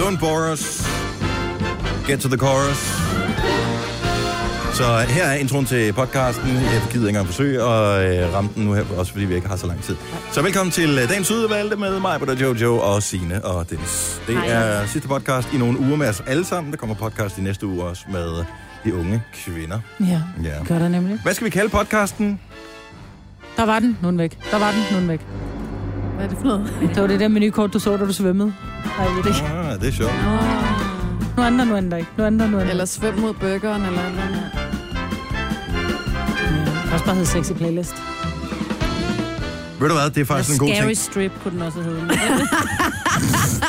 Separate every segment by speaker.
Speaker 1: Don't bore us. Get to the chorus. Så her er introen til podcasten. Jeg gider ikke engang forsøge at øh, ramme den nu her, også fordi vi ikke har så lang tid. Så velkommen til øh, dagens udvalgte med mig, Britta, Jojo og Sine og Dennis. Det
Speaker 2: Hej.
Speaker 1: er sidste podcast i nogle uger med os alle sammen. Der kommer podcast i næste uge også med de unge kvinder.
Speaker 2: Ja,
Speaker 1: Ja.
Speaker 2: gør der nemlig.
Speaker 1: Hvad skal vi kalde podcasten?
Speaker 2: Der var den, nu er den væk. Der var den, nu er den væk.
Speaker 3: Hvad er det for noget?
Speaker 2: Det var det der menukort, du så, da du svømmede. Nej, jeg ved det ikke.
Speaker 1: Ah, det er sjovt.
Speaker 2: Nu er den der, nu er den der ikke. Nu er den der, nu er den der.
Speaker 3: Eller svøm mod burgeren, eller et eller andet.
Speaker 2: Ja, også bare hedde Sexy Playlist.
Speaker 1: Ved du hvad, det er faktisk en god ting.
Speaker 4: Scary Strip kunne den også hedde.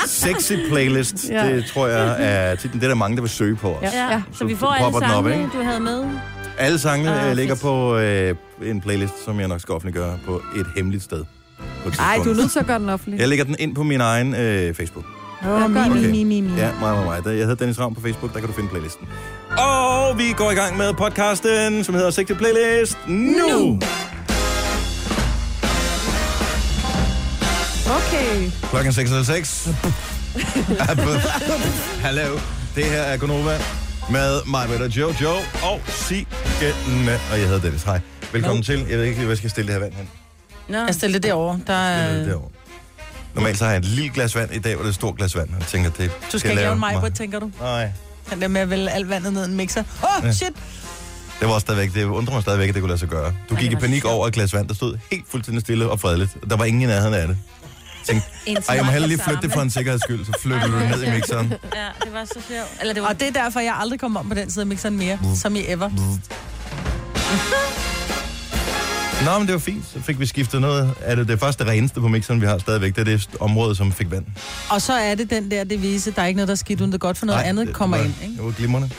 Speaker 1: Sexy playlist, ja.
Speaker 3: Ja.
Speaker 1: det tror jeg er titlen. Det er der mange, der vil søge på os. Ja.
Speaker 2: Ja.
Speaker 4: ja, så vi får
Speaker 1: Så
Speaker 4: alle
Speaker 1: popper den op,
Speaker 4: sangene,
Speaker 1: ikke?
Speaker 4: du havde med.
Speaker 1: Alle sangene
Speaker 4: Ah,
Speaker 1: ah,
Speaker 4: fedt.
Speaker 1: ligger på øh, en playlist, som jeg nok skal offentliggøre på et hemmeligt sted. på et
Speaker 3: Ej,
Speaker 1: tidspunkt.
Speaker 3: du er nødt til at gøre den offentlig.
Speaker 1: Jeg lægger den ind på min egen øh, Facebook.
Speaker 2: Åh, oh, mi, mi, mi, mi, mi.
Speaker 1: Ja, mig, mig, mig. Der- Jeg hedder Dennis Ravn på Facebook, der kan du finde playlisten. Og vi går i gang med podcasten, som hedder Sigte Playlist nu! nu.
Speaker 3: Okay.
Speaker 1: Klokken 6.06. Hallo. Det her er Gunova med mig, Britta, Jojo og Signe. Og jeg hedder Dennis. Hej. Velkommen no. til. Jeg ved ikke lige, hvor jeg skal stille det her vand hen.
Speaker 4: Nå.
Speaker 2: Jeg stillede det derovre. Der,
Speaker 1: Jeg ved det
Speaker 2: er-
Speaker 1: derovre. Normalt så har jeg et lille glas vand. I dag var det et stort glas vand. Jeg tænker, det
Speaker 2: du skal ikke lave mig, Britt, tænker du?
Speaker 1: Nej.
Speaker 2: Den der med at vælge alt vandet ned i en mixer. Åh,
Speaker 1: Ja.
Speaker 2: oh, shit!
Speaker 1: Det var også stadigvæk, det undrer mig stadigvæk, at det kunne lade sig gøre. Du gik i
Speaker 4: det var
Speaker 1: panik
Speaker 4: sjovt.
Speaker 1: over et glas vand, der stod helt fuldstændig stille og fredeligt. Der var ingen i nærheden af det. Jeg tænkte, ej, jeg må hellere lige flytte det for en sikkerheds skyld, så flytter du det ned i mixeren.
Speaker 4: Ja, det var så sjovt. Eller det var...
Speaker 2: Og det er derfor, jeg aldrig kommer om på den side af mixeren mere,
Speaker 1: Mm.
Speaker 2: som i ever.
Speaker 1: Nå, men det var fint. Så fik vi skiftet noget af det. Det er faktisk det reneste på mixeren, vi har stadigvæk. Det er det område, som fik vand.
Speaker 2: Og så er det den der devise, der er ikke noget, der er skidt, uden det er godt for noget Nej, andet
Speaker 1: det
Speaker 2: kommer
Speaker 1: var,
Speaker 2: ind, ikke?
Speaker 1: Det var glimrende.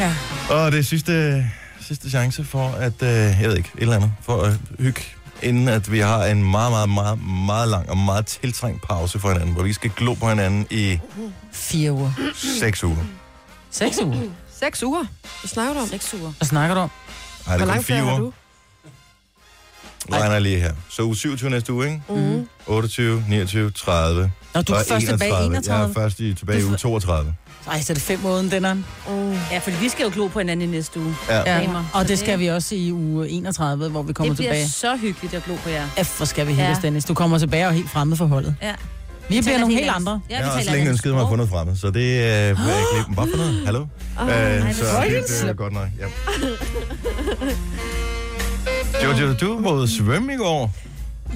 Speaker 2: Ja.
Speaker 1: Og det er sidste, sidste chance for at, øh, jeg ved ikke, et eller andet, for at hygge, inden at vi har en meget, meget, meget, meget lang og meget tiltrængt pause for hinanden, hvor vi skal glo på hinanden i
Speaker 2: Fire uger.
Speaker 1: seks uger.
Speaker 2: Seks uger.
Speaker 3: Seks uger. Hvad snakker du om?
Speaker 4: Seks uger.
Speaker 2: Hvad snakker du om?
Speaker 1: Ej,
Speaker 3: Hvor
Speaker 1: det er kun
Speaker 3: langt
Speaker 1: fire
Speaker 3: har
Speaker 1: uger.
Speaker 3: du?
Speaker 1: Regner jeg lige her. Så uge 27 næste uge, ikke?
Speaker 3: Mm.
Speaker 1: 28, 29, 30
Speaker 2: Nå, du er
Speaker 1: og
Speaker 2: først tilbage i
Speaker 1: 31. Jeg
Speaker 2: 31.
Speaker 1: er først i, tilbage i
Speaker 2: Du er
Speaker 1: uge
Speaker 2: f-
Speaker 1: 32.
Speaker 2: Ej, så er det fem måneder, denneren.
Speaker 3: Mm.
Speaker 4: Uh. Ja, fordi vi skal jo glo på hinanden i næste uge.
Speaker 1: Ja.
Speaker 2: Ja.
Speaker 4: Damer.
Speaker 2: Og det skal vi også i uge 31, hvor vi kommer
Speaker 4: det bliver
Speaker 2: tilbage.
Speaker 4: så hyggeligt at glo på jer.
Speaker 2: F, hvor skal vi hælde,
Speaker 4: Ja.
Speaker 2: Dennis. Du kommer tilbage og er helt fremmed for holdet.
Speaker 4: Ja.
Speaker 2: Vi bliver
Speaker 4: Taler
Speaker 2: nogle helt
Speaker 4: andet.
Speaker 2: andre.
Speaker 4: Ja,
Speaker 1: Jeg
Speaker 4: vi
Speaker 1: har også
Speaker 4: taler
Speaker 1: længe
Speaker 4: andet
Speaker 1: ønsket mig at
Speaker 4: sprog.
Speaker 1: få noget fremme, så det øh, vil jeg ikke lige... Hvad for noget? Hallo? Øh, så det, det er
Speaker 2: Slap.
Speaker 1: godt nok, ja. Jojo, du var ude at svømme i går.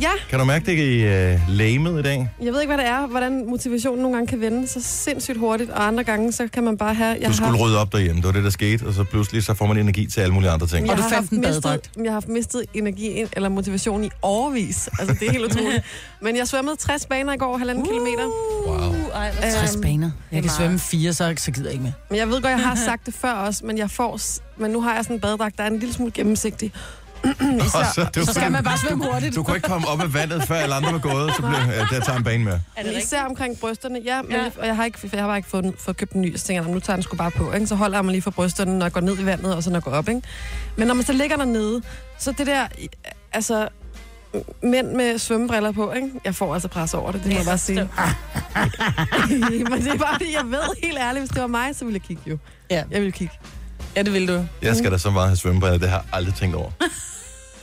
Speaker 3: Ja,
Speaker 1: Kan du mærke det i øh, lægemet i dag?
Speaker 3: jeg ved ikke, hvad det er, hvordan motivationen nogle gange kan vende så sindssygt hurtigt, og andre gange, så kan man bare have... Jeg
Speaker 1: Du
Speaker 3: har,
Speaker 1: skulle rydde op derhjemme, det var det, der skete, og så pludselig så får man energi til alle mulige andre ting.
Speaker 3: jeg
Speaker 2: Og du
Speaker 3: har
Speaker 2: fandt
Speaker 3: haft
Speaker 2: en
Speaker 3: mistet-
Speaker 2: badedragt.
Speaker 3: Jeg har haft mistet energi eller motivation i overvis. Altså, det er helt utroligt. Men jeg svømmede 60 baner i går, halvanden uh. kilometer.
Speaker 1: Wow.
Speaker 4: Ej, hvor
Speaker 3: Øh,
Speaker 4: træt.
Speaker 2: 60 baner. Jeg kan
Speaker 4: meget.
Speaker 2: svømme fire, så, så gider jeg ikke mere.
Speaker 3: Men jeg ved godt, jeg har sagt det før også, men jeg får... s- Men nu har jeg sådan en badedragt, der er en lille smule gennemsigtig.
Speaker 1: Og så, du,
Speaker 2: Så skal man bare svømme hurtigt.
Speaker 1: du kunne ikke komme op af vandet, før alle andre var gået, så blev ja, der tager en bane med.
Speaker 4: Er det rigtigt?
Speaker 3: Især omkring brysterne, ja. Men,
Speaker 4: Ja.
Speaker 3: ja. Og jeg har ikke, for jeg har bare ikke fået, fået købt en ny, så tænker jeg, "Nå, nu tager jeg den sgu bare på. Ikke? Så holder jeg mig lige for brysterne, når jeg går ned i vandet, og så når jeg går op. Ikke? Men når man så ligger dernede, så det der, i- altså, m- mænd med svømmebriller på, ikke? jeg får altså pres over det, det må jeg bare sige. Men det er bare fordi, jeg ved helt ærligt, hvis det var mig, så ville jeg kigge jo.
Speaker 2: Ja.
Speaker 3: Jeg ville kigge.
Speaker 2: Ja, det vil du.
Speaker 1: Jeg skal da så meget have svømmebriller, det har jeg aldrig tænkt over.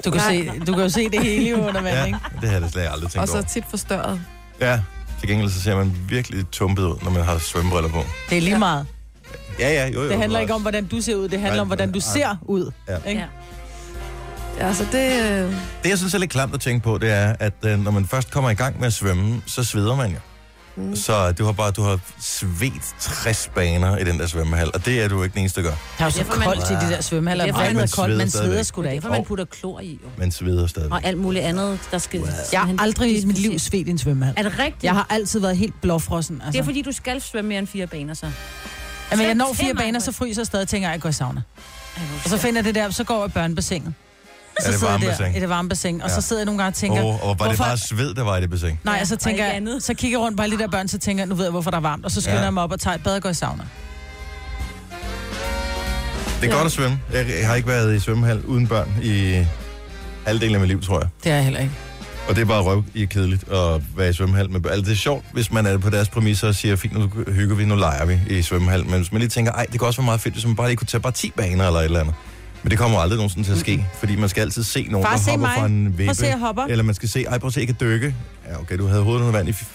Speaker 2: Du kan, se, du kan jo se det hele jo under vand,
Speaker 1: Ja,
Speaker 2: ikke?
Speaker 1: det har jeg da slet aldrig tænkt
Speaker 3: Og så
Speaker 1: over.
Speaker 3: tit forstørret.
Speaker 1: Ja, til gengæld så ser man virkelig tumpet ud, når man har svømmebriller på.
Speaker 2: Det er lige meget.
Speaker 1: Ja, ja, jo, jo.
Speaker 2: Det handler
Speaker 1: også.
Speaker 2: ikke om, hvordan du ser ud. Det handler
Speaker 1: Nej,
Speaker 2: om, hvordan du
Speaker 1: nej.
Speaker 2: ser ud.
Speaker 1: Ja.
Speaker 2: Ikke?
Speaker 4: Ja.
Speaker 3: Ja, så det... øh,
Speaker 1: Det, jeg synes er lidt klamt at tænke på, det er, at øh, når man først kommer i gang med at svømme, så sveder man jo. Mm. Så du har bare du har svedt 60 baner i den der svømmehal, og det er du ikke den eneste, der gør.
Speaker 2: Der er jo så
Speaker 4: Derfor man-
Speaker 2: koldt i de der svømmehaller.
Speaker 4: Det er
Speaker 2: Det
Speaker 4: derfor,
Speaker 2: er
Speaker 4: man
Speaker 2: noget koldt. Man
Speaker 1: sveder
Speaker 2: sveder
Speaker 1: stadigvæk.
Speaker 2: sgu
Speaker 4: Det
Speaker 2: da
Speaker 4: er
Speaker 2: ikke.
Speaker 4: derfor, man putter klor i, jo.
Speaker 1: Man sveder stadig.
Speaker 4: Og alt muligt andet, der skal...
Speaker 2: Jeg
Speaker 4: simpelthen
Speaker 2: har aldrig i mit liv
Speaker 4: diskuteres.
Speaker 2: svedt i en svømmehal.
Speaker 4: Er det rigtigt?
Speaker 2: Jeg har altid været helt blåfrossen.
Speaker 4: Det
Speaker 2: Altså.
Speaker 4: er fordi, du skal svømme mere end fire baner, så.
Speaker 2: Jamen, jeg når
Speaker 4: Til
Speaker 2: fire
Speaker 4: mig,
Speaker 2: baner,
Speaker 4: Britt.
Speaker 2: så fryser jeg stadig og tænker, at jeg går i sauna. Og så finder jeg det der, så går jeg i børnebassinet. Og
Speaker 1: Er det
Speaker 2: sidder jeg
Speaker 1: varmebassin?
Speaker 2: Der, er det varme bassin? Og
Speaker 1: Ja.
Speaker 2: så sidder jeg nogle gange og tænker...
Speaker 1: Åh, oh, og var det
Speaker 2: hvorfor-
Speaker 1: bare sved, der var i det bassin?
Speaker 2: Nej,
Speaker 4: Ja,
Speaker 2: og så
Speaker 4: og
Speaker 2: tænker
Speaker 4: ikke
Speaker 2: jeg,
Speaker 4: andet.
Speaker 2: så kigger jeg rundt på alle de der børn, så tænker jeg, nu ved jeg, hvorfor der er varmt. Og så skynder
Speaker 1: Ja.
Speaker 2: ja. jeg mig op og tager et bad og går i sauna.
Speaker 1: Det er
Speaker 3: Ja.
Speaker 1: godt at svømme. Jeg, jeg har ikke været i svømmehal uden børn i halvdelen af mit liv, tror jeg.
Speaker 2: Det er jeg heller ikke.
Speaker 1: Og det er bare røv i kedeligt at være i svømmehal. Men altså, det er sjovt, hvis man er på deres præmisser og siger, fint, nu hygger vi, nu leger vi i svømmehal. Men hvis man lige tænker, ej, det kan også være meget fedt, hvis man bare lige kunne tage bare 10 baner eller et eller andet. Men det kommer aldrig nogensinde til at ske, fordi man skal altid se nogen,
Speaker 2: Far,
Speaker 1: der
Speaker 2: se
Speaker 1: hopper
Speaker 2: mig.
Speaker 1: fra en
Speaker 2: Prøv
Speaker 1: vippe.
Speaker 2: at se, jeg hopper.
Speaker 1: Eller man skal se, ej, prøv at se, jeg kan dykke. Ja, okay, du havde hovedet under vand i f-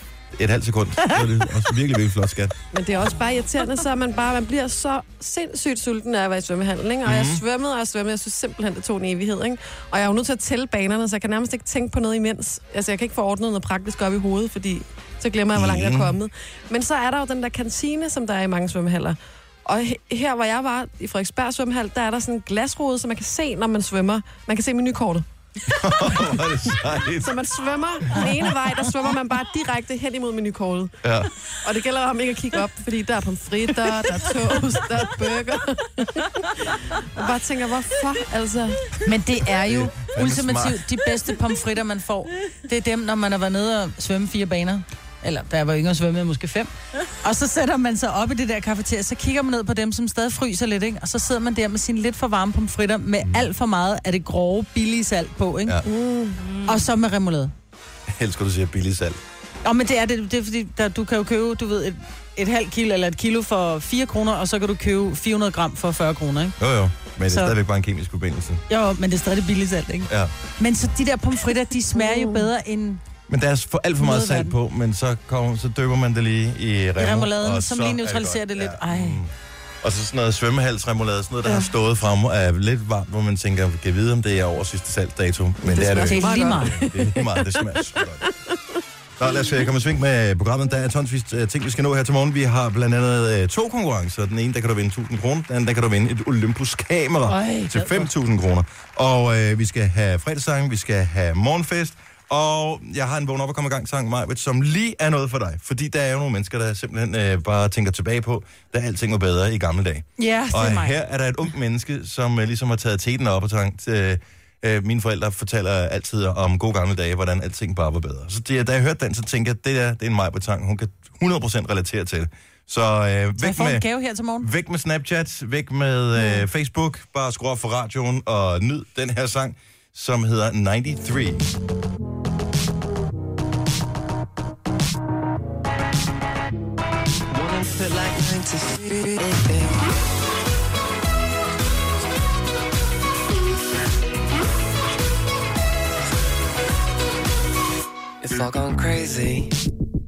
Speaker 1: et halvt sekund. Det var det også virkelig, virkelig flot, skat.
Speaker 3: Men det er også bare irriterende, så man bare man bliver så sindssygt sulten af at være i svømmehallen. Ikke? Og
Speaker 1: Mhm.
Speaker 3: jeg svømmede og svømmede. Jeg synes simpelthen, det tog en evighed. Ikke? Og jeg er jo nødt til at tælle banerne, så jeg kan nærmest ikke tænke på noget imens. Altså, jeg kan ikke få ordnet noget praktisk op i hovedet, fordi så glemmer jeg, hvor langt jeg er
Speaker 1: Mhm.
Speaker 3: kommet. Men så er der jo den der kantine, som der er i mange svømmehaller. Og he- her, hvor jeg var i Frederiksberg svømmehal, der er der sådan en glasrude, så man kan se, når man svømmer. Man kan se menukortet.
Speaker 1: Hvor var det sejt.
Speaker 3: Så man svømmer den ene vej, der svømmer man bare direkte hen imod menukortet.
Speaker 5: uh,
Speaker 1: Ja.
Speaker 3: Og det gælder om ikke at kigge op, fordi der er pomfritter, der er toast, der er burger. Jeg bare tænker, hvorfor? Altså,
Speaker 2: Men det er jo
Speaker 1: Det er fandme
Speaker 2: ultimativt
Speaker 1: smart.
Speaker 2: de bedste pomfritter, man får. Det er dem, når man har været nede og svømme fire baner. Eller da jeg var yngre, svømmede jeg måske fem. Og så sætter man sig op i det der kafeterie, så kigger man ned på dem, som stadig fryser lidt, ikke? Og så sidder man der med sine lidt for varme pomfritter med alt for meget af det grove, billige salt på, ikke?
Speaker 1: Mm. Ja.
Speaker 2: Og så med remoulade.
Speaker 1: Jeg elsker, du siger billig salt.
Speaker 2: Og men det er det, det er fordi, der, du kan jo købe, du ved, et, et halvt kilo eller et kilo for 4 kroner, og så kan du købe 400 gram for 40 kroner, ikke?
Speaker 1: Jo, jo. Men det
Speaker 2: Så-
Speaker 1: er stadigvæk bare en kemisk forbindelse.
Speaker 2: Jo, men det er stadig det billige salt, ikke?
Speaker 1: Ja.
Speaker 2: Men så de der pomfritter, de smager jo bedre end
Speaker 1: Men der er for alt for meget salt
Speaker 2: Nødverden.
Speaker 1: på, men så, kommer, så døber man det lige i remo,
Speaker 2: remouladen,
Speaker 1: og
Speaker 2: som
Speaker 1: så
Speaker 2: lige
Speaker 1: er det
Speaker 2: neutraliserer
Speaker 1: godt.
Speaker 2: det lidt. Ej.
Speaker 1: mm. Og så sådan noget svømmehalsremoulade, sådan noget, der har stået fremme og er lidt varmt, hvor man tænker, kan jeg vide, om det er over sidste saltdato? Men det, er det
Speaker 3: smager
Speaker 1: jo
Speaker 2: Det
Speaker 1: ikke.
Speaker 2: er
Speaker 3: Meget
Speaker 2: lige
Speaker 3: godt.
Speaker 2: meget.
Speaker 1: Det er lige meget, det smager så godt. Nå, lad os øh, komme i sving med programmet. Der er tonsvis øh, ting, vi skal nå her til morgen. Vi har blandt andet øh, to konkurrencer. Den ene, der kan du vinde 1000 kroner. Den anden, der kan du vinde et Olympus-kamera
Speaker 2: Ej,
Speaker 1: til 5.000 kroner. Og øh, vi skal have fredagssangen, vi skal have morgenfest, og jeg har en vågn op og komme i gang sang, Majbet, som lige er noget for dig. Fordi der er jo nogle mennesker, der simpelthen øh, bare tænker tilbage på, da alting var bedre i gamle dage.
Speaker 2: Ja, det er
Speaker 1: Og
Speaker 2: mig.
Speaker 1: her er der et ungt menneske, som øh, ligesom har taget teten op og tænkt, øh, øh, mine forældre fortæller altid om gode gamle dage, hvordan alting bare var bedre. Så det, da jeg hørte den, så tænkte jeg, det der, det er en Majbet sang, hun kan 100% relatere til. det. Så øh,
Speaker 2: Så jeg
Speaker 1: væk
Speaker 2: får
Speaker 1: med...
Speaker 2: en gave her til morgen.
Speaker 1: Væk med Snapchat, væk med øh, Facebook, bare skru op for radioen og nyd den her sang, som hedder 93.
Speaker 6: It's all gone crazy.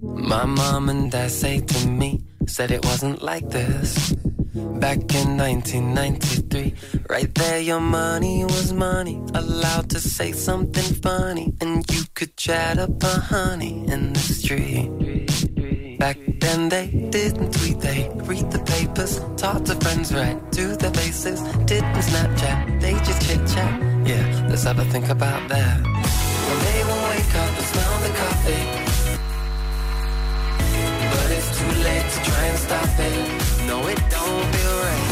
Speaker 6: My mom and dad say to me, said it wasn't like this. Back in 1993, right there, your money was money. Allowed to say something funny, and you could chat up a honey in the street. Back then, they didn't tweet, they read the papers, talked to friends right to their faces, didn't Snapchat, they just chit chat. Yeah, let's have a think about that. Well, they will wake up and smell the coffee. But it's too late to try and stop it. No, it don't feel right.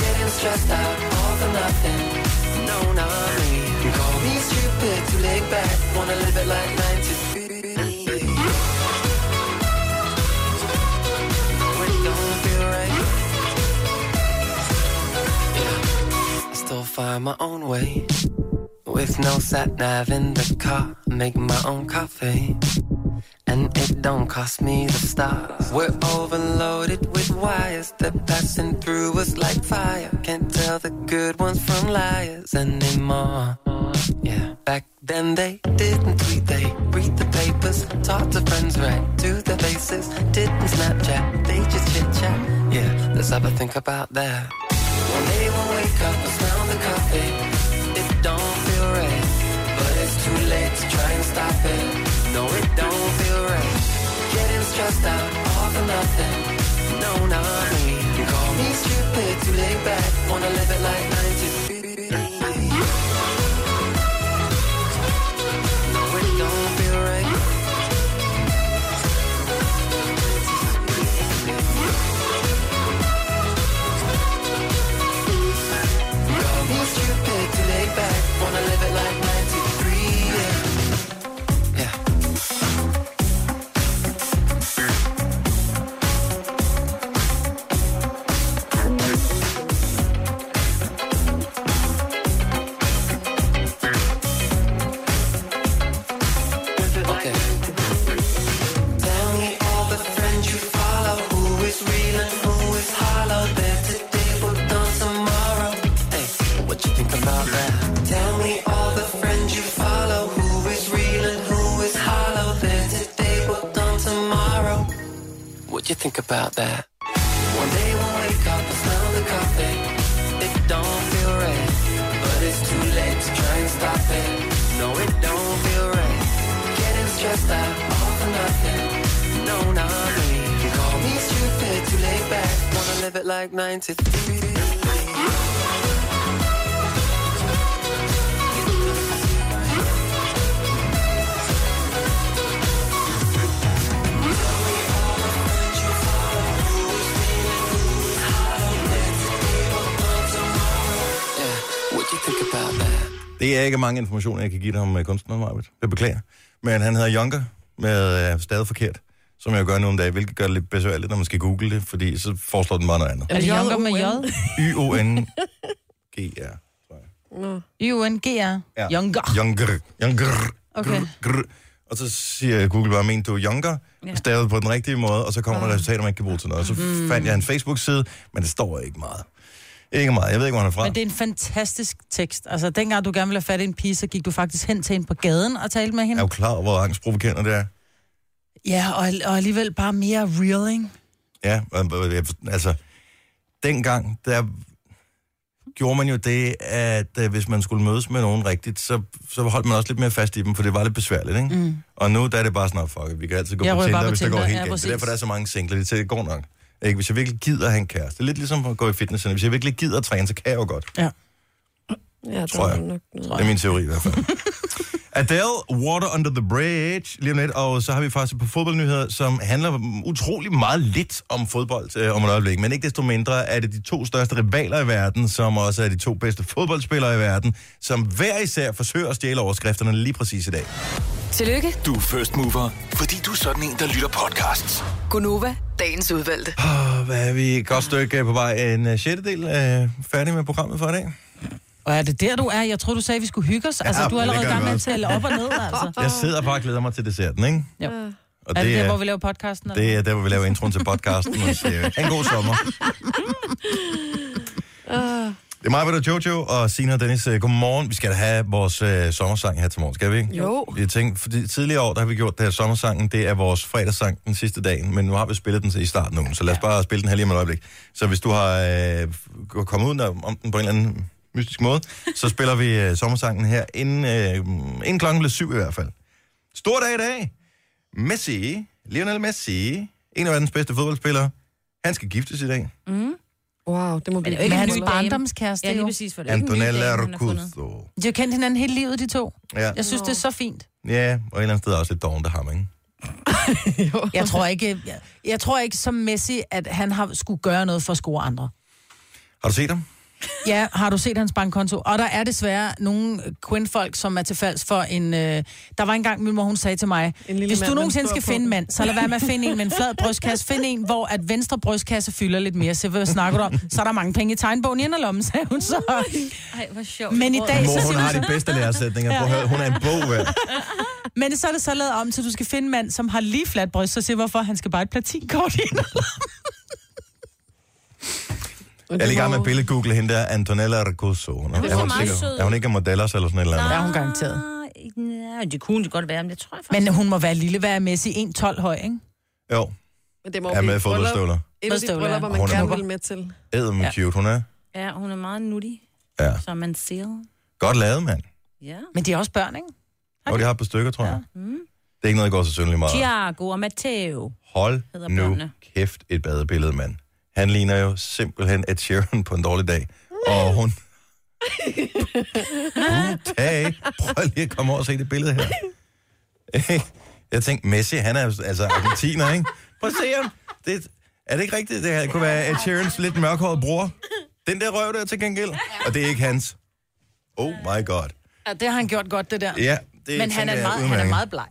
Speaker 6: Getting stressed out all for nothing. No, not me. You call me stupid, too laid back. Wanna live it like 90s. No, it don't feel right. Yeah. I still find my own way. With no sat nav in the car, make my own coffee. And it don't cost me the stars. We're overloaded with wires that passing through us like fire. Can't tell the good ones from liars anymore. Yeah, back then they didn't tweet, they read the papers, talk to friends right to their faces, didn't Snapchat, they just chit chat. Yeah, let's have a think about that. Well, they will wake up and smell the coffee. It don't feel right, but it's too late to try and stop it. No, it don't feel right. Getting stressed out all for nothing. No, not me. You call me stupid, too laid back. Wanna live it like 90s. No, it don't feel right. Call me stupid, too laid back. Wanna live it like 93, yeah. Yeah.
Speaker 7: Okay. Tell me all the friends you follow. Who is real and who is hollow? There today, but not tomorrow. Hey, what you think about that? Tell me all the friends you follow. Who is real and who is hollow? There today, but not tomorrow. What you think about that? One day we'll wake up and smell the coffee. It don't feel right, but it's too late to try and stop it. No, it don't feel right. Getting stressed out all for nothing. No, not me. You call me stupid, too laid back. Wanna live it like 93. What you think about that?
Speaker 1: Det er ikke mange informationer, jeg kan give dig om øh, kunstneren, Marvitt. Jeg beklager. Men han hedder Jonker, med øh, stadig forkert, som jeg gør nu om dagen, hvilket gør det lidt besværligt, når man skal google det, fordi så foreslår den bare noget andet.
Speaker 2: Er det Jonker med J?
Speaker 1: Y-O-N-G-R.
Speaker 3: Nå.
Speaker 2: Y-U-N-G-R.
Speaker 1: Ja.
Speaker 2: Jonker.
Speaker 1: Jonker. Jonker.
Speaker 2: Okay.
Speaker 1: Grr. Og så siger Google bare, mente du Jonker? Ja. Stavet på den rigtige måde, og så kommer der resultater, man ikke kan bruge til noget. Så
Speaker 2: Mm.
Speaker 1: fandt jeg en Facebook-side, men det står ikke meget. Ikke meget. Jeg ved ikke, hvor han er fra.
Speaker 2: Men det er en fantastisk tekst. Altså, dengang du gerne ville have fat i en pige, så gik du faktisk hen til hende på gaden og talte med
Speaker 1: Jeg
Speaker 2: hende.
Speaker 1: er jo klar over, hvor angstprovokerende det er.
Speaker 2: Ja, og, og alligevel bare mere real, ikke?
Speaker 1: Ja, og- og- jeg- altså, dengang, der gjorde man jo det, at øh, hvis man skulle mødes med nogen rigtigt, så, så holdt man også lidt mere fast i dem, for det var lidt besværligt, ikke? Mm. Og nu der er det bare sådan, "Nå, fuck it, vi kan altid gå
Speaker 2: Jeg
Speaker 1: på
Speaker 2: ryger
Speaker 1: Tinder,
Speaker 2: bare på
Speaker 1: hvis det går
Speaker 2: Tinder,
Speaker 1: helt
Speaker 2: ja,
Speaker 1: galt. Det er
Speaker 2: præcis.
Speaker 1: derfor, der er så mange singler, de siger, det går nok. Ikke? Hvis jeg virkelig gider at have en kæreste, det er lidt ligesom at gå i fitness, hvis jeg virkelig gider at træne, så kan jeg jo godt.
Speaker 2: Ja.
Speaker 3: Ja, det
Speaker 1: Tror
Speaker 3: var
Speaker 1: jeg.
Speaker 3: nok noget.
Speaker 1: Det er min teori i hvert fald. Adele, Water Under the Bridge, lige om lidt. Og så har vi faktisk på fodboldnyheder, som handler utrolig meget lidt om fodbold øh, om et øjeblik. Men ikke desto mindre er det de to største rivaler i verden, som også er de to bedste fodboldspillere i verden, som hver især forsøger at stjæle overskrifterne lige præcis i dag.
Speaker 8: Tillykke,
Speaker 9: Du er first mover, fordi du er sådan en, der lytter podcasts.
Speaker 8: Gunova, dagens udvalgte.
Speaker 1: Og Ah, hvad er vi et godt stykke øh, på vej? En øh, sjettedel øh, færdig med programmet for i dag.
Speaker 2: Og er det der, du er? Jeg tror du sagde, vi skulle hygge os. Altså,
Speaker 1: Ja,
Speaker 2: du er
Speaker 1: men det
Speaker 2: allerede i
Speaker 1: gør
Speaker 2: gang
Speaker 1: vi
Speaker 2: med at
Speaker 1: også.
Speaker 2: tælle op og ned, altså.
Speaker 1: Jeg sidder bare og glæder mig til desserten, ikke?
Speaker 2: Jo.
Speaker 1: Og
Speaker 2: Er det,
Speaker 1: det
Speaker 2: der, hvor
Speaker 1: er,
Speaker 2: vi laver podcasten? eller?
Speaker 1: det er der, hvor vi laver introen til podcasten. Og siger, "Ha' en god sommer.
Speaker 3: Ah,
Speaker 1: Det er mig, Peter Jojo og Sina og Dennis. Øh, Godmorgen. Vi skal da have vores øh, sommersang her til morgen, skal vi ikke?
Speaker 3: Jo.
Speaker 1: Jeg tænkte, fordi tidligere år, der har vi gjort det her sommersangen. Det er vores fredagssang den sidste dag, men nu har vi spillet den til i starten nu, så lad os bare spille den her lige om et øjebek. Så hvis du har øh, kommet ud om om den på en eller anden mystisk måde, så spiller vi øh, sommersangen her inden, øh, inden klokken bliver syv i hvert fald. Stor dag i dag! Messi, Lionel Messi, en af verdens bedste fodboldspillere, han skal giftes i dag.
Speaker 3: mm. Wow, det må blive...
Speaker 4: det
Speaker 2: Men
Speaker 4: ikke
Speaker 2: hans
Speaker 4: en ny
Speaker 2: barndomskæreste,
Speaker 4: Ja,
Speaker 2: ja,
Speaker 4: lige
Speaker 2: jo.
Speaker 4: præcis for det. er ikke en ny
Speaker 1: Antonella
Speaker 4: dame, hun har fundet.
Speaker 1: Rocuzzo.
Speaker 2: De har kendt hinanden hele livet, de to.
Speaker 1: Ja.
Speaker 2: Jeg synes, det er så fint.
Speaker 1: Ja, og et eller andet sted også lidt dovent af ham, ikke?
Speaker 2: Jeg tror ikke, jeg, jeg tror ikke som Messi, at han har skulle gøre noget for at score andre.
Speaker 1: Har du set ham?
Speaker 2: Ja, har du set hans bankkonto? Og der er desværre nogle kvindfolk, som er til falds for en... Øh, der var engang min mor, hun sagde til mig,
Speaker 3: En lille
Speaker 2: hvis
Speaker 3: mand
Speaker 2: du
Speaker 3: med en
Speaker 2: nogensinde
Speaker 3: stor
Speaker 2: skal finde en
Speaker 3: pung."
Speaker 2: mand, så lad være med at finde en med en flad brystkasse. Find en, hvor at venstre brystkasse fylder lidt mere. Så hvad snakker du om? Så er der mange penge i tegnbogen i inderlommen, sagde hun så.
Speaker 4: Ej, hvor sjovt.
Speaker 2: Men i dag, så
Speaker 1: Mor, hun
Speaker 2: siger
Speaker 1: har
Speaker 2: du så-
Speaker 1: de bedste læresætninger. Prøv at høre, hun er en bog, vel?
Speaker 2: Men så er det så lavet om, til du skal finde en mand, som har lige flat bryst, så siger hvorfor han skal bare et platinkort ind.
Speaker 1: Jeg er lige i gang med at billedgoogle hende der, Antonella Ricuzzo. Hun er,
Speaker 4: Hun
Speaker 1: er,
Speaker 4: er
Speaker 1: hun,
Speaker 4: meget
Speaker 1: sikker,
Speaker 4: sød.
Speaker 1: er hun ikke modeller eller sådan et eller andet?
Speaker 2: er hun garanteret.
Speaker 3: "Ah."
Speaker 4: Nej, det kunne det godt være, men det tror jeg faktisk.
Speaker 2: Men hun må være lille, være Messi 1,12 høj, ikke?
Speaker 1: Jo,
Speaker 3: Men det må
Speaker 1: er
Speaker 3: blive
Speaker 1: med
Speaker 3: et bryllup.
Speaker 1: i fodboldstøvler.
Speaker 3: Et af de
Speaker 2: Fodstøvler,
Speaker 3: bryllupper,
Speaker 2: ja.
Speaker 1: Og
Speaker 3: man
Speaker 1: hun er
Speaker 3: gerne
Speaker 1: smukker.
Speaker 3: vil med til.
Speaker 1: Æd med
Speaker 2: Ja.
Speaker 1: cute, hun er.
Speaker 4: Ja, hun er meget nuttig,
Speaker 1: Ja.
Speaker 4: som man siger.
Speaker 1: Godt lavet, mand.
Speaker 4: Ja.
Speaker 2: Men de er også børn, ikke?
Speaker 1: Og de har et par stykker, tror jeg. Det er ikke noget, der går så synderligt meget.
Speaker 4: Thiago og Matteo.
Speaker 1: Hold
Speaker 4: Hedder
Speaker 1: nu
Speaker 4: børnene.
Speaker 1: kæft et badebillede, mand. Han ligner jo simpelthen Ed Sheeran på en dårlig dag. Og hun... Goddag. Prøv lige at komme over og se det billede her. Jeg tænkte, Messi, han er jo altså argentiner, ikke? Prøv at se ham. Det, er det ikke rigtigt? Det her kunne være Ed Sheerans lidt mørkhårede bror. Den der røv der til gengæld. Og det er ikke hans. Oh my god.
Speaker 2: Ja, det har han gjort godt, det der.
Speaker 1: Ja, det
Speaker 2: Men han
Speaker 1: tænker
Speaker 2: er,
Speaker 1: jeg
Speaker 2: meget, han er
Speaker 1: udmærket.
Speaker 2: meget bleg.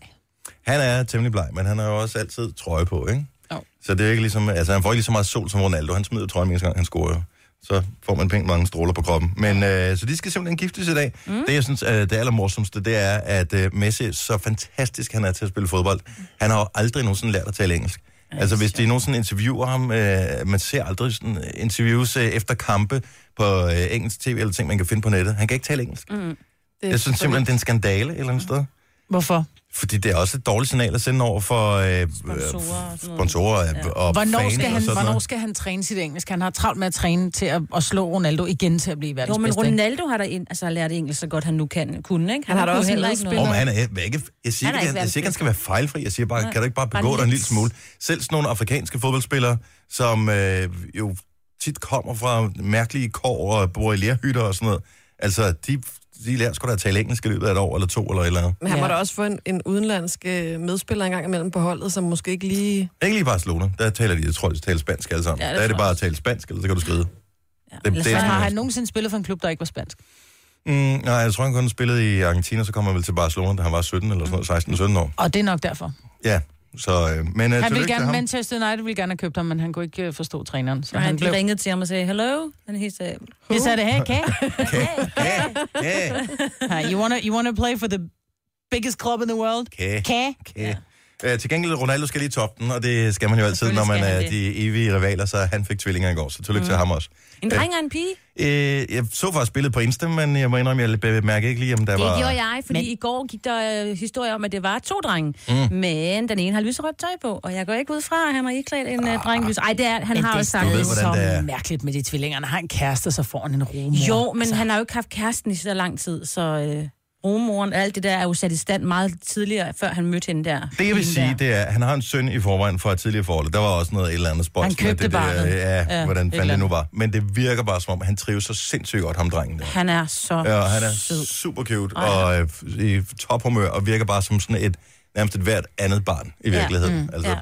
Speaker 1: Han er temmelig bleg, men han har jo også altid trøje på, ikke?
Speaker 2: Jo.
Speaker 1: Så det er ikke ligesom, altså han får ikke lige så meget sol som Ronaldo. Han smider trøjen, mens han scorer. jo. så får man pænt mange stråler på kroppen. Men øh, så de skal simpelthen giftes i dag. Mm. Det, jeg synes er det allermorsomste, det er, at øh, Messi, så fantastisk han er til at spille fodbold, han har jo aldrig nogensinde lært at tale engelsk. Altså hvis de nogensinde interviewer ham, øh, man ser aldrig sådan interviews øh, efter kampe på øh, engelsk tv eller ting, man kan finde på nettet. Han kan ikke tale engelsk. Mm.
Speaker 3: Det,
Speaker 1: Jeg synes simpelthen, det er en skandale et eller andet sted.
Speaker 2: Hvorfor?
Speaker 1: Fordi det er også et dårligt signal at sende over for øh, øh,
Speaker 4: Sponsorer og sådan noget.
Speaker 1: sponsorer ja. og
Speaker 2: Hvornår
Speaker 1: fans
Speaker 2: skal,
Speaker 1: og
Speaker 2: han,
Speaker 1: sådan
Speaker 2: hvornår
Speaker 1: noget.
Speaker 2: skal han træne sit engelsk? Han har travlt med at træne til at, at slå Ronaldo igen til at blive verdens
Speaker 4: Jo, men
Speaker 2: bedste. ikke?
Speaker 4: Ronaldo har da ind, altså, lært engelsk så godt, han nu kan, kunne, ikke?
Speaker 3: Han har da
Speaker 4: kunne
Speaker 3: også en
Speaker 4: heller ikke noget.
Speaker 1: Åh, men han er ikke... Jeg siger
Speaker 4: Han er
Speaker 1: ikke,
Speaker 4: ikke
Speaker 1: at- jeg siger ikke, han
Speaker 4: verdensmester.
Speaker 1: skal være fejlfri. Jeg siger bare,
Speaker 4: Nej,
Speaker 1: kan du ikke bare
Speaker 4: bare
Speaker 1: begå dig en
Speaker 4: lidt.
Speaker 1: lille smule? Selv sådan nogle afrikanske fodboldspillere, som øh, jo tit kommer fra mærkelige kår og bor i lærhytter og sådan noget. Altså, de, de lærer sgu da at tale engelsk i løbet af et år eller to eller et eller andet.
Speaker 3: Men han
Speaker 2: Ja.
Speaker 3: må da også få en, en udenlandsk øh, medspiller engang imellem på holdet, som måske ikke lige...
Speaker 1: Ikke lige i Barcelona. Der taler de, jeg tror, de taler spansk alle sammen.
Speaker 4: Ja,
Speaker 1: Ja,
Speaker 4: det
Speaker 1: der er det
Speaker 4: tror jeg
Speaker 1: bare at
Speaker 4: også.
Speaker 1: tale spansk, eller så kan du skride.
Speaker 4: Ja.
Speaker 1: Det-
Speaker 4: Eller
Speaker 1: det er
Speaker 4: så
Speaker 1: sådan
Speaker 2: Har
Speaker 1: noget.
Speaker 2: han nogensinde spillet for en klub, der ikke var spansk?
Speaker 1: Mm, nej, jeg tror, han kun spillede i Argentina, så kom han vel til Barcelona, da han var 17 eller
Speaker 4: Mm.
Speaker 1: sådan noget, 16-17 år.
Speaker 2: Og det er nok derfor.
Speaker 1: Ja, så... Øh, men øh,
Speaker 2: Han
Speaker 1: tillykke
Speaker 2: ville
Speaker 1: til
Speaker 2: gerne,
Speaker 1: ham.
Speaker 2: Manchester United ville gerne have købt ham, men han kunne ikke øh, forstå træneren. Så
Speaker 4: Nej,
Speaker 2: han
Speaker 4: de
Speaker 2: blev...
Speaker 4: ringede til ham og sagde, hello. Han he sagde,
Speaker 2: He said, hey, okay.
Speaker 1: Okay. Ja, ja,
Speaker 2: Hey, you wanna, you wanna play for the biggest club in the world?
Speaker 1: okay.
Speaker 2: Okay.
Speaker 1: Okay. Ja. Til gengæld, Ronaldo skal lige toppe den, og det skal man jo altid, når
Speaker 4: Selvfølgelig
Speaker 1: man
Speaker 4: skal
Speaker 1: er
Speaker 4: han det.
Speaker 1: de evige rivaler, så han fik tvillinger i går, så tillykke mm. til ham også.
Speaker 4: en
Speaker 1: Ja.
Speaker 4: dreng og en pige?
Speaker 1: Øh, jeg så faktisk billedet på Insta, men jeg må indrømme, jeg bemærkede ikke lige, om der
Speaker 4: Det
Speaker 1: var...
Speaker 4: gjorde jeg, fordi
Speaker 2: Men-
Speaker 4: men... i går gik der øh, historie om, at det var to drenge. Mm. Men den ene har lyserødt tøj på, og jeg går ikke ud fra, at han har iklædt en øh, dreng lys. Ej, det er, han
Speaker 2: Men
Speaker 4: har
Speaker 2: det
Speaker 4: også
Speaker 2: er
Speaker 4: sagt.
Speaker 1: Du ved,
Speaker 2: så
Speaker 1: hvordan det er.
Speaker 2: mærkeligt med de tvillinger. Han har en kæreste, så får han en rumor.
Speaker 4: Jo, men altså... han har jo ikke haft kæresten i så lang tid, så øh, rumoren og alt det der er jo sat i stand meget tidligere, før han mødte hende der.
Speaker 1: Det, jeg vil
Speaker 4: Hende
Speaker 1: sige,
Speaker 4: der.
Speaker 1: det er, at han har en søn i forvejen fra et tidligere forhold. Der var også noget et eller andet spot.
Speaker 2: Han købte
Speaker 1: det, der,
Speaker 2: barnet.
Speaker 1: Ja, ja,
Speaker 2: Ja,
Speaker 1: hvordan
Speaker 2: et
Speaker 1: fanden
Speaker 2: eller
Speaker 1: det nu var. Men det virker bare, som om han trives så sindssygt godt, ham drengen der.
Speaker 4: Han er så
Speaker 1: Ja, og han er
Speaker 4: sød.
Speaker 1: super cute
Speaker 4: Ej.
Speaker 1: og øh, f- i tophumør og virker bare som sådan et nærmest et hvert andet barn i virkeligheden. Ja. Mm, altså,
Speaker 4: ja.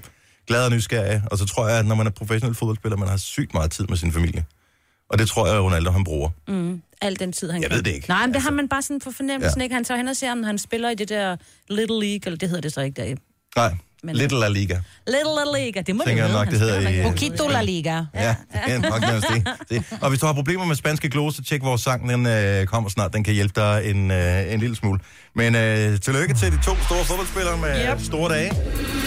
Speaker 1: glad og nysgerrig. Og så tror jeg, at når man er professionel fodboldspiller, man har sygt meget tid med sin familie. Og det tror jeg, at Ronaldo han bruger. Mm.
Speaker 4: Al den tid, han
Speaker 1: Jeg
Speaker 4: kan.
Speaker 1: ved det ikke.
Speaker 4: Nej, men altså... det har man bare sådan på fornemmelsen,
Speaker 1: Ja.
Speaker 4: ja. ikke? Han tager hen og ser, om han spiller i det der Little League, eller det hedder det så ikke der. i-
Speaker 1: Nej, Men,
Speaker 4: Men-
Speaker 1: Little La Liga.
Speaker 4: Little La Liga, det må
Speaker 1: Tænker
Speaker 4: det
Speaker 1: jeg nok, det hedder i, øh,
Speaker 2: Poquito la liga.
Speaker 1: Ja, ja. nok nærmest det. det. Og hvis du har problemer med spanske glose, så tjek vores sang, den øh, kommer snart. Den kan hjælpe dig en, øh, en lille smule. Men øh, tillykke til de to store fodboldspillere med yep. store dage.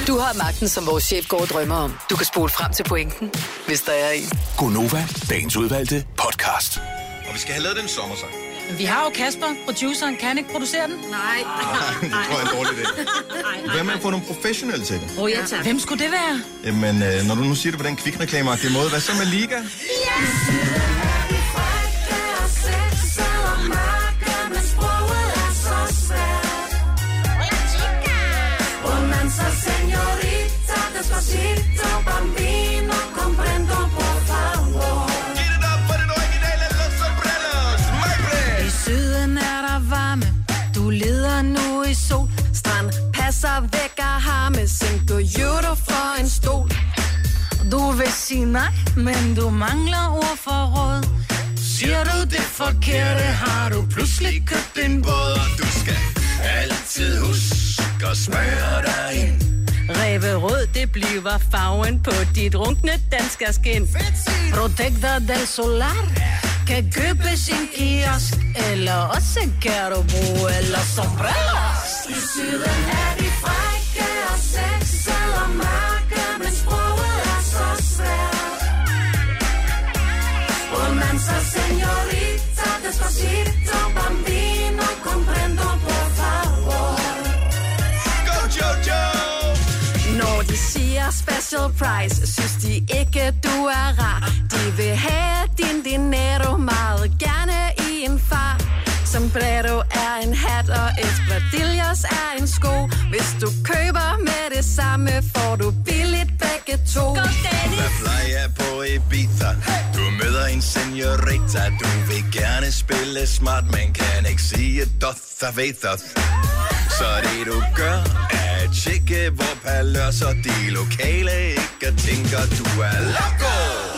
Speaker 8: Du har magten, som vores chef går og drømmer om. Du kan spole frem til pointen, hvis der er en.
Speaker 9: Gonova, dagens udvalgte podcast.
Speaker 1: Og vi skal have lavet den sommersang.
Speaker 2: Vi har jo Kasper, produceren. Kan han ikke producere den?
Speaker 1: det tror jeg er en dårlig idé. Hvad med at få nogle professionelle til det?
Speaker 2: Åh, oh, ja tak. Hvem skulle det være?
Speaker 1: Jamen, øh, når du nu siger det på den kvikreklameagtige måde, hvad så med Liga?
Speaker 5: I syden er der varme, du leder nu i sol. Strand passer væk og har med cinco euro for en stol. Du vil sige nej, men du mangler ord for råd. Siger du det forkerte, har du pludselig købt en båd. Og du skal altid huske at smøre dig ind. Ræverød, det bliver farven på dit runkne danskerskin. Protector del Solar kan købes i en kiosk, eller også kan du bruge eller sombreros. I syden er vi frække og sexede og mørke, men sproget er så svært. Romanza, señorita, despacito, bambino, comprendo, por favor. Når de siger special price, synes de ikke, du er rar. De vil have din dinero meget gerne i en far. Sombrero er en hat, og espadrillos er en sko. Hvis du køber med det samme, får du billigt begge to.
Speaker 10: Hvad plejer på Ibiza? Du møder en seniorita Du vil gerne spille smart Men kan ikke sige doth og vethos Så det du gør Er at tjekke hvor palør Så de lokale ikke tænker Du er loco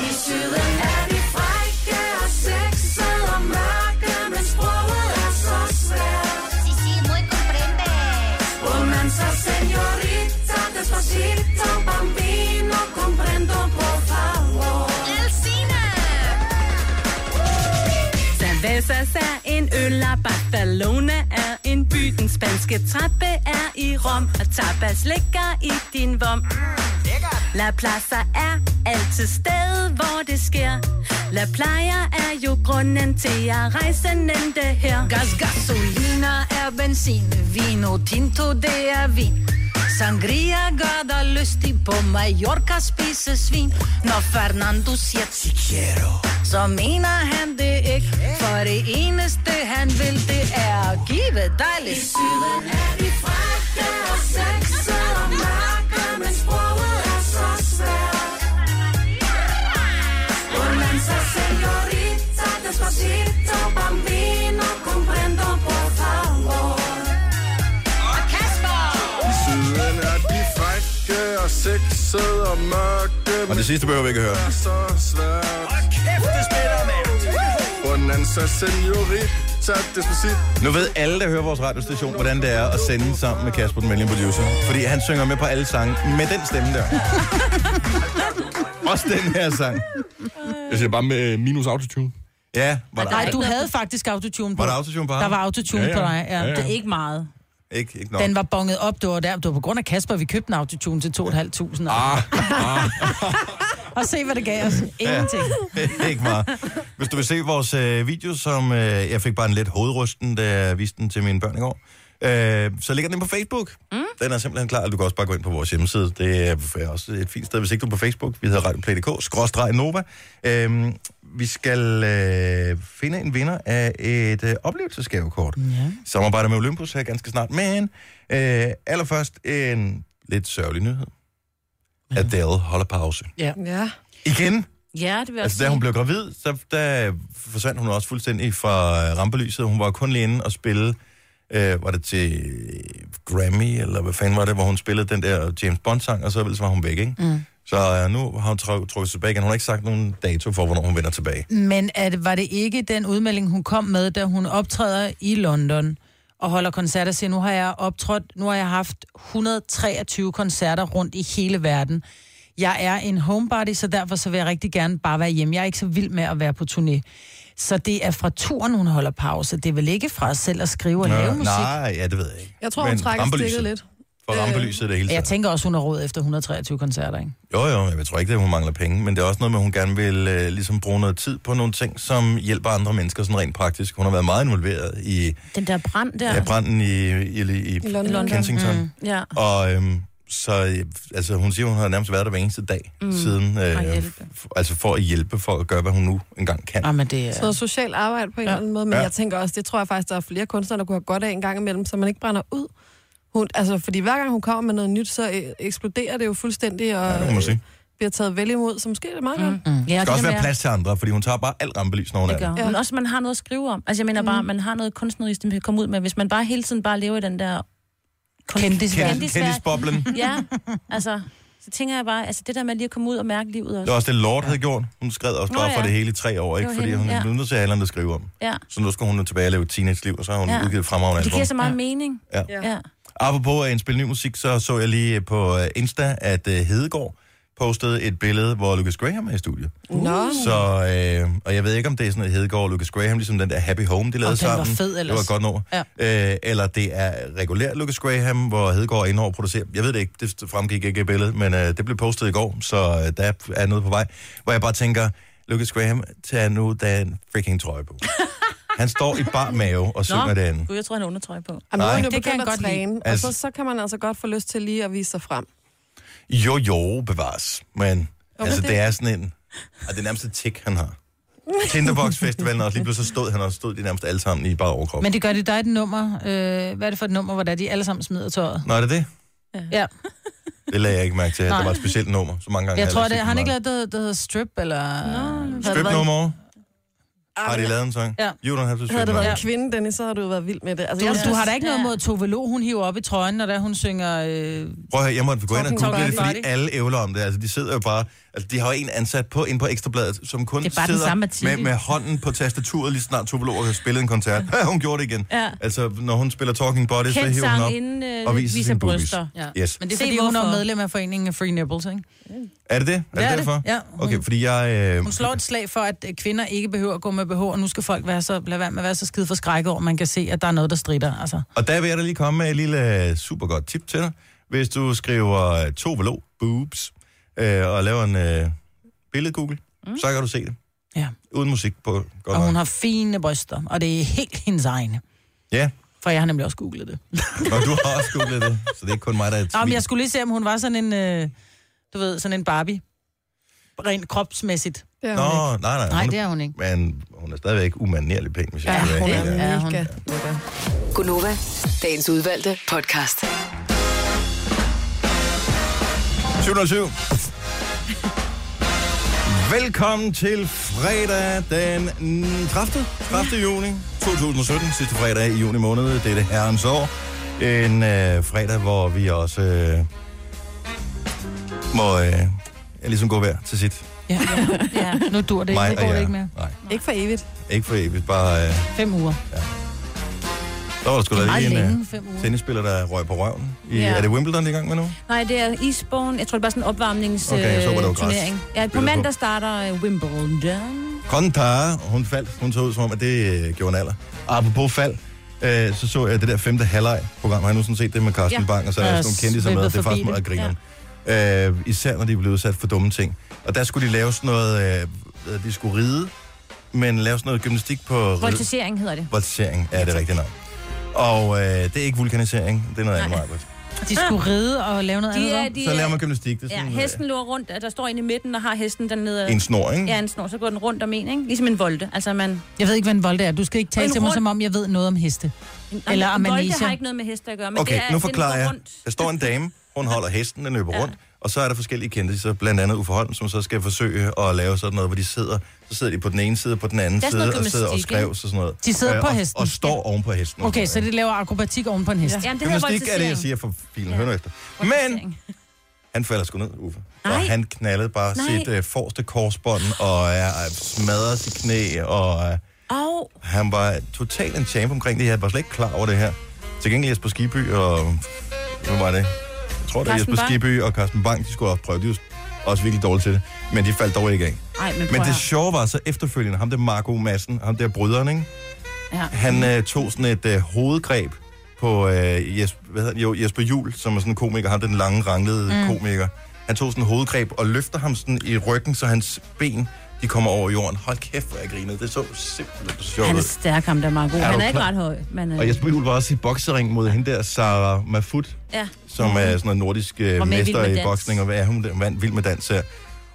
Speaker 5: I syden er vi frække og sexede og mørke, men sproget er så svært. Si, si, muy comprende. Romanza, señorita, despacito, bambino, comprendo, por favor. Elsina!
Speaker 11: føler Barcelona er en by Den spanske trappe er i Rom Og tapas ligger i din vom La Plaza er altid sted, hvor det sker La Playa er jo grunden til at rejse nemte her
Speaker 5: Gas, gasolina er benzin Vino tinto, det er vin Sangria gør dig lystig på Mallorca spise svin Når Fernando siger Si quiero Så mener han det ikke For det eneste han vil, det er at give dig lidt I syden er vi frække og sexede og mørke Men sproget er så svært Bonanza, señorita, despacito, bambino, comprendo, por favor. Og Kasper!
Speaker 10: I syden er de frække og sexede og mørke.
Speaker 1: Og det sidste behøver vi ikke høre.
Speaker 10: men Så svært. Og kæft, det spiller med. Bonanza, senorita, despacito.
Speaker 1: Nu ved alle, der hører vores radiostation, hvordan det er at sende sammen med Kasper, den venlige producer. Fordi han synger med på alle sange med den stemme der. Også den her sang.
Speaker 12: Jeg siger bare med øh, minus autotune.
Speaker 1: Ja, var der,
Speaker 2: Nej, du havde faktisk autotune på.
Speaker 1: Var der autotune på ham?
Speaker 2: Der var autotune
Speaker 1: Ja, ja.
Speaker 2: på dig, ja.
Speaker 1: Ja, ja.
Speaker 2: Det er ikke meget.
Speaker 1: Ikke, ikke
Speaker 2: Nå.
Speaker 1: nok.
Speaker 2: Den var bonget op, det var, der, det var på grund af Kasper, vi købte en autotune til 2.500.
Speaker 1: Ah,
Speaker 2: Og se, hvad det gav os. Ingenting.
Speaker 1: Ja, ikke meget. Hvis du vil se vores øh, video, som øh, jeg fik bare en lidt hovedrysten, da jeg viste den til mine børn i går, øh, så ligger den på Facebook. Mm. Den er simpelthen klar, og du kan også bare gå ind på vores hjemmeside. Det er også et fint sted, hvis ikke du er på Facebook. Vi hedder radioplay.dk, skråstreg Nova. Øh, vi skal øh, finde en vinder af et øh, oplevelsesgavekort. Ja. Samarbejder med Olympus her ganske snart. Men øh, allerførst en lidt sørgelig nyhed. Adele holder pause.
Speaker 2: Ja.
Speaker 3: ja.
Speaker 1: Igen?
Speaker 4: Ja, det vil jeg
Speaker 1: Altså, da hun blev gravid, så der forsvandt hun også fuldstændig fra øh, rampelyset. Hun var kun lige inde og spille, øh, var det til Grammy, eller hvad fanden var det, hvor hun spillede den der James Bond-sang, og så, ellers var hun væk, ikke? Mm. Så øh, nu har hun tru- trukket sig tilbage igen. Hun har ikke sagt nogen dato for, hvornår hun vender tilbage.
Speaker 2: Men at, var det ikke den udmelding, hun kom med, da hun optræder i London og holder koncerter og siger, nu har jeg optrådt, nu har jeg haft 123 koncerter rundt i hele verden. Jeg er en homebody, så derfor så vil jeg rigtig gerne bare være hjemme. Jeg er ikke så vild med at være på turné. Så det er fra turen, hun holder pause. Det er vel ikke fra selv at skrive og lave
Speaker 1: Nå,
Speaker 2: musik?
Speaker 1: nej, ja, det ved jeg ikke.
Speaker 3: Jeg tror, hun
Speaker 1: Men
Speaker 3: trækker
Speaker 1: rampelyset.
Speaker 3: stikket lidt.
Speaker 1: For rampelyset er det hele
Speaker 2: Jeg
Speaker 1: taget.
Speaker 2: tænker også, hun har råd efter 123 koncerter, ikke?
Speaker 1: Jo, jo, men jeg tror ikke, at hun mangler penge, men det er også noget med, at hun gerne vil øh, ligesom bruge noget tid på nogle ting, som hjælper andre mennesker sådan rent praktisk. Hun har været meget involveret i
Speaker 4: Den der brand der.
Speaker 1: ja. branden i, i, i, i London. Kensington. Mm.
Speaker 4: Ja.
Speaker 1: Og øhm, så, øh, altså hun siger, hun har nærmest været der hver eneste dag mm.
Speaker 3: Mm.
Speaker 1: siden,
Speaker 3: Og
Speaker 1: øh,
Speaker 3: hjælpe.
Speaker 1: f- altså for at hjælpe, for at gøre, hvad hun nu engang kan.
Speaker 2: men det
Speaker 3: Så noget socialt arbejde på en ja. eller anden måde, men
Speaker 1: Ja.
Speaker 3: ja. jeg tænker også, det tror jeg faktisk, der er flere kunstnere, der kunne have godt af en gang imellem, så man ikke brænder ud. Hun, altså, fordi hver gang hun kommer med noget nyt, så øh, eksploderer det jo fuldstændig, og
Speaker 1: Ja, det må man sige.
Speaker 3: bliver taget vel imod, så måske er det meget godt.
Speaker 4: Mm.
Speaker 1: Der
Speaker 4: Ja,
Speaker 1: skal også
Speaker 4: der
Speaker 1: være
Speaker 4: med-
Speaker 1: plads til andre, fordi hun tager bare alt rampelys, når hun er
Speaker 4: Det
Speaker 1: der.
Speaker 4: gør. Ja. Men også, man har noget at skrive om. Altså, jeg mener
Speaker 1: Mm.
Speaker 4: bare, man har noget kunstnerisk, man kan komme ud med. Hvis man bare hele tiden bare lever i den der...
Speaker 1: Kendis-
Speaker 4: kendisverden.
Speaker 1: kendisboblen.
Speaker 4: ja, altså, så tænker jeg bare, altså det der med lige at komme ud og mærke livet
Speaker 1: Det
Speaker 4: også.
Speaker 1: var også det, Lord havde gjort. Hun skred også
Speaker 4: Nå,
Speaker 1: bare for
Speaker 4: ja.
Speaker 1: det hele i tre år, ikke?
Speaker 4: Det var
Speaker 1: fordi
Speaker 4: hende,
Speaker 1: hun
Speaker 4: ja.
Speaker 1: ja. blev nødt til at have andet at skrive om.
Speaker 4: Ja.
Speaker 1: Så nu skal hun jo tilbage og leve et teenage-liv, og så har hun
Speaker 4: Ja.
Speaker 1: ja. udgivet et fremragende
Speaker 4: Det
Speaker 1: album.
Speaker 4: giver så meget ja. mening.
Speaker 1: Ja.
Speaker 4: ja.
Speaker 1: Apropos at indspille ny musik, så så jeg lige på øh, Insta, at øh, Hedegaard postede et billede, hvor Lucas Graham er i studiet.
Speaker 2: Uh.
Speaker 3: Nå.
Speaker 1: Så, øh, og jeg ved ikke, om det er sådan et Hedegaard og Lucas Graham, ligesom den der Happy Home, de lavede
Speaker 2: den var
Speaker 1: sammen.
Speaker 2: fed
Speaker 1: det var
Speaker 2: ellers.
Speaker 1: et godt nummer. Ja. Øh, eller det er regulært Lucas Graham, hvor Hedegaard er inde over at producere. Jeg ved det ikke, det fremgik ikke i billedet, men øh, det blev postet i går, så øh, der er noget på vej. Hvor jeg bare tænker, Lucas Graham, tag nu den freaking trøje på. Han står i bar mave og synger derinde.
Speaker 4: Gud, jeg tror, han har undertrøje på.
Speaker 1: Jamen, nu er Nej. han jo
Speaker 3: det kan
Speaker 1: begyndt
Speaker 3: han
Speaker 1: at
Speaker 3: godt
Speaker 1: træne,
Speaker 3: lide.
Speaker 1: Altså-
Speaker 3: Og så, så kan man altså godt få lyst til lige at vise sig frem.
Speaker 1: Jo, jo, bevares. Men
Speaker 3: men
Speaker 1: altså,
Speaker 3: det-
Speaker 1: det er sådan en... Og det er nærmest et tik, han har. Tinderbox Festivalen også lige pludselig så stod han også stod de nærmest alle sammen i bare overkrop.
Speaker 2: Men det gør det dig et nummer. Øh, hvad er det for et nummer, hvor der de alle sammen smider tøjet?
Speaker 1: Nå, er det det?
Speaker 2: Ja.
Speaker 1: Det lagde jeg ikke mærke til, at
Speaker 2: Nej.
Speaker 1: det var et specielt nummer. Så mange gange
Speaker 2: Jeg
Speaker 1: har
Speaker 2: tror,
Speaker 1: ellers
Speaker 2: det, har han ikke
Speaker 1: set
Speaker 2: lavet det, der hedder Strip, eller... Nå,
Speaker 1: dem meget. Strip nummer? Har de lavet en sang?
Speaker 2: Ja.
Speaker 1: You don't have to
Speaker 3: Havde
Speaker 1: strip
Speaker 3: det været
Speaker 1: nummer.
Speaker 3: en kvinde, Dennis, så havde du jo været vild med det. Altså,
Speaker 2: Du,
Speaker 3: jeg
Speaker 2: du
Speaker 3: synes-
Speaker 2: har da ikke noget mod Tove Lo, hun hiver op i trøjen, når der hun synger... Øh,
Speaker 1: Prøv at høre, jeg måtte gå ind og
Speaker 2: Talking
Speaker 1: google det,
Speaker 2: Body.
Speaker 1: fordi alle ævler om det. Altså, de sidder jo bare... Altså, de har jo en ansat på, ind på Ekstrabladet, som kun
Speaker 2: Det er bare den
Speaker 1: sidder
Speaker 2: samme artikel.
Speaker 1: med, med hånden på tastaturet, lige snart Tobolo har spillet en koncert. Ja, hun gjorde det igen.
Speaker 4: Ja.
Speaker 1: Altså, når hun spiller Talking Body, så
Speaker 4: Kendt
Speaker 1: hiver hun
Speaker 4: sang
Speaker 1: op
Speaker 4: inden, øh,
Speaker 1: og viser,
Speaker 4: viser
Speaker 1: sine
Speaker 4: bryster.
Speaker 1: boobies.
Speaker 2: Ja.
Speaker 1: Yes.
Speaker 2: Men det er, fordi hun er medlem af foreningen Free Nipples, ikke?
Speaker 1: Er det det? Er
Speaker 2: Ja,
Speaker 1: det,
Speaker 2: det-
Speaker 1: derfor?
Speaker 2: ja, hun-
Speaker 1: Okay, fordi jeg... Øh,
Speaker 2: Hun slår et slag for, at øh, kvinder ikke behøver at gå med i BH, og nu skal folk være så, lade være med at være så skide for skrækket over, at man kan se, at der er noget, der strider. Altså.
Speaker 1: Og der vil jeg da lige komme med et lille øh, super godt tip til dig. Hvis du skriver øh, to velo, boobs, øh, og laver en øh, billedgoogle, mm. så kan du se det.
Speaker 2: Ja.
Speaker 1: Uden musik på. Godt
Speaker 2: Og hun har fine bryster, og det er helt hendes egne.
Speaker 1: Ja,
Speaker 2: For jeg har nemlig også googlet det.
Speaker 1: og du har også googlet det, så det er ikke kun mig, der er et
Speaker 2: Nå, Ah, men
Speaker 1: svin.
Speaker 2: jeg skulle lige se, om hun var sådan en, øh, du ved, sådan en Barbie. Rent kropsmæssigt.
Speaker 1: Nå,
Speaker 2: Det
Speaker 1: nej, nej.
Speaker 2: Nej, det er hun ikke.
Speaker 1: Men hun er stadigvæk umanerlig pæn, hvis jeg
Speaker 2: Ja,
Speaker 1: skal være
Speaker 2: hun
Speaker 1: helt
Speaker 2: er
Speaker 1: ærlig.
Speaker 2: mega Ja.
Speaker 8: Gunova, dagens udvalgte podcast.
Speaker 1: 707. Velkommen til fredag den mm, 30. 30. juni 2017, sidste fredag i juni måned. Det er det herrens år. En øh, fredag, hvor vi også øh, må øh, ja, ligesom gå hver til sit.
Speaker 2: Ja, ja. nu dur det ikke.
Speaker 1: Mig og
Speaker 2: Nu går det
Speaker 1: jer.
Speaker 2: ikke mere.
Speaker 1: Nej.
Speaker 3: Ikke for evigt.
Speaker 1: Ikke for evigt, bare... Øh,
Speaker 2: Fem uger.
Speaker 1: der var der sgu
Speaker 4: Det er
Speaker 1: da
Speaker 4: meget
Speaker 1: lige en
Speaker 4: længe, fem
Speaker 1: øh,
Speaker 4: uger.
Speaker 1: tennisspiller, der røg på røven. I,
Speaker 4: Ja.
Speaker 1: Er det Wimbledon, de er i gang med nu?
Speaker 4: Nej, det er isbogen. Jeg tror, det er bare sådan en
Speaker 1: Okay, jeg så, hvor der var græs.
Speaker 4: opvarmningsturnering. ja, på
Speaker 1: Spiller på.
Speaker 4: mandag starter øh, Wimbledon.
Speaker 1: Konta, hun faldt. Hun så ud som om, at det øh, gjorde en alder. Og apropos fald, øh, så så jeg det der femte halvleg-program. Har jeg nu sådan set det med Carsten
Speaker 4: Ja.
Speaker 1: Bang, og så er der
Speaker 4: Jeg
Speaker 1: sådan
Speaker 4: har
Speaker 1: nogle kendte med.
Speaker 4: svippet
Speaker 1: Det er faktisk
Speaker 4: forbi
Speaker 1: meget
Speaker 4: det.
Speaker 1: grineren. Ja. Øh, især når de blev udsat for dumme ting. Og der skulle de lave sådan noget, øh, øh, de skulle ride, men lave sådan noget gymnastik på...
Speaker 4: Voltigering hedder det.
Speaker 1: Voltisering er det rigtige navn. Og øh, det er ikke vulkanisering, det er noget andet. Maj-Brit.
Speaker 2: De skulle ride og lave noget
Speaker 4: De er-
Speaker 2: andet.
Speaker 4: de
Speaker 1: Så laver
Speaker 4: er-
Speaker 1: man gymnastik. Det er
Speaker 4: Ja,
Speaker 1: sådan, øh,
Speaker 4: hesten løber rundt, og der står en i midten, og har hesten dernede.
Speaker 1: En snor, ikke?
Speaker 4: Ja, en snor, så går den rundt om en, ikke? Ligesom en volte. Altså, man...
Speaker 2: Jeg ved ikke, hvad en volde er. Du skal ikke tale
Speaker 4: En
Speaker 2: til mig,
Speaker 4: rund-
Speaker 2: som om jeg ved noget om heste. Eller om
Speaker 4: en volte
Speaker 2: amnesia.
Speaker 4: har ikke noget med heste at gøre, men
Speaker 1: Okay,
Speaker 4: det er,
Speaker 1: nu
Speaker 4: den
Speaker 1: forklarer
Speaker 4: går
Speaker 1: jeg.
Speaker 4: rundt.
Speaker 1: Der står en dame, hun holder hesten, den løber ja. rundt, og så er der forskellige kendte, så blandt andet Uffe Holm, som så skal forsøge at lave sådan noget, hvor de sidder, så sidder de på den ene side og på den anden
Speaker 2: Der er sådan
Speaker 1: side,
Speaker 2: noget
Speaker 1: og sidder og
Speaker 2: gymnastik,
Speaker 1: skræver
Speaker 2: ikke?
Speaker 1: og sådan noget.
Speaker 2: De sidder
Speaker 1: Øh,
Speaker 2: på
Speaker 1: og,
Speaker 2: hesten.
Speaker 1: Og står oven på hesten. og
Speaker 2: Okay,
Speaker 1: sådan
Speaker 2: så det laver akrobatik oven på en hest.
Speaker 4: Ja. Jamen, det
Speaker 1: noget.
Speaker 4: hedder øh,
Speaker 1: Gymnastik er det, jeg
Speaker 4: voltigering.
Speaker 1: siger for filen, ja. hører efter. Men han falder sgu ned, Uffe. Og
Speaker 4: Nej.
Speaker 1: han knaldede bare
Speaker 4: Nej.
Speaker 1: sit uh, forreste korsbånd, og uh, smadrede sit knæ, og uh,
Speaker 4: Au.
Speaker 1: han var totalt en champ omkring det her. Jeg var slet ikke klar over det her. Til gengæld Jesper Skiby og... Hvad var det? Jeg tror, det var
Speaker 4: Carsten
Speaker 1: Jesper
Speaker 4: Bang.
Speaker 1: Skiby og Carsten Bang, de skulle have prøvet. De var også virkelig dårlige til det. Men de faldt dog ikke af.
Speaker 4: Ej, men,
Speaker 1: Men
Speaker 4: prøv
Speaker 1: det
Speaker 4: at-
Speaker 1: sjove var så efterfølgende, ham der Marco Madsen, ham der bryderen, ikke?
Speaker 4: ja.
Speaker 1: Han øh, tog sådan et øh, hovedgreb på øh, Jesper, hvad hedder, han? jo, Jesper Juhl, som er sådan en komiker, ham den lange, ranglede
Speaker 4: Mhm.
Speaker 1: mm.
Speaker 13: Mm.
Speaker 1: komiker. Han tog sådan et hovedgreb og løfter ham sådan i ryggen, så hans ben de kommer over jorden. Hold kæft, hvor jeg grinede. Det så simpelthen så sjovt
Speaker 4: Han er
Speaker 1: ud.
Speaker 4: stærk, ham der er meget god.
Speaker 1: Er
Speaker 4: Han
Speaker 1: du
Speaker 4: er ikke
Speaker 1: klar?
Speaker 4: ret høj, men... øh,
Speaker 1: Og Jesper Juhl var også i boksering mod hende der, Sara Mafut,
Speaker 4: Ja.
Speaker 1: som er sådan en nordisk
Speaker 4: Var
Speaker 1: øh,
Speaker 4: med i Vild
Speaker 1: mester
Speaker 4: med
Speaker 1: i
Speaker 4: Dans.
Speaker 1: boksning, og hvad er hun der? Vand, vild med dans her.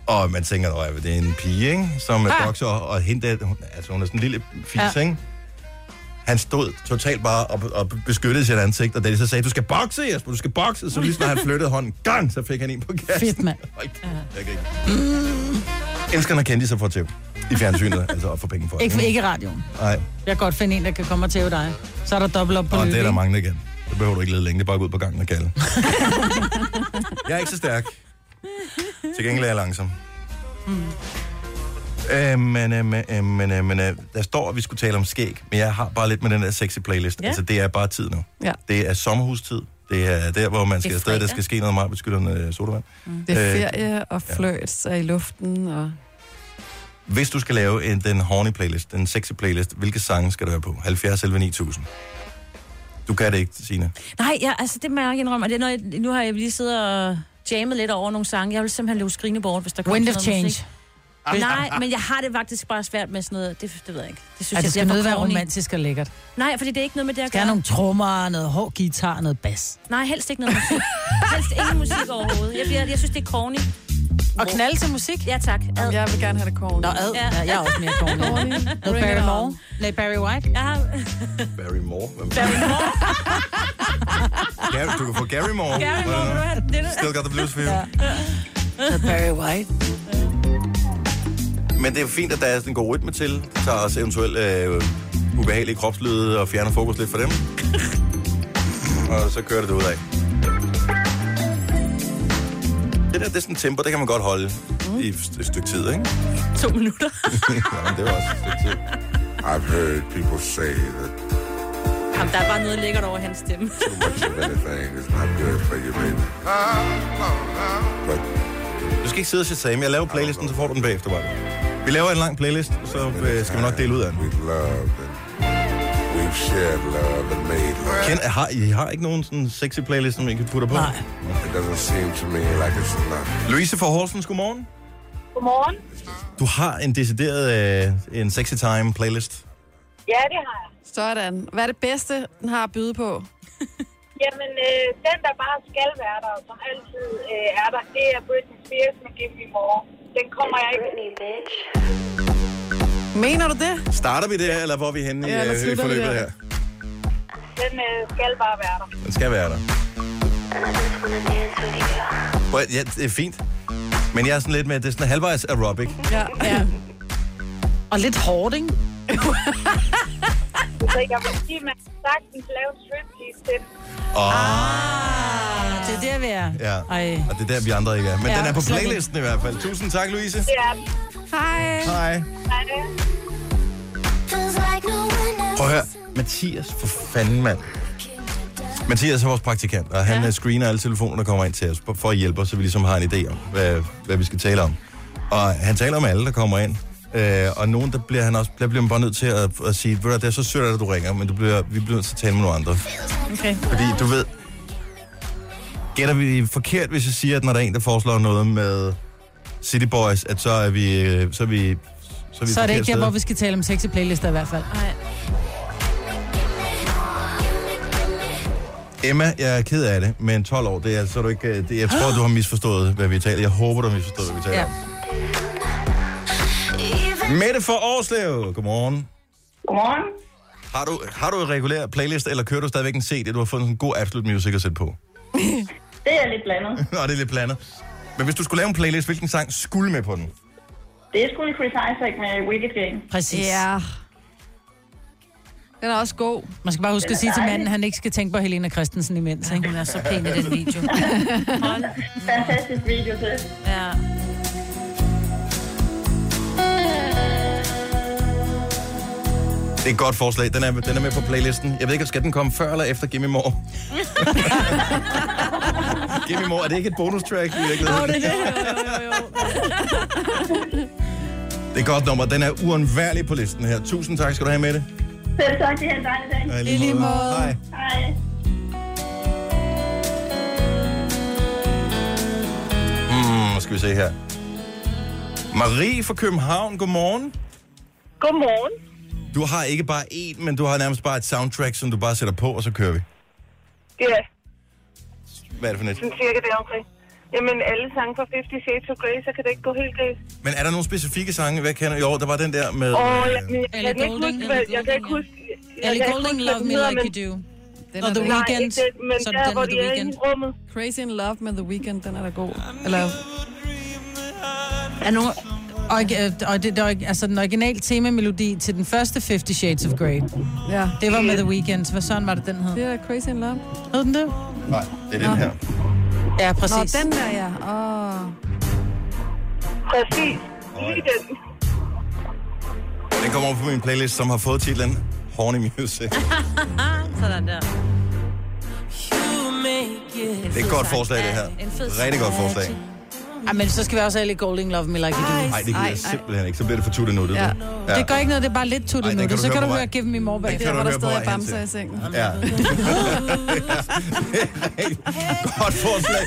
Speaker 1: Og man tænker, at det er en pige, ikke? som er
Speaker 4: Ah.
Speaker 1: bokser, og og hende der, hun, altså hun er sådan en lille fis, ja.
Speaker 4: Ja.
Speaker 1: ikke? Han stod totalt bare og, og beskyttede sit ansigt, og da de så sagde, du skal bokse, Jesper, du skal bokse, så lige når han flyttede hånden, gang, så fik han en på kassen.
Speaker 2: Fedt, mand.
Speaker 1: Hold kæft, jeg kan ikke. Elsker, når kendte sig for tæv i fjernsynet, altså og for penge for.
Speaker 2: Ikke, ikke radioen.
Speaker 1: Nej,
Speaker 2: Jeg kan godt finde en, der kan komme og tæve dig. Så er der dobbelt op på
Speaker 1: og
Speaker 2: løbet.
Speaker 1: det er der
Speaker 2: ikke?
Speaker 1: mange, der kan. Det behøver du ikke lede længe, det er bare at gå ud på gangen og kalde. Jeg er ikke så stærk. Til gengæld er jeg langsom. Mm. Øh, men, øh, men, øh, men, øh, men øh, der står, at vi skulle tale om skæg, men jeg har bare lidt med den der sexy playlist. Ja.
Speaker 3: Ja.
Speaker 1: Altså, det er bare tid nu.
Speaker 3: Ja.
Speaker 1: Det er sommerhustid. Det er der, hvor man
Speaker 3: Det er
Speaker 1: skal afsted. Der
Speaker 3: fredag.
Speaker 1: skal ske noget meget beskyttende øh, sodavand. Mm.
Speaker 3: Det er ferie og flirts og i luften. Og...
Speaker 1: Hvis du skal lave en, den horny playlist, den sexy playlist, hvilke sange skal der være på? 70 11 9000. Du kan det ikke, Signe.
Speaker 4: Nej, jeg, altså, det må jeg nok indrømme. Og det er noget, jeg, nu har jeg lige siddet og jammet lidt over nogle sange. Jeg vil simpelthen løbe skrigende bort, hvis der kommer
Speaker 2: Wind of
Speaker 4: sådan noget
Speaker 2: Change.
Speaker 4: musik. Nej, men jeg har det faktisk bare svært med sådan noget. Det, det ved jeg ikke. Det
Speaker 2: Ej, det skal
Speaker 4: jeg bliver
Speaker 2: noget
Speaker 4: for
Speaker 2: være
Speaker 4: corny.
Speaker 2: romantisk og lækkert.
Speaker 4: Nej, fordi det er ikke noget med det at
Speaker 2: Der er
Speaker 4: gøre.
Speaker 2: nogle trommer, noget hård guitar, noget bas.
Speaker 4: Nej, helst ikke noget musik. helst ingen musik overhovedet. Jeg, bliver, jeg synes, det er corny.
Speaker 2: Og knalde til musik?
Speaker 4: Ja, tak. Ad.
Speaker 3: Jeg vil gerne have det corny.
Speaker 2: Nå, ad. Ja. jeg er også mere corny. Noget
Speaker 4: Bring it
Speaker 2: Barry
Speaker 4: on.
Speaker 2: Moore. Nej, Barry White.
Speaker 4: Ja.
Speaker 1: Barry Moore. Gary, du kan få Gary Moore.
Speaker 4: Gary Moore, vil du have det?
Speaker 1: Still got the blues for you.
Speaker 4: Ja.
Speaker 8: Barry White.
Speaker 1: Men det er jo fint, at der er sådan en god rytme til. Det tager også eventuelt øh, ubehagelige kropslyde og fjerner fokus lidt fra dem. og så kører det ud af. Det der, det er sådan et tempo, det kan man godt holde i et et stykke tid, ikke?
Speaker 4: To minutter.
Speaker 1: Jamen, det var også et stykke tid. I've heard people say that
Speaker 4: Jamen, der er bare noget lækkert over hans stemme.
Speaker 1: anything is not good for you, baby. Du skal ikke sidde og sige sammen. Jeg laver playlisten, så får du den bagefter, bare. Vi laver en lang playlist, så øh, skal vi nok dele ud af den.
Speaker 13: We've shared love and made love.
Speaker 1: Ken, har, I har ikke nogen sådan sexy playlist, som I kan putte på? Nej.
Speaker 13: It doesn't seem to me like it's enough.
Speaker 1: Louise fra Horsens, godmorgen.
Speaker 14: Godmorgen.
Speaker 1: Du har en decideret øh, en sexy time playlist.
Speaker 14: Ja, det har jeg.
Speaker 3: Sådan. Hvad er det bedste, den har at byde på?
Speaker 14: Jamen, øh, den, der bare skal være der, og som altid øh, er der, det er Britney Spears med Give Me More. Den kommer jeg ikke... Britney, bitch.
Speaker 3: Mener du det?
Speaker 1: Starter vi der, eller hvor er vi henne
Speaker 14: Ja,
Speaker 1: i,
Speaker 14: eller
Speaker 1: øh, i
Speaker 14: slutter vi
Speaker 1: forløbet
Speaker 14: der?
Speaker 1: her?
Speaker 14: Den øh, skal bare være der.
Speaker 1: Den skal være der. Prøv, at- ja, det er fint. Men jeg er sådan lidt med, at det er sådan halvvejs aerobic.
Speaker 3: Ja.
Speaker 2: ja. Og lidt hårdt, ikke?
Speaker 14: Så jeg vil sige, at man kan sagtens lave en striptease til den.
Speaker 1: Og,
Speaker 2: Det er der, vi er.
Speaker 1: ja.
Speaker 2: Ej.
Speaker 1: og det er der, vi andre ikke er. Men
Speaker 2: Ja,
Speaker 1: ja, den er på
Speaker 2: slet ikke.
Speaker 1: playlisten i hvert fald. Tusind tak, Louise.
Speaker 14: Det er den.
Speaker 3: Hej.
Speaker 1: Hej.
Speaker 14: Hej.
Speaker 1: Prøv at høre. Mathias, for fanden, mand. Mathias er vores praktikant, og han ja. screener alle telefoner, der kommer ind til os, for at hjælpe os, så vi ligesom har en idé om, hvad, hvad vi skal tale om. Og han taler om alle, der kommer ind. Øh, og nogen, der bliver han også, der bliver man bare nødt til at, at sige, ved du, hvad, det er så sødt, at du ringer, men du bliver, vi bliver nødt til at tale med nogle andre.
Speaker 2: Okay.
Speaker 1: Fordi du ved, gætter vi forkert, hvis jeg siger, at når der er en, der foreslår noget med City Boys, at så er vi, øh, så er vi, så er vi
Speaker 2: Så er
Speaker 1: forkert
Speaker 2: det ikke der,
Speaker 1: sted.
Speaker 2: hvor vi skal tale om sexy playlister i hvert fald. Nej.
Speaker 1: Emma, jeg er ked af det, men 12 år, det er, så er du ikke... øh, Det, jeg tror, du har misforstået, hvad vi taler Jeg håber, du har misforstået, hvad vi taler
Speaker 2: Ja.
Speaker 1: ja. om. Mette fra Årslev, godmorgen.
Speaker 14: Godmorgen.
Speaker 1: Har du, har du en regulær playlist, eller kører du stadigvæk en CD? Du har fundet en god Absolute Music at sætte på.
Speaker 14: Det er lidt blandet.
Speaker 1: Nå, det er lidt blandet. Men hvis du skulle lave en playlist, hvilken sang skulle med på den?
Speaker 14: Det er sgu Chris Isaac med Wicked Game.
Speaker 2: Præcis.
Speaker 3: Ja. Den er også god.
Speaker 2: Ah. Man skal bare huske
Speaker 3: Den
Speaker 2: at
Speaker 3: er
Speaker 2: sige til
Speaker 3: dejlig.
Speaker 2: manden, at han ikke skal tænke på Helena Christensen imens. Ikke? Hun er så pæn i den video.
Speaker 14: Fantastisk video til.
Speaker 4: Ja.
Speaker 1: Det er et godt forslag. Den er, den er med på playlisten. Jeg ved ikke, skal den komme før eller efter Gimme More? Gimme More, er det ikke et bonustrack? Jo,
Speaker 2: Jo, det er det.
Speaker 1: Det er et godt nummer. Den er uundværlig på listen her. Tusind tak skal du have, Mette.
Speaker 14: Selv tak, det er en dejlig dag.
Speaker 1: Ja, i lige I lige måde. måde. Hej.
Speaker 14: Hej.
Speaker 1: Hmm, skal vi se her. Marie fra København, godmorgen.
Speaker 14: Godmorgen.
Speaker 1: Du har ikke bare én, men du har nærmest bare et soundtrack, som du bare sætter på, og så kører vi.
Speaker 14: Ja,
Speaker 1: Hvad er det for net?
Speaker 14: sådan cirka det omkring. Jamen, alle sange fra 50 Shades of Grey, så kan det ikke gå helt galt.
Speaker 1: Men er der nogle specifikke sange? Hvad kender du? Jo, der var den der med...
Speaker 14: Åh, oh,
Speaker 1: øh,
Speaker 14: jeg, jeg, jeg,
Speaker 2: Ellie
Speaker 14: kan ikke
Speaker 2: Goulding,
Speaker 14: huske, hvad, jeg kan ikke huske... jeg
Speaker 2: Ellie
Speaker 14: kan ikke
Speaker 2: Goulding,
Speaker 14: huske, hvad
Speaker 2: Love
Speaker 14: den
Speaker 2: Me
Speaker 14: hedder,
Speaker 2: Like
Speaker 14: men-
Speaker 2: You Do.
Speaker 3: Den
Speaker 2: Og
Speaker 3: er
Speaker 2: The
Speaker 3: da-
Speaker 2: Weeknd.
Speaker 14: Nej, ikke den, men
Speaker 2: Så er det
Speaker 14: der,
Speaker 2: den
Speaker 14: hvor
Speaker 2: med
Speaker 14: de
Speaker 2: The
Speaker 14: er inde
Speaker 2: Weeknd.
Speaker 14: i rummet. Ah.
Speaker 3: Crazy in Love med The Weeknd, den er da god. Eller
Speaker 2: Er nogen... Og, øh, og det, det, orig- altså den originale temamelodi til den første Fifty Shades of Grey.
Speaker 3: Ja.
Speaker 2: Det var med The Weeknd. Hvad sådan var det, den hed?
Speaker 3: Det er Crazy in Love.
Speaker 2: Hed den det?
Speaker 1: Nej, det er den her.
Speaker 2: Ja, præcis.
Speaker 3: Nå, den der, ja. Åh.
Speaker 14: Præcis. Lige den.
Speaker 1: Den kommer over på min playlist, som har fået titlen Horny Music.
Speaker 4: Sådan der.
Speaker 1: Det er et godt forslag, det her. Rigtig godt forslag.
Speaker 2: Ej, Ah, men så skal vi også have lidt Golding Love Me Like You Do.
Speaker 1: Nej, det gider jeg simpelthen ikke. Så bliver det for tuttet nu, det
Speaker 2: Ja.
Speaker 1: ja.
Speaker 2: Ja. Det gør ikke noget, det er bare lidt tuttet
Speaker 1: Ej,
Speaker 2: nu.
Speaker 1: den kan du
Speaker 2: Så
Speaker 1: høre
Speaker 2: kan
Speaker 1: på
Speaker 2: du
Speaker 1: vej.
Speaker 2: høre Give Me More Back.
Speaker 1: Den kan du
Speaker 3: Hvor der
Speaker 1: høre på
Speaker 3: stadig er
Speaker 1: vej hen
Speaker 3: bamser i
Speaker 1: til.
Speaker 3: sengen.
Speaker 1: Ja. godt forslag.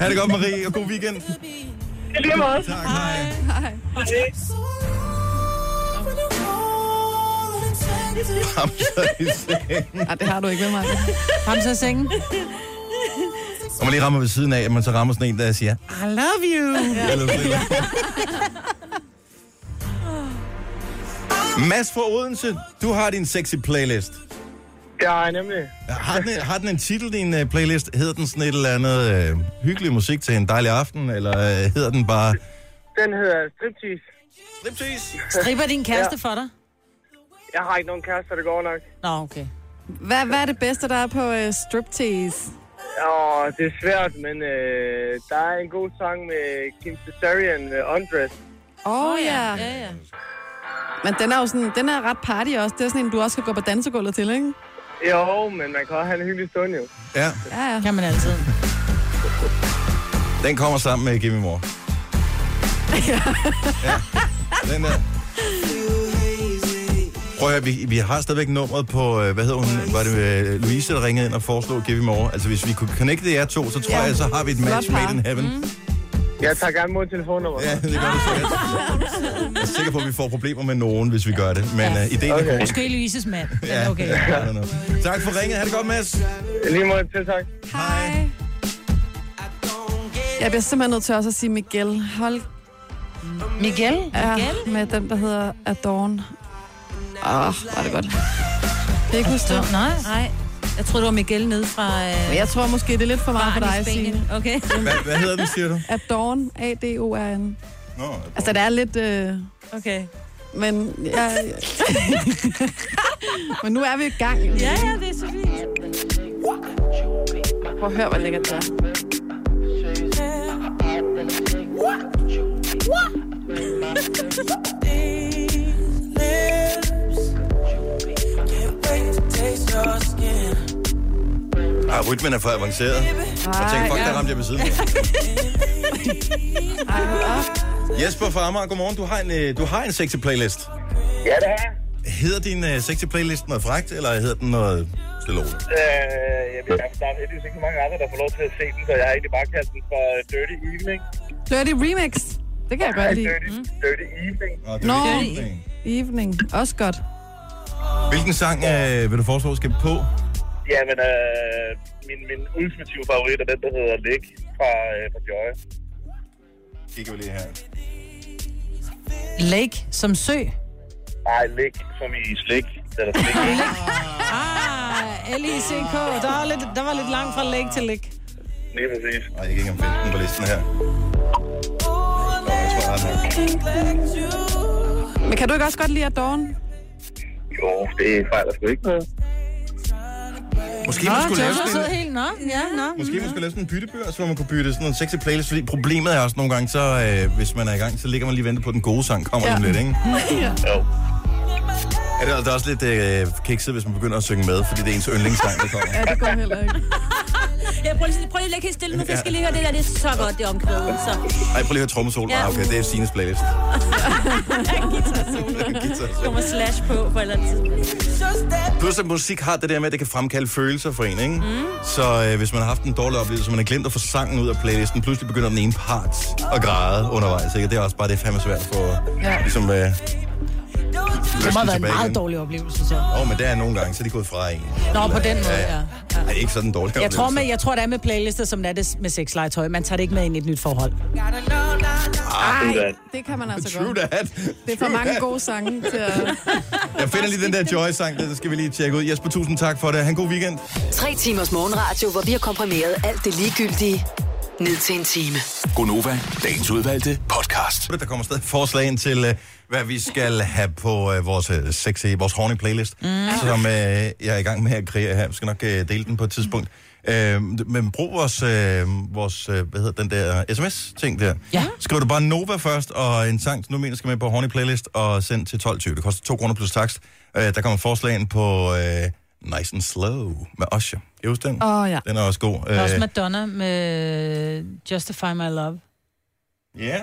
Speaker 1: Ha' det godt, Marie, og god weekend.
Speaker 14: I lige måde.
Speaker 1: Tak, hej.
Speaker 3: Hej.
Speaker 1: Bamser i sengen.
Speaker 3: Nej, det har du ikke med mig.
Speaker 2: Bamser i sengen?
Speaker 1: Når man lige rammer ved siden af, at man så rammer sådan en, der siger...
Speaker 2: I love you.
Speaker 1: Eller sådan noget. Mads fra Odense, du har din sexy playlist.
Speaker 15: Ja, nemlig.
Speaker 1: Har den, har den en titel, din uh, playlist? Hedder den sådan et eller andet øh, hyggelig musik til en dejlig aften, eller øh, hedder den bare...
Speaker 15: Den hedder Striptease.
Speaker 1: Striptease?
Speaker 2: Stripper din kæreste for dig?
Speaker 15: Jeg har ikke nogen kæreste, det går nok.
Speaker 2: Nå, okay.
Speaker 3: Hvad, hvad er det bedste, der er på uh, striptease?
Speaker 15: Åh, det er svært, men øh, der er en god sang med Kim Cesarian med Undress.
Speaker 3: Åh, oh, ja.
Speaker 4: ja, ja.
Speaker 3: Men den er jo sådan, den er ret party også. Det er sådan en, du også kan gå på dansegulvet til, ikke?
Speaker 15: Jo, men man kan også have en hyggelig stund, jo.
Speaker 1: Ja,
Speaker 3: Ja, ja.
Speaker 2: Kan man altid.
Speaker 1: den kommer sammen med Gimme More.
Speaker 3: ja.
Speaker 1: Den der. Prøv at høre, vi, vi har stadigvæk nummeret på, øh, hvad hedder hun, var det øh, Louise, der ringede ind og foreslog Give Me More. Altså, hvis vi kunne connecte jer to, så tror
Speaker 15: Ja.
Speaker 1: jeg, så har vi et match
Speaker 15: Flot par.
Speaker 1: made in heaven. Mm.
Speaker 15: Jeg tager gerne mod telefonnummeret.
Speaker 1: Ja, det gør du sikkert. Jeg er sikker på, at vi får problemer med nogen, hvis vi gør det. Men øh, ideen er god.
Speaker 2: Måske Louises mand.
Speaker 1: Ja,
Speaker 2: Ja, okay.
Speaker 1: I don't know. Tak for ringet. Ha' det godt, Mads.
Speaker 15: Lige måde, til tak.
Speaker 3: Hej. Jeg bliver simpelthen nødt til også at sige Miguel. Hold
Speaker 2: Miguel?
Speaker 3: er med den, der hedder Adorn. Åh, oh, var det godt. Det er ikke huske det.
Speaker 4: Nej. Nej. Jeg tror, det var Miguel nede fra... Øh,
Speaker 3: Jeg tror måske, det er lidt for meget for
Speaker 4: Barn i
Speaker 3: dig,
Speaker 4: Spanien.
Speaker 3: Signe.
Speaker 4: Okay.
Speaker 1: Hvad, hvad hedder den, siger du?
Speaker 3: Adorn. A-D-O-R-N.
Speaker 1: Nå,
Speaker 3: Altså, det er lidt... Øh...
Speaker 4: Okay.
Speaker 3: Men, ja, men nu er vi i gang. Ja,
Speaker 4: ja, det er så fint.
Speaker 3: Prøv at høre, hvor lækkert det er.
Speaker 1: Ah, rytmen er for avanceret. Jeg tænker, fuck, der ramte jeg ved siden. af. Jesper fra Amager, godmorgen. Du har en, øh, du har en sexy playlist.
Speaker 15: Ja, det er. har jeg.
Speaker 1: Hedder din øh, sexy playlist noget frægt, eller hedder den noget stille og roligt?
Speaker 15: Øh, jeg ved, ikke, der er heldigvis ikke så mange andre, der får lov til at se den, så jeg har egentlig bare kaldt den for øh, Dirty Evening.
Speaker 3: Dirty Remix. Det kan jeg godt lide.
Speaker 15: Dirty, Dirty Evening.
Speaker 3: Nå, Evening. Også godt.
Speaker 1: Hvilken sang øh, vil du foreslå skal på?
Speaker 15: Ja, men øh, min, min ultimative favorit er den, der hedder Lick fra, øh, fra Joy.
Speaker 1: Kigger vi lige her.
Speaker 2: Lake som sø.
Speaker 15: Nej, Lick, som i slik. Det er der slik.
Speaker 2: Ah, L-I-C-K. Der var, lidt, der var lidt langt fra lake til lake.
Speaker 15: Lige præcis.
Speaker 1: Nej, jeg kan ikke engang finde den på listen her. Nå, jeg tror, jeg har den.
Speaker 3: Men kan du ikke også godt lide Adorn?
Speaker 15: Jo, det fejler sgu ikke noget.
Speaker 1: Måske man skulle lave sådan en...
Speaker 2: helt, nå, ja, nå.
Speaker 1: Måske man skulle lave sådan en byttebørs, hvor man kunne bytte sådan en sexy playlist, fordi problemet er også nogle gange, så øh, hvis man er i gang, så ligger man lige og venter på, at den gode sang kommer ja. lidt, ikke?
Speaker 3: Ja.
Speaker 15: Jo.
Speaker 1: Er det, og det er også lidt øh, kikset, hvis man begynder at synge med, fordi det er ens yndlingssang, der kommer.
Speaker 3: Ja, det går heller ikke.
Speaker 4: Jeg prøver lige, prøv lige at lægge helt stille nu, for jeg skal lige høre det der. Det er så godt, det omkvæd. Så.
Speaker 1: Ej, prøv lige at høre trommesol. Ja.
Speaker 4: Ja.
Speaker 1: Ah, okay, det er Sines playlist.
Speaker 4: Guitar Kommer slash på på et eller andet tidspunkt.
Speaker 1: Plus at musik har det der med, at det kan fremkalde følelser for en, ikke? Mm. Så øh, hvis man har haft en dårlig oplevelse, man har glemt at få sangen ud af playlisten, pludselig begynder den ene part at græde undervejs, ikke? Og det er også bare, det er fandme svært for, ja.
Speaker 2: Ja.
Speaker 1: ligesom... Øh,
Speaker 2: Det må have været en
Speaker 1: tilbage
Speaker 2: meget
Speaker 1: igen.
Speaker 2: dårlig oplevelse, så.
Speaker 1: Åh, oh, men det er nogle gange, så er de gået fra en.
Speaker 2: Nå, på den måde, ja.
Speaker 1: Ej, ikke sådan en dårlig
Speaker 2: Jeg
Speaker 1: oplevelse.
Speaker 2: tror, med, jeg tror, det er med playlister, som det er det med sexlegetøj. Man tager det ikke med ind i et nyt forhold.
Speaker 3: Ej, det kan man altså
Speaker 1: True
Speaker 3: godt.
Speaker 1: that.
Speaker 3: Det er for mange gode sange til at...
Speaker 1: Jeg finder lige den der Joy-sang, der skal vi lige tjekke ud. Jesper, tusind tak for det. Han god weekend.
Speaker 8: Tre timers morgenradio, hvor vi har komprimeret alt det ligegyldige ned til en time.
Speaker 1: Gonova, dagens udvalgte podcast. Der kommer stadig forslag ind til, øh, hvad vi skal have på øh, vores øh, sexy, vores horny playlist, mm. som øh, jeg er i gang med at kreere her. Vi skal nok øh, dele den på et tidspunkt. Øh, men brug vores, øh, vores øh, hvad hedder den der sms-ting der.
Speaker 2: Ja.
Speaker 1: Skriv du bare Nova først, og en sang, som du mener skal med på Horny Playlist, og send til 12.20. Det koster 2 kroner plus takst. Øh, der kommer forslag ind på øh, Nice and Slow med Usher. Kan I huske den?
Speaker 2: Åh, ja.
Speaker 1: Den er også god. Øh,
Speaker 2: Der
Speaker 4: Øh.
Speaker 2: er også Madonna med Justify My Love.
Speaker 1: Ja.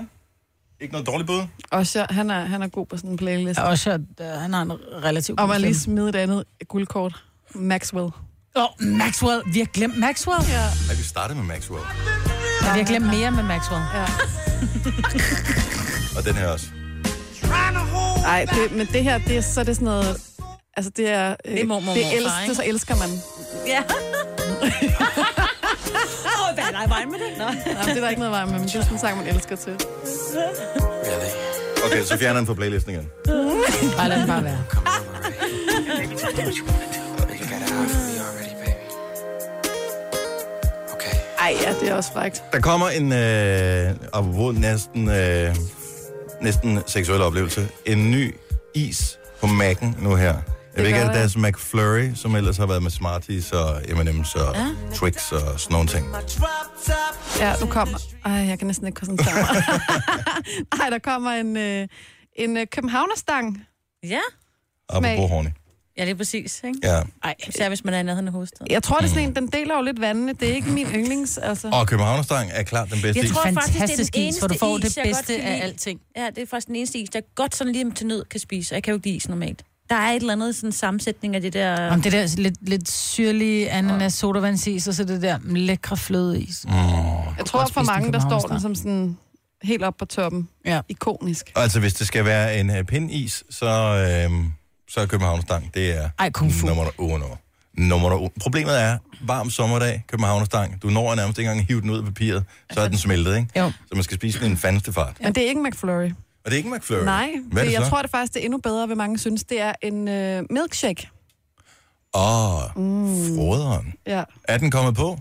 Speaker 1: Ikke noget dårligt bud?
Speaker 3: Osher, han er, han er god på sådan en playlist.
Speaker 2: Og Osher, øh, han har en relativt
Speaker 3: Og
Speaker 2: god
Speaker 3: man lige
Speaker 2: stemme.
Speaker 3: smide et andet guldkort. Maxwell.
Speaker 2: Åh, oh, Maxwell. Vi har glemt Maxwell. Ja.
Speaker 1: Ej, vi startede med Maxwell.
Speaker 2: ja vi har glemt mere med Maxwell.
Speaker 3: Ja.
Speaker 1: Og den her også.
Speaker 3: Nej, det, men det her, det er, så er det sådan noget... Altså, det er... Øh,
Speaker 4: Det er mormor og
Speaker 3: det,
Speaker 4: morfar,
Speaker 3: elsker,
Speaker 4: ikke?
Speaker 3: det så elsker man.
Speaker 4: Ja. Åh, hvad er der i vejen med det? Nå.
Speaker 3: Nå, men det er der ikke noget vej med, men det er sådan en sang, man elsker til.
Speaker 1: Okay, så fjerner den fra playlisten igen.
Speaker 2: Bare lad den bare være.
Speaker 3: Ej, ja, det er også frækt.
Speaker 1: Der kommer en, øh, apropos næsten, øh, næsten seksuel oplevelse, en ny is på Mac'en nu her. Jeg ved ikke,
Speaker 3: gør
Speaker 1: er det
Speaker 3: der.
Speaker 1: deres McFlurry, som ellers har været med Smarties og M&M's og ja. Twix og sådan nogle ting.
Speaker 3: Ja, nu kommer... Ej, jeg kan næsten ikke koncentrere mig. Ej, der kommer en, øh, en øh, københavnerstang.
Speaker 4: Ja.
Speaker 1: Apropos horny.
Speaker 4: Ja, det er præcis, ikke?
Speaker 1: Ja.
Speaker 4: Ej, især hvis man er i nærheden af hovedstaden.
Speaker 3: Jeg tror, det er sådan en, den deler jo lidt vandene. Det er ikke min yndlings, altså.
Speaker 1: Og Københavnerstang er klart den bedste
Speaker 4: Jeg tror
Speaker 1: is.
Speaker 4: faktisk, det er
Speaker 2: Fantastisk
Speaker 4: den
Speaker 2: is,
Speaker 4: eneste
Speaker 2: hvor du får
Speaker 4: is,
Speaker 2: det
Speaker 4: jeg godt
Speaker 2: bedste
Speaker 4: kan
Speaker 2: af
Speaker 4: lide.
Speaker 2: alting.
Speaker 4: Ja, det er faktisk den eneste is, jeg godt sådan lige til nød kan spise. Jeg kan jo ikke lide is normalt. Der er et eller andet sådan sammensætning af det der...
Speaker 2: Om det der lidt, lidt syrlige ananas sodavandsis, og så det der lækre flødeis. Mm,
Speaker 3: Jeg tror, for mange, der står den som sådan helt op på toppen. Ja. Ikonisk.
Speaker 1: Altså, hvis det skal være en uh, pindis, så, øh, så er Københavnerstang, det er
Speaker 2: Ej, kung fu.
Speaker 1: nummer uno. Nummer uno. Problemet er, varm sommerdag, Københavnerstang, du når nærmest ikke engang at hive den ud af papiret, så er den smeltet, ikke?
Speaker 3: Jo.
Speaker 1: Så man skal spise den i en fandeste fart.
Speaker 3: Men det er ikke McFlurry.
Speaker 1: Og det er ikke McFlurry.
Speaker 3: Nej,
Speaker 1: Hvad er det
Speaker 3: jeg
Speaker 1: så?
Speaker 3: tror det faktisk, det er endnu bedre, hvad mange synes. Det er en øh, milkshake.
Speaker 1: Åh, oh,
Speaker 3: Mm.
Speaker 1: broderen.
Speaker 3: Ja.
Speaker 1: Er den kommet på?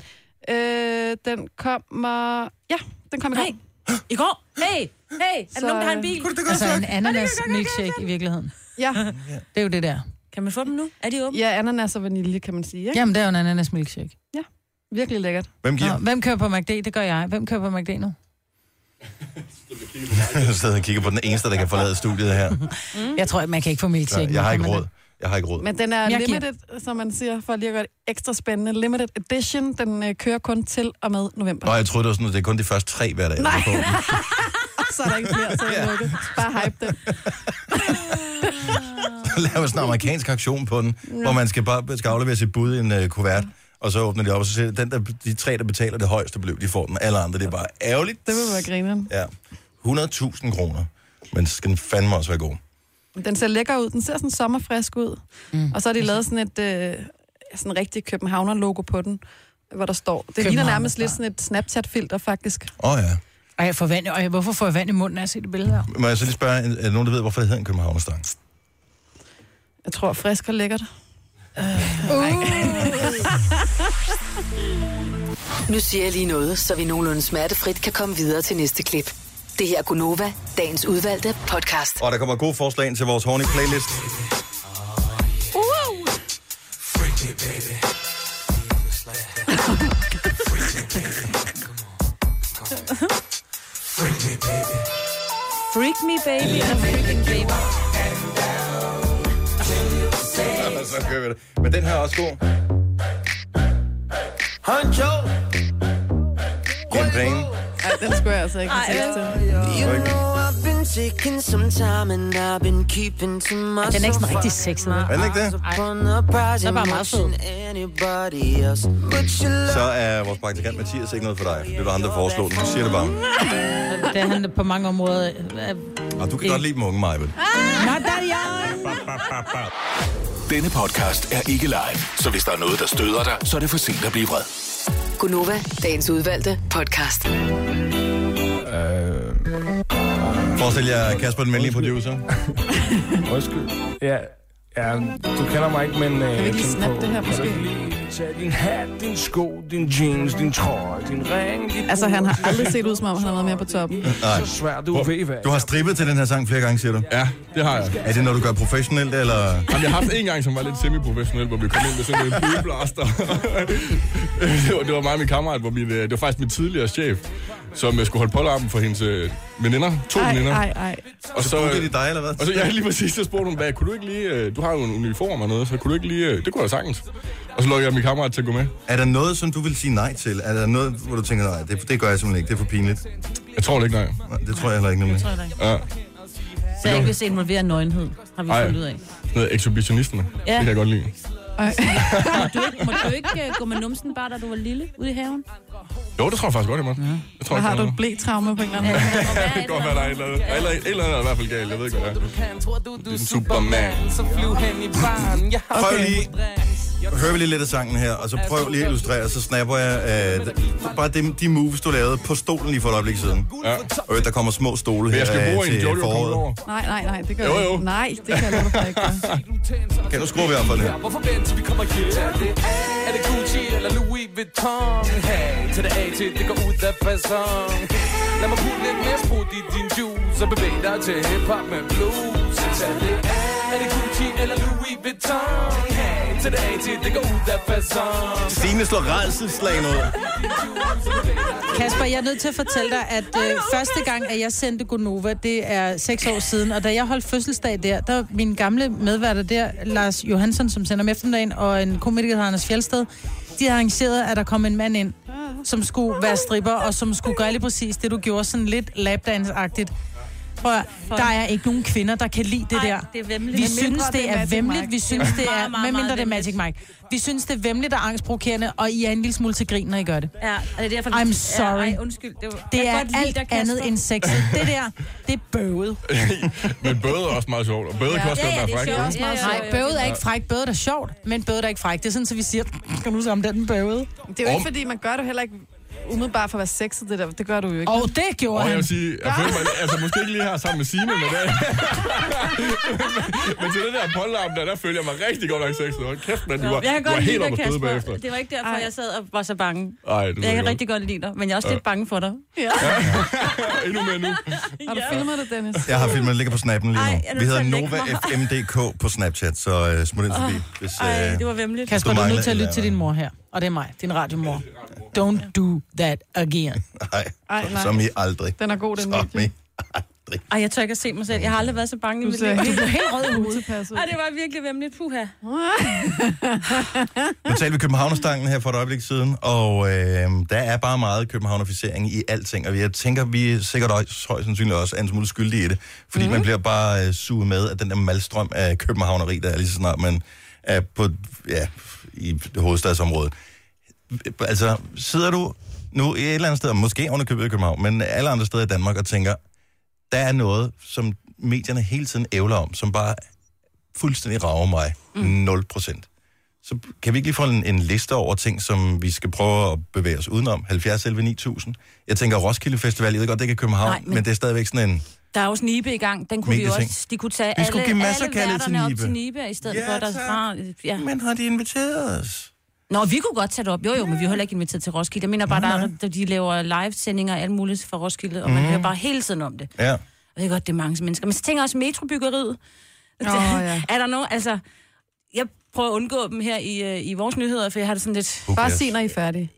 Speaker 3: Øh, den kommer... Ja, den kommer i går.
Speaker 4: I går? Hey! Hey! Er der nogen, der har en bil? Kunne det godt
Speaker 2: Altså
Speaker 4: være?
Speaker 2: en
Speaker 4: Ja, det kan
Speaker 2: ananas milkshake i virkeligheden.
Speaker 3: Ja.
Speaker 2: Det er jo det der.
Speaker 4: Kan man få dem nu? Er de åbne?
Speaker 3: Ja, ananas og vanilje, kan man sige. Ikke?
Speaker 2: Jamen, det er jo en ananas milkshake.
Speaker 3: Ja, virkelig lækkert.
Speaker 1: Hvem giver
Speaker 2: Nå, hvem kører på McD? Det gør jeg. Hvem kører på McD nu?
Speaker 1: Jeg sidder og kigger på den eneste, der kan forlade studiet her.
Speaker 2: Mm. Jeg tror, at man kan ikke få milkshake.
Speaker 1: Jeg har ikke
Speaker 2: men-
Speaker 1: råd. Jeg har ikke råd.
Speaker 3: Men den er
Speaker 2: Jeg giver-
Speaker 3: limited, giver. som man siger, for lige at gøre det ekstra spændende. Limited edition, den øh, kører kun til og med november.
Speaker 1: Nå, jeg troede, det var sådan, at det er kun de første tre hver dag.
Speaker 3: Nej.
Speaker 1: der er på.
Speaker 3: så er der ikke flere, så er det lukket. Bare hype den.
Speaker 1: Så laver sådan en amerikansk aktion på den,
Speaker 3: Nå.
Speaker 1: hvor man skal bare skal aflevere sit bud i en uh, kuvert, og så åbner de op, og så siger de, den der, de tre, der betaler det højeste beløb, de får den. Alle andre, det er bare ærgerligt.
Speaker 3: Det vil være grineren.
Speaker 1: Ja. 100.000 kroner. Men så skal den fandme også være god.
Speaker 3: Den ser lækker ud. Den ser sådan sommerfrisk ud. Mm. Og så har de lavet sådan et øh, sådan rigtig Københavner-logo på den, hvor der står... Det ligner
Speaker 2: Københavner,
Speaker 3: nærmest lidt sådan et Snapchat-filter, faktisk.
Speaker 1: Åh oh, ja.
Speaker 2: Og jeg får vand, og jeg, hvorfor får jeg vand i munden, når jeg ser det billede her?
Speaker 1: Må jeg så lige spørge, er der nogen, der ved, hvorfor det hedder en københavnerstang?
Speaker 3: Jeg tror, frisk og lækkert.
Speaker 5: Uh.
Speaker 8: Nu siger jeg lige noget, så vi nogenlunde smertefrit kan komme videre til næste klip. Det her er Gunova, dagens udvalgte podcast.
Speaker 1: Og der kommer gode forslag ind til vores horny playlist.
Speaker 8: Wow.
Speaker 4: Freak me baby and freaking baby.
Speaker 1: Og så kører vi det. Men den her er også god.
Speaker 6: Honcho!
Speaker 1: En penge.
Speaker 3: Ej, den skulle jeg altså ikke have
Speaker 6: Ej.
Speaker 3: sex til.
Speaker 6: You know I've been taking some time and I've been keeping to myself.
Speaker 2: den er ikke sådan rigtig sexet.
Speaker 6: My
Speaker 1: Er den ikke det?
Speaker 6: eyes upon the prize
Speaker 2: Den er bare
Speaker 6: and
Speaker 2: meget fed.
Speaker 6: watching anybody else. But you
Speaker 1: Så er vores praktikant Mathias ikke noget for dig. Det var ham, der foreslog den. Nu siger det bare.
Speaker 2: Det er han på mange områder. øh, er-
Speaker 1: Og Ah, du kan godt lide dem unge, Maja.
Speaker 2: Not that young.
Speaker 9: Denne podcast er ikke live, så hvis der er noget, der støder dig, så er det for sent at blive vred.
Speaker 8: Gunova, dagens udvalgte podcast.
Speaker 1: Forestil jer Kasper, den venlige producer.
Speaker 16: Undskyld. Ja, ja, du kender mig ikke, men... Øh, kan
Speaker 3: vi ikke lige snappe det her måske?
Speaker 16: Tag din hat, din sko, din jeans, din trøje, din ring... Din
Speaker 3: Altså, han har aldrig set ud, som om han har været mere på toppen.
Speaker 1: Nej.
Speaker 16: Så svært, du ved, hvad
Speaker 1: Du har strippet til den her sang flere gange, siger du? Ja, det har jeg. Er det, når du gør professionelt, eller...
Speaker 12: Jamen, jeg har haft en gang, som var lidt semi-professionel, hvor vi kom ind med sådan en bøgeblaster. det, var, det var mig og min kammerat, hvor min, øh, det var faktisk min tidligere chef, som øh, skulle holde pålarmen for hendes øh, veninder. To
Speaker 3: Ej,
Speaker 12: veninder.
Speaker 3: ej, ej.
Speaker 12: Og så, øh,
Speaker 1: spurgte
Speaker 10: øh,
Speaker 1: de dig, eller hvad?
Speaker 12: Og så, ja, lige præcis, så spurgte hun, hvad, kunne du ikke lige, øh, du har jo en uniform og noget, så kunne du ikke lige, øh, det kunne jeg sagtens. Og så lukkede jeg min kammerat til at gå med.
Speaker 1: Er der noget, som du vil sige nej til? Er der noget, hvor du tænker, nej, det, det gør jeg simpelthen ikke, det er for pinligt?
Speaker 12: Jeg tror det ikke, nej.
Speaker 1: Det tror jeg heller ikke, nemlig.
Speaker 4: tror jeg da ikke.
Speaker 12: Ja.
Speaker 4: Så ikke hvis det involverer nøgenhed, har vi
Speaker 12: Ej.
Speaker 4: fundet ud af.
Speaker 12: Sådan noget ekshibitionisterne. Ja. Det
Speaker 4: Ja.
Speaker 12: kan jeg godt lide.
Speaker 4: Må du ikke, må du ikke øh, gå med numsen bare, da du var lille ude i haven?
Speaker 12: Jo, det tror jeg faktisk godt, jeg må. Ja. Jeg tror,
Speaker 3: Og
Speaker 12: ikke,
Speaker 3: har
Speaker 12: der er
Speaker 3: du et blætraume på en eller anden måde?
Speaker 12: noget. det kan godt være, der er et eller andet. Eller et eller andet er i hvert fald galt, jeg ved ikke, hvad det er.
Speaker 6: Tror du,
Speaker 12: Det er en Superman.
Speaker 6: så flyv hen i baren. Jeg har
Speaker 1: Prøv lige. Hører vi lige lidt af sangen her, og så prøv lige at illustrere, og så snapper jeg øh, d- bare dem, de moves, du lavede på stolen lige for et øjeblik siden. Ja. Og der kommer små stole
Speaker 12: Men
Speaker 1: her
Speaker 12: jeg skal
Speaker 1: øh,
Speaker 12: bruge en
Speaker 1: til
Speaker 12: Jojo
Speaker 1: foråret.
Speaker 3: Nej, nej, nej, det gør
Speaker 1: Jo,
Speaker 3: jeg
Speaker 1: jo.
Speaker 3: ikke. Nej, det kan jeg lade ikke. gøre.
Speaker 1: Kan du skrue vi op for den her?
Speaker 6: Hvorfor vente til vi kommer hjem? Er det, er det Gucci eller Louis Vuitton? Hey, til det A til det går ud af fasong. Lad mig putte lidt mere sprut i din juice Og bevæg dig til hiphop med blues Så tag det af Er det Gucci eller Louis Vuitton? Hey, til det A til det går ud af fasong.
Speaker 1: Signe slår redselslagen ud.
Speaker 2: Kasper, jeg er nødt til at fortælle dig, at øh, første gang, at jeg sendte Gonova, det er seks år siden, og da jeg holdt fødselsdag der, der var min gamle medværter der, Lars Johansson, som sender om eftermiddagen, og en komiker, der hedder Anders Fjeldsted, de havde arrangeret, at der kom en mand ind, som skulle være stripper, og som skulle gøre lige præcis det, du gjorde, sådan lidt lapdance-agtigt. Prøv at, høre, der er ikke nogen kvinder, der kan lide det
Speaker 4: Ej,
Speaker 2: der.
Speaker 4: det er væmmeligt.
Speaker 2: Vi
Speaker 4: Medmindre
Speaker 2: synes,
Speaker 4: det
Speaker 2: det
Speaker 4: er
Speaker 2: er
Speaker 4: Magic
Speaker 2: vemmeligt.
Speaker 4: Mike.
Speaker 2: Vi synes, det
Speaker 4: Meget,
Speaker 2: er...
Speaker 4: meget, meget
Speaker 2: Medmindre det er Magic Mike. Vi synes, det er vemmeligt og angstprovokerende, og I er en lille smule til grin, når I gør det.
Speaker 4: Ja, og det er derfor...
Speaker 2: I'm sorry.
Speaker 4: Ja, ej, undskyld. Det, var,
Speaker 2: Det
Speaker 4: Jeg kan
Speaker 2: er
Speaker 4: godt lide
Speaker 2: alt
Speaker 4: dig, Kasper.
Speaker 2: andet end sex. Det der, det er bøvet.
Speaker 12: Men bøde er også meget sjovt, og bøde kan også godt være fræk. ikke?
Speaker 2: Nej, bøvet er ikke frækt. Bøvet er sjovt, men bøvet er ikke frækt. Det er sådan, så vi siger, skal du sammen den bøvet?
Speaker 3: Det er jo ikke, fordi man gør det heller ikke umiddelbart for at være sexet, det der. Det gør du jo ikke.
Speaker 2: Og det gjorde
Speaker 12: Og jeg
Speaker 2: han.
Speaker 12: vil sige, jeg føler mig, altså måske ikke lige her sammen med Signe, men, det, men til det der pollarm der, der føler jeg mig rigtig godt nok sexet. Hold kæft, man, du var,
Speaker 4: Jeg kan
Speaker 12: du var
Speaker 4: godt lide
Speaker 12: helt
Speaker 4: dig,
Speaker 12: om at støde bagefter.
Speaker 4: Kasper. Det var ikke derfor, jeg sad og var så bange.
Speaker 12: Ej, det ved
Speaker 4: jeg
Speaker 12: jeg
Speaker 4: kan
Speaker 12: godt.
Speaker 4: rigtig godt lide dig, men jeg er også lidt bange for dig. Ja.
Speaker 12: Endnu mere nu.
Speaker 3: Har du filmet det, Dennis?
Speaker 1: Jeg har filmet, det ligger på snappen lige nu.
Speaker 4: Ej, jeg er nødt
Speaker 1: Vi hedder
Speaker 4: til at lægge
Speaker 1: Nova FMDK på Snapchat, så uh, smut ind forbi.
Speaker 2: Åh,
Speaker 1: Hvis, uh,
Speaker 2: ej,
Speaker 4: det var vemmeligt.
Speaker 2: Kasper,
Speaker 1: Hvis
Speaker 2: du
Speaker 1: du
Speaker 2: er nødt
Speaker 1: mangler
Speaker 2: til at
Speaker 1: en
Speaker 2: lytte til din mor her. Og det er mig, din radiomor. Don't do that again.
Speaker 1: Nej,
Speaker 4: Ej, nej.
Speaker 1: som I aldrig.
Speaker 3: Den er god, den
Speaker 1: Som I.
Speaker 4: Ej, jeg tør ikke at se mig selv. Jeg har aldrig været så bange i
Speaker 3: Du
Speaker 4: mit liv.
Speaker 3: ser helt-
Speaker 2: helt rød i hovedet.
Speaker 4: Ej, det var virkelig vemmeligt. Puha.
Speaker 1: Nu talte vi Københavnerstangen her for et øjeblik siden, og øh, der er bare meget københavnerficering i alting, og jeg tænker, vi er sikkert også, højst sandsynligt også er en smule skyldige i det, fordi mm. man bliver bare øh, suget med af den der malstrøm af københavneri, der er lige så snart man er på, ja, i hovedstadsområdet. Altså, sidder du nu et eller andet sted, og måske underkøbet i København, men alle andre steder i Danmark, og tænker, der er noget, som medierne hele tiden ævler om, som bare fuldstændig rager mig. Mm. 0% så kan vi ikke lige få en, en liste over ting, som vi skal prøve at bevæge os udenom? 70 11 9000. Jeg tænker Roskilde Festival, jeg ved godt, det ikke er København,
Speaker 4: Nej,
Speaker 1: Nej,
Speaker 4: men-
Speaker 1: men... men det er stadigvæk sådan en...
Speaker 4: Der er jo Nibe i gang. Den kunne vi jo
Speaker 1: Medieting.
Speaker 4: også... De kunne tage
Speaker 1: Vi skulle
Speaker 4: alle,
Speaker 1: give masser af
Speaker 4: alle
Speaker 1: kærlighed til
Speaker 4: værterne op
Speaker 1: Nibe.
Speaker 4: til Nibe, i stedet
Speaker 1: Ja,
Speaker 4: for, der
Speaker 1: tak.
Speaker 4: fra... Ja.
Speaker 1: Men har de inviteret os?
Speaker 4: Nå, vi kunne godt tage det op. Jo, jo, men vi er heller ikke inviteret til Roskilde. Jeg mener bare, der, er- der, de laver live-sendinger og alt muligt fra Roskilde, og man
Speaker 1: Mhm.
Speaker 4: hører bare hele tiden om det.
Speaker 1: Ja.
Speaker 4: Og det er godt, det er mange mennesker. Men så tænker jeg også metrobyggeriet.
Speaker 3: Nå,
Speaker 4: ja. er der nogen, altså... Jeg prøver at undgå dem her i, øh, i vores nyheder, for jeg har det sådan lidt...
Speaker 1: Who Bare cares? sig,
Speaker 3: når I er færdige.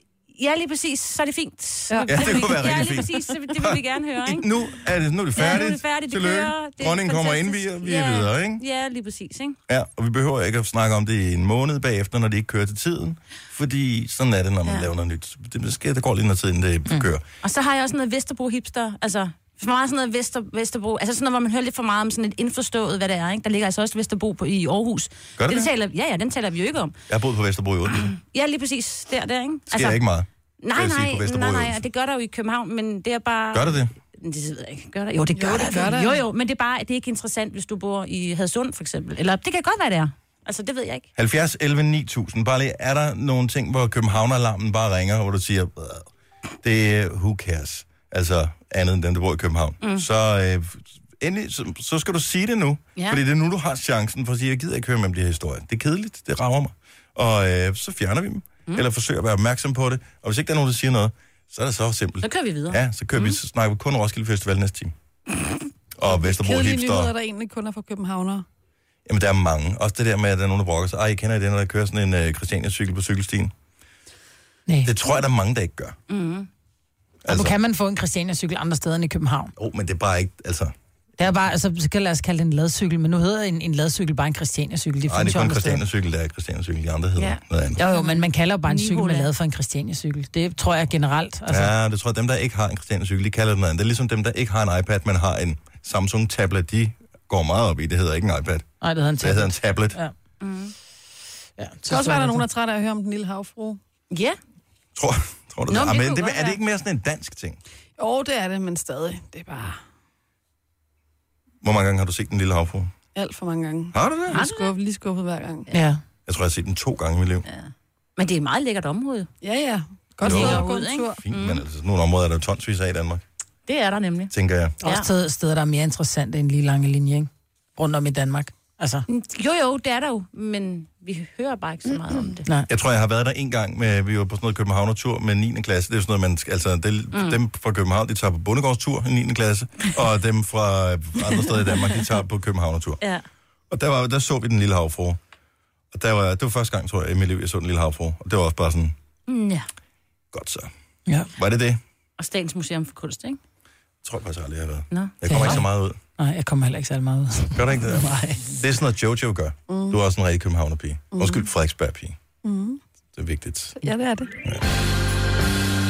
Speaker 4: Ja, lige præcis. Så er det fint.
Speaker 1: Ja, det kunne være
Speaker 4: Ja,
Speaker 1: rigtig
Speaker 4: lige
Speaker 1: fint.
Speaker 4: præcis. så Det vil vi gerne høre, ikke?
Speaker 1: Nu er det, nu er det
Speaker 4: Ja,
Speaker 1: færdigt.
Speaker 4: nu er det færdigt. Det
Speaker 1: Tillykke.
Speaker 4: kører. Det er
Speaker 1: Dronningen kommer og
Speaker 4: fantastisk.
Speaker 1: indviger. Vi er videre, ikke?
Speaker 4: Ja, lige præcis, ikke?
Speaker 1: Ja, og vi behøver ikke at snakke om det i en måned bagefter, når det ikke kører til tiden. Fordi sådan er det, når man ja. laver noget nyt. Det, det, sker, det går lige noget tid, inden det mm. kører.
Speaker 4: Og så har jeg også noget Vesterbro hipster, altså for meget sådan noget Vester, Vesterbro, altså sådan noget, hvor man hører lidt for meget om sådan et indforstået, hvad det er, ikke? Der ligger altså også Vesterbro på, i Aarhus.
Speaker 1: Gør det
Speaker 4: den
Speaker 1: det?
Speaker 4: Taler, ja, ja, den taler vi jo ikke om.
Speaker 1: Jeg har boet på Vesterbro i 8. Det
Speaker 4: Ja, lige præcis, der, der, ikke?
Speaker 1: sker altså, ikke meget. vil
Speaker 4: Nej,
Speaker 1: jeg sige, på
Speaker 4: nej,
Speaker 1: Vesterbro
Speaker 4: nej,
Speaker 1: i
Speaker 4: nej,
Speaker 1: Odense.
Speaker 4: og det gør der jo i København, men det er bare...
Speaker 1: Gør det det?
Speaker 4: Det ved jeg ikke. Gør der? Jo, det gør, jo, det,
Speaker 3: gør der.
Speaker 4: Jo, jo, men det er bare, det er ikke interessant, hvis du bor i Hadsund, for eksempel. Eller det kan godt være, det er. Altså, det ved jeg ikke.
Speaker 1: 70, 11, 9000. Bare lige, er der nogle ting, hvor København-alarmen bare ringer, hvor du siger, "Øh, det er who cares? Altså, andet end den, der bor i København. Mm. Så øh, endelig, så, så skal du sige det nu.
Speaker 10: Ja.
Speaker 1: Ja. Fordi det er nu, du har chancen for at sige, jeg gider ikke høre med om de her historier. Det er kedeligt, det rager mig. Og øh, så fjerner vi dem. Mm. Eller forsøger at være opmærksom på det. Og hvis ikke der er nogen, der siger noget, så er det så simpelt.
Speaker 4: Så kører vi videre.
Speaker 1: Ja, så kører mm. vi, så snakker vi kun Roskilde Festival næste time. Og Vesterbro
Speaker 3: Kedelige
Speaker 1: Hipster.
Speaker 3: nyheder, der egentlig kun er for københavnere.
Speaker 1: Jamen, der er mange. Også det der med, at der er nogen, der brokker sig. Ej, kender I det, når der kører sådan en øh, Christiania-cykel på cykelstien?
Speaker 2: Nej.
Speaker 1: Det tror jeg, der er mange, der ikke gør.
Speaker 3: Mhm.
Speaker 2: Mm. Altså.
Speaker 1: Altså.
Speaker 2: Nu kan man få en Christiania-cykel andre steder end i København.
Speaker 1: Jo, oh, men det er bare ikke, altså...
Speaker 2: Det er bare, altså, så kan lad os kalde det en ladcykel, men nu hedder en, en ladcykel bare en Christiania-cykel. Det
Speaker 1: Nej, det
Speaker 2: findes
Speaker 1: er
Speaker 2: jo
Speaker 1: kun
Speaker 2: andre steder.
Speaker 1: Christiania-cykel, der er Christiania-cykel. De andre hedder
Speaker 2: Ja.
Speaker 1: ja. noget andet.
Speaker 2: Jo, jo, men man kalder jo bare en cykel, man
Speaker 4: Nicola.
Speaker 2: er lavet for en Christiania-cykel. Det tror jeg generelt. Altså,
Speaker 1: Altså. Ja, det tror jeg, dem, der ikke har en Christiania-cykel, de kalder det noget andet. Det er ligesom dem, der ikke har en iPad, men har en Samsung-tablet. De går meget op i, det hedder ikke en iPad.
Speaker 2: Nej, det hedder en
Speaker 1: Det hedder en tablet.
Speaker 2: Ja.
Speaker 4: Mm.
Speaker 2: Ja,
Speaker 3: Det kan også være, der er nogen, der er træt af at høre om den lille havfru.
Speaker 4: Ja.
Speaker 1: Tror, tror du
Speaker 3: Nå,
Speaker 1: det?
Speaker 3: men
Speaker 1: Ah,
Speaker 3: det
Speaker 1: men
Speaker 3: kunne
Speaker 1: det,
Speaker 3: godt
Speaker 1: er det
Speaker 3: være.
Speaker 1: ikke mere sådan en dansk ting?
Speaker 3: Jo, det er det, men stadig. Det er bare
Speaker 1: Hvor mange gange har du set den lille havfru?
Speaker 3: alt for mange gange.
Speaker 1: Har du det?
Speaker 3: Lige skuffet, lige skuffet hver gang.
Speaker 2: Ja.
Speaker 1: Jeg tror, jeg har set den to gange i mit liv. Ja.
Speaker 4: Men det er et meget lækkert område.
Speaker 3: Ja, ja. Godt
Speaker 1: Jo.
Speaker 3: sted at gå
Speaker 4: Derud,
Speaker 3: en
Speaker 4: ikke?
Speaker 3: tur.
Speaker 1: Fint, mm. men altså, sådan nogle områder er der jo tonsvis af i Danmark,
Speaker 4: Det er der nemlig.
Speaker 1: tænker jeg.
Speaker 2: Der er også steder- steder, der er mere interessante end lige lange linje, ikke? Rundt om i Danmark. Altså,
Speaker 4: Jo, jo, det er der jo, men vi hører bare ikke så meget om det.
Speaker 2: Nej.
Speaker 1: Jeg tror, jeg har været der en gang. Med, vi var på sådan noget Københavner-tur med 9. klasse. Det er jo sådan noget, man... skal- Altså, det,
Speaker 4: Mm.
Speaker 1: mm. dem fra København, de tager på bondegårdstur i 9. klasse. og dem fra andre steder i Danmark, de tager på Københavner-tur.
Speaker 4: Ja.
Speaker 1: Og der, var, der så vi den lille havfru. Og der var, det var første gang, tror jeg, i mit liv, jeg så den lille havfru. Og det var også bare sådan,
Speaker 4: Ja.
Speaker 1: godt så.
Speaker 2: Ja.
Speaker 1: Var det det?
Speaker 4: Og Statens Museum for Kunst, ikke?
Speaker 1: Jeg tror faktisk aldrig, jeg har været.
Speaker 4: Nå.
Speaker 1: Jeg kommer
Speaker 2: Ja.
Speaker 1: ikke så meget ud.
Speaker 2: Nej, jeg kommer heller ikke særlig meget ud.
Speaker 1: Gør du ikke det?
Speaker 2: Nej.
Speaker 1: Det er sådan noget, Jojo gør.
Speaker 3: Mm.
Speaker 1: Du er også en rigtig københavnerpige.
Speaker 3: Mm.
Speaker 1: Undskyld, Frederiksberg-pige.
Speaker 3: Mm.
Speaker 1: Det er vigtigt.
Speaker 3: Ja, det er det.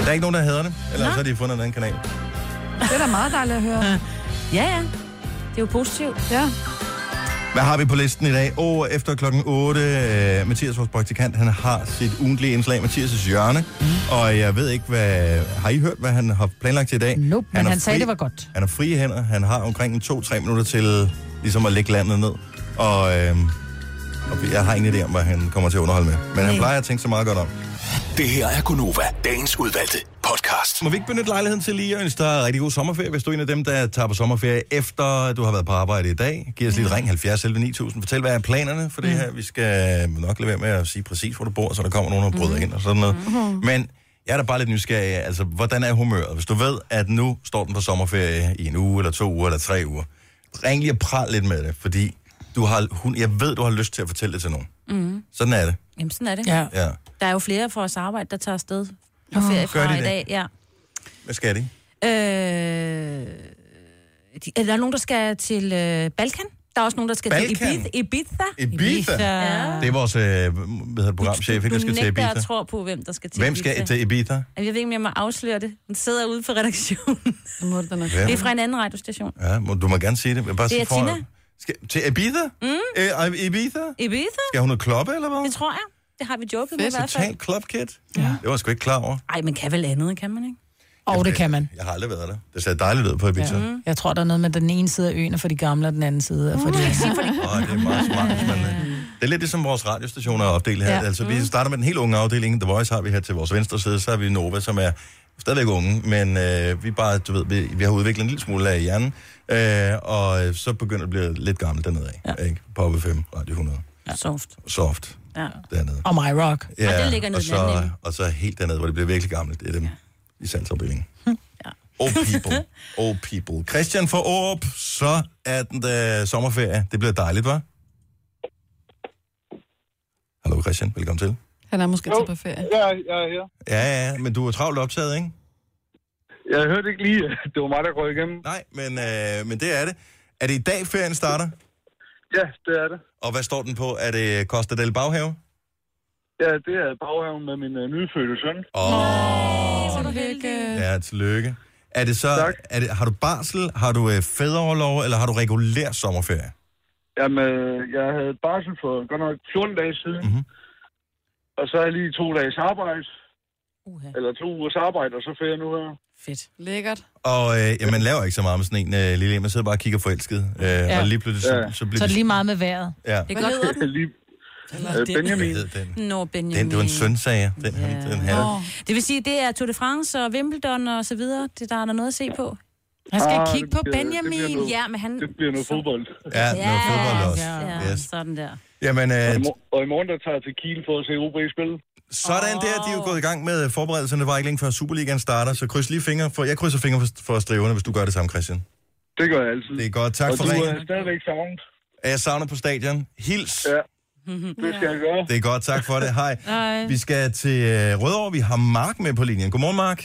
Speaker 1: Der er ikke nogen, der hader det. Eller så har de fundet en anden kanal.
Speaker 3: Det er da meget dejligt at høre.
Speaker 4: Ja, ja. Det er jo positivt.
Speaker 3: Ja.
Speaker 1: Hvad har vi på listen i dag? Og oh, efter klokken 8, øh, Mathias, vores praktikant, han har sit ugentlige indslag, Mathias' hjørne. Mm. Og jeg ved ikke, hvad, har I hørt, hvad han har planlagt til i dag? Nope,
Speaker 2: men han sagde, det var godt.
Speaker 1: Han har frie hænder. Han har omkring en 2-3 minutter til ligesom at lægge landet ned. Og, øh, og jeg har ingen idé om, hvad han kommer til at underholde med. Men han
Speaker 9: Nej.
Speaker 1: plejer at tænke så meget godt om.
Speaker 9: Det her er Gunova, dagens udvalgte podcast.
Speaker 1: Må vi ikke benytte lejligheden til lige at ønske dig rigtig god sommerferie, hvis du er en af dem, der tager på sommerferie efter du har været på arbejde i dag. Giv os lidt ring 70 11 9000. Fortæl, hvad er planerne for det her? Vi skal nok lade være med at sige præcis, hvor du bor, så der kommer nogen og bryder ind og sådan noget. Men jeg er da bare lidt nysgerrig. Altså, hvordan er humøret? Hvis du ved, at nu står den på sommerferie i en uge, eller to uger, eller tre uger. Ring lige og pral lidt med det, fordi du har, hun, jeg ved, du har lyst til at fortælle det til nogen.
Speaker 4: Mm.
Speaker 1: Sådan er det.
Speaker 4: Jamen, sådan er det.
Speaker 2: Ja.
Speaker 1: Ja.
Speaker 4: Der er jo flere fra vores arbejde, der tager afsted på ferie
Speaker 1: Gør
Speaker 4: fra
Speaker 1: de
Speaker 4: i
Speaker 1: det?
Speaker 4: dag. Ja.
Speaker 1: Hvad skal det?
Speaker 4: Øh, de, er der nogen, der skal til øh, Balkan? Der er også nogen, der skal
Speaker 1: Balkan?
Speaker 4: til Ibiza. Ibiza?
Speaker 1: Ibiza.
Speaker 4: Ja.
Speaker 1: Det er vores øh, hvad hedder det, programchef, ikke, der skal
Speaker 4: Du
Speaker 1: til Ibiza.
Speaker 4: nægter at tro på, hvem der skal til
Speaker 1: Hvem
Speaker 4: Ibiza.
Speaker 1: skal til Ibiza?
Speaker 4: Jeg ved ikke, om jeg må afsløre det. Hun sidder ude på redaktionen.
Speaker 3: Det må det da nok.
Speaker 1: Hvem?
Speaker 4: Det er fra en anden radiostation.
Speaker 1: Ja, må, du må gerne sige det. men Bare
Speaker 4: Det
Speaker 1: sig
Speaker 4: er
Speaker 1: for-
Speaker 4: Tina.
Speaker 1: Skal, til Ibiza? Mm. Øh, Ibiza?
Speaker 4: Ibiza?
Speaker 1: Skal hun have kloppe, eller hvad?
Speaker 4: Det tror jeg. Det har vi joket med i
Speaker 1: Fedt.
Speaker 4: hvert fald.
Speaker 1: Total clubkid. Ja. Det var jeg sgu ikke klar over.
Speaker 4: Ej, man kan vel andet, kan man ikke?
Speaker 2: Og det kan man.
Speaker 1: Jeg har aldrig været der. Det ser dejligt ud på Ibiza. Ja.
Speaker 2: Jeg tror, der er noget med, at den ene side af øen er for de gamle, og den anden side er for de...
Speaker 1: Åh, det er meget smart, hvis man... øh, Det er lidt ligesom vores radiostationer er opdelt her. Ja.
Speaker 2: Ja.
Speaker 1: Altså,
Speaker 4: Mm.
Speaker 1: vi starter med den helt unge afdeling. The Voice har vi her til vores venstre side. Så har vi Nova, som er stadigvæk unge, men øh, vi, er bare, du ved, vi, vi har udviklet en lille smule af hjernen. Øh, og øh, så begynder det at blive lidt gammelt dernede af. Ja. Ikke? På FM, Radio 100.
Speaker 4: Ja. Soft.
Speaker 1: Soft.
Speaker 4: Ja.
Speaker 1: Dernede.
Speaker 2: Og my rock.
Speaker 1: Ja,
Speaker 4: og den ligger nede
Speaker 1: og,
Speaker 4: i den anden
Speaker 1: så,
Speaker 4: ende.
Speaker 1: og så helt dernede, hvor det bliver virkelig gammelt. Det er dem ja. i salgsafdelingen. Ja. Oh people, oh people. Christian for Aarup, så er den der sommerferie. Det bliver dejligt, hva'? Hallo Christian, velkommen til.
Speaker 3: Han er måske til på ferie.
Speaker 15: Ja, jeg er her.
Speaker 1: Ja, ja, men du er travlt optaget, ikke?
Speaker 15: Jeg hørte ikke lige, at det var mig, der går igennem.
Speaker 1: Nej, men, øh, men det er det. Er det i dag, ferien starter?
Speaker 15: Ja, det er det.
Speaker 1: Og hvad står den på? Er det Costa del Baghave?
Speaker 15: Ja, det er baghaven med min øh, nyfødte søn.
Speaker 1: Åh.
Speaker 3: Tillykke.
Speaker 1: Ja, tillykke. Er det så, er det, har du barsel, har du øh, fædreoverlov, eller har du regulær sommerferie?
Speaker 15: Jamen, øh, jeg havde barsel for godt nok 14 dage siden.
Speaker 1: Mhm.
Speaker 15: Mm-hmm. Og så er jeg lige to dages arbejde.
Speaker 4: Uh-huh.
Speaker 15: Eller to ugers arbejde, og så ferie nu her.
Speaker 4: Fedt.
Speaker 3: Lækkert.
Speaker 1: Og øh, ja, man laver ikke så meget med sådan en øh, lille en. Man sidder bare og kigger forelsket. Øh, ja. Og lige pludselig så,
Speaker 15: Ja.
Speaker 1: så bliver
Speaker 2: Så er
Speaker 1: det...
Speaker 2: det lige meget med vejret.
Speaker 1: Ja.
Speaker 4: Det er godt. hedder den?
Speaker 15: lige, Øh,
Speaker 4: Eller den.
Speaker 1: Hvad hed den?
Speaker 4: Nå, Benjamin.
Speaker 1: den? Det var en søn, sagde jeg. Den, yeah. den her.
Speaker 4: Nå. Det vil sige, det er Tour de France og Wimbledon og så videre. Det der er der noget at se på.
Speaker 2: Han skal
Speaker 15: Ah,
Speaker 2: kigge på
Speaker 15: det bliver- det bliver
Speaker 2: Benjamin.
Speaker 15: noget-
Speaker 4: Ja, men han...
Speaker 15: Det bliver noget fodbold.
Speaker 1: Ja, noget fodbold også.
Speaker 4: Ja,
Speaker 1: Yes.
Speaker 4: sådan der.
Speaker 1: Jamen,
Speaker 15: Og
Speaker 1: øh,
Speaker 15: i, mor- og i morgen, der tager jeg til Kiel for at se OB spille.
Speaker 1: sådan der, de er jo gået i gang med øh, forberedelserne. Det var ikke længe før Superligaen starter, så kryds lige fingre for... Jeg krydser fingre for, for striverne, hvis du gør det samme, Christian.
Speaker 15: Det gør jeg altid.
Speaker 1: Det er godt. Tak
Speaker 15: og
Speaker 1: for
Speaker 15: du
Speaker 1: ringen.
Speaker 15: er stadigvæk savnet.
Speaker 1: Er jeg savnet på stadion? Hils.
Speaker 15: Ja. Det skal jeg gøre.
Speaker 1: Det er godt. Tak for det. Hej.
Speaker 15: Hej.
Speaker 1: Vi skal til øh, Rødovre. Vi har Mark med på linjen. Godmorgen, Mark.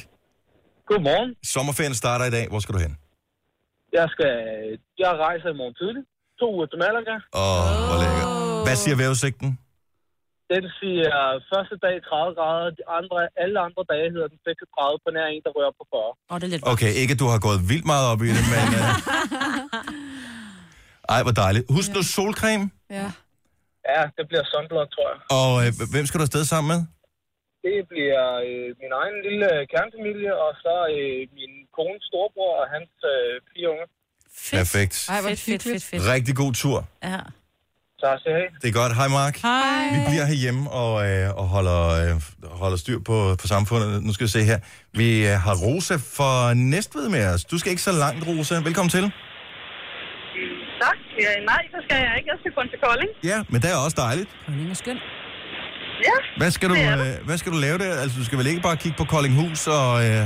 Speaker 17: Godmorgen.
Speaker 1: Sommerferien starter i dag. Hvor skal du hen?
Speaker 17: Jeg skal... Jeg rejser i morgen tidlig. To uger til Malaga.
Speaker 1: Åh, oh, hvor lækkert. Hvad siger vejrudsigten?
Speaker 17: Den siger første dag 30 grader. De andre, alle andre dage hedder den 36 på nær en, der rører på 40.
Speaker 4: Og det er lidt
Speaker 1: Okay, ikke at du har gået vildt meget op i det, men... Øh... Ej, hvor dejligt. Husk nu solcreme,
Speaker 3: Ja.
Speaker 17: Ja, det bliver sunblock, tror jeg.
Speaker 1: og øh, hvem skal du afsted sammen med?
Speaker 17: Det bliver øh, min egen lille kernfamilie, og så øh, min kones storebror og hans øh, fire unger.
Speaker 1: Perfekt.
Speaker 17: Ej, hvor fedt, fedt,
Speaker 1: Rigtig god tur.
Speaker 4: Ja.
Speaker 17: Tak skal I have.
Speaker 1: Det er godt. Hej, Mark.
Speaker 2: Hej.
Speaker 1: Vi bliver herhjemme og, øh, og holder, øh, holder styr på, på samfundet. Nu skal vi se her. Vi øh, har Rosa fra Næstved med os. Du skal ikke så langt, Rosa. Velkommen til.
Speaker 18: Tak. Ja, nej, så skal jeg ikke. Jeg skal kun til Kolding.
Speaker 1: Ja, men det er også dejligt.
Speaker 4: Kolding er skønt.
Speaker 18: Ja.
Speaker 1: Hvad skal du,
Speaker 18: det er det.
Speaker 1: øh, hvad skal du lave der? Altså, du skal vel ikke bare kigge på Koldinghus og... Øh...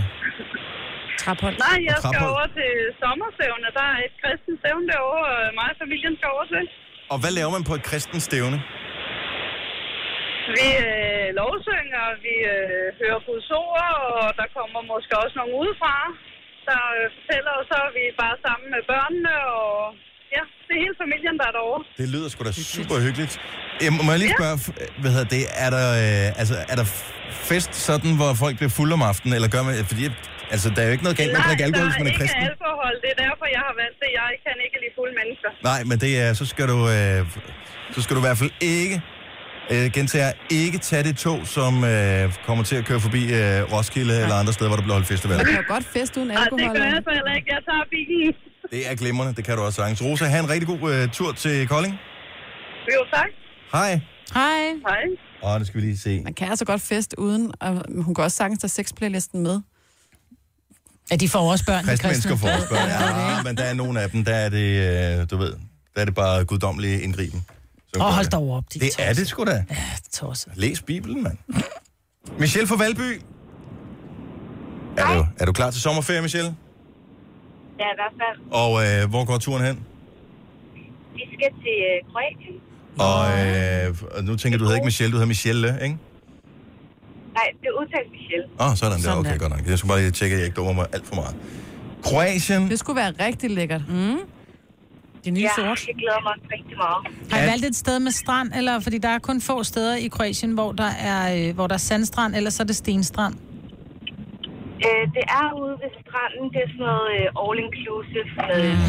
Speaker 4: Traphold.
Speaker 18: Nej, jeg
Speaker 1: Og
Speaker 18: skal
Speaker 1: Trapholt.
Speaker 18: over til sommersævne. Der er et kristent sævn derovre, og mig og familien skal over til.
Speaker 1: Og hvad laver man på et kristent stævne?
Speaker 18: Vi øh, lovsynger, vi øh, hører Guds ord, og der kommer måske også nogle udefra, der øh, fortæller, og så er vi bare sammen med børnene, og ja, det er hele familien, der er derovre.
Speaker 1: Det lyder sgu da super hyggeligt. Jeg må jeg lige spørge, f- hvad hedder det, er der, øh, altså, er der f- fest sådan, hvor folk bliver fulde om aftenen, eller gør man, fordi, altså, der er jo ikke noget galt med at drikke alkohol, hvis man er
Speaker 18: ikke
Speaker 1: kristen.
Speaker 18: alkohol. Det er derfor, jeg har valgt det. Jeg kan ikke lide fulde mennesker.
Speaker 1: Nej, men det er, så skal du, øh, så skal du i hvert fald ikke, øh, gentager, ikke tage det tog, som øh, kommer til at køre forbi øh, Roskilde eller andre steder, hvor der bliver holdt festival.
Speaker 3: Man kan jo godt fest uden alkohol.
Speaker 18: det gør jeg så heller ikke. Jeg tager bilen.
Speaker 1: Det er glimrende, det kan du også sagtens. Rosa, have en rigtig god øh, tur til Kolding.
Speaker 18: Jo, tak.
Speaker 1: Hej.
Speaker 3: Hej.
Speaker 18: Hej.
Speaker 1: Åh, det skal vi lige se.
Speaker 3: Man kan altså godt fest uden, og hun kan også sagtens tage sexplaylisten med.
Speaker 2: Ja, de får også børn.
Speaker 1: Kristne mennesker får også børn. Ja, men der er nogle af dem, der er det, øh, du ved, der er det bare guddommelig indgriben. som
Speaker 2: Åh,
Speaker 1: gør
Speaker 2: hold
Speaker 1: det.
Speaker 2: dog op, de
Speaker 1: Det er
Speaker 2: tosser.
Speaker 1: det sgu da.
Speaker 2: Ja, tosser.
Speaker 1: Læs Bibelen, mand. Michelle fra Valby. Er du, er du klar til sommerferie, Michelle?
Speaker 19: Ja, i hvert fald.
Speaker 1: Og øh, hvor går turen hen?
Speaker 19: Vi skal til øh, Kroatien.
Speaker 1: Og, øh, og nu tænker du, du hedder ikke Michelle, du hedder Michelle, ikke?
Speaker 19: Nej, det er udtalt Michelle.
Speaker 1: Åh, oh, sådan der. Okay, godt nok. Jeg skulle bare lige tjekke, at jeg ikke dummer mig alt for meget. Kroatien.
Speaker 3: Det skulle være rigtig lækkert. Mm.
Speaker 2: Det nye
Speaker 19: ja,
Speaker 2: sort.
Speaker 19: jeg glæder mig rigtig meget.
Speaker 2: Har I valgt et sted med strand, eller fordi der er kun få steder i Kroatien, hvor der er, øh, hvor der er sandstrand, eller så er det stenstrand?
Speaker 19: Øh, det er ude ved stranden. Det er sådan noget øh, all-inclusive. Med, mm,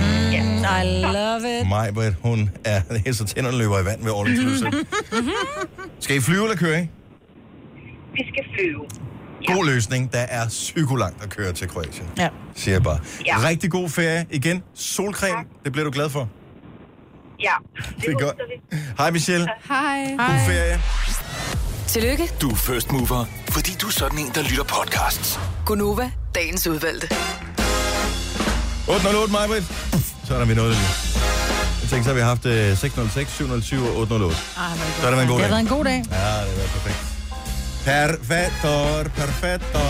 Speaker 19: ja.
Speaker 2: I love it.
Speaker 1: Mig, Britt, hun er det er så tænderne løber i vand ved all inclusive. Skal I flyve eller køre, ikke?
Speaker 19: Vi skal flyve.
Speaker 1: God løsning. Der er psykolangt at køre til Kroatien.
Speaker 2: Ja.
Speaker 1: Siger jeg bare.
Speaker 19: Ja.
Speaker 1: Rigtig god ferie. Igen, solcreme. Det bliver du glad for.
Speaker 19: Ja,
Speaker 1: Det er godt. Hej, Michelle.
Speaker 3: Hej.
Speaker 1: God ferie.
Speaker 8: Tillykke.
Speaker 9: Du er first mover, fordi du er sådan en, der lytter podcasts.
Speaker 8: Gunova, dagens udvalgte.
Speaker 1: 808, Majbrit. Så er der vi nået det lige. Jeg tænkte, så har vi haft øh, 606, 707 og 808.
Speaker 2: Ah, hvor er
Speaker 1: Så er det en god
Speaker 2: det har
Speaker 1: dag.
Speaker 2: været en god dag.
Speaker 1: Ja, det har været perfekt. Perfetto, perfetto.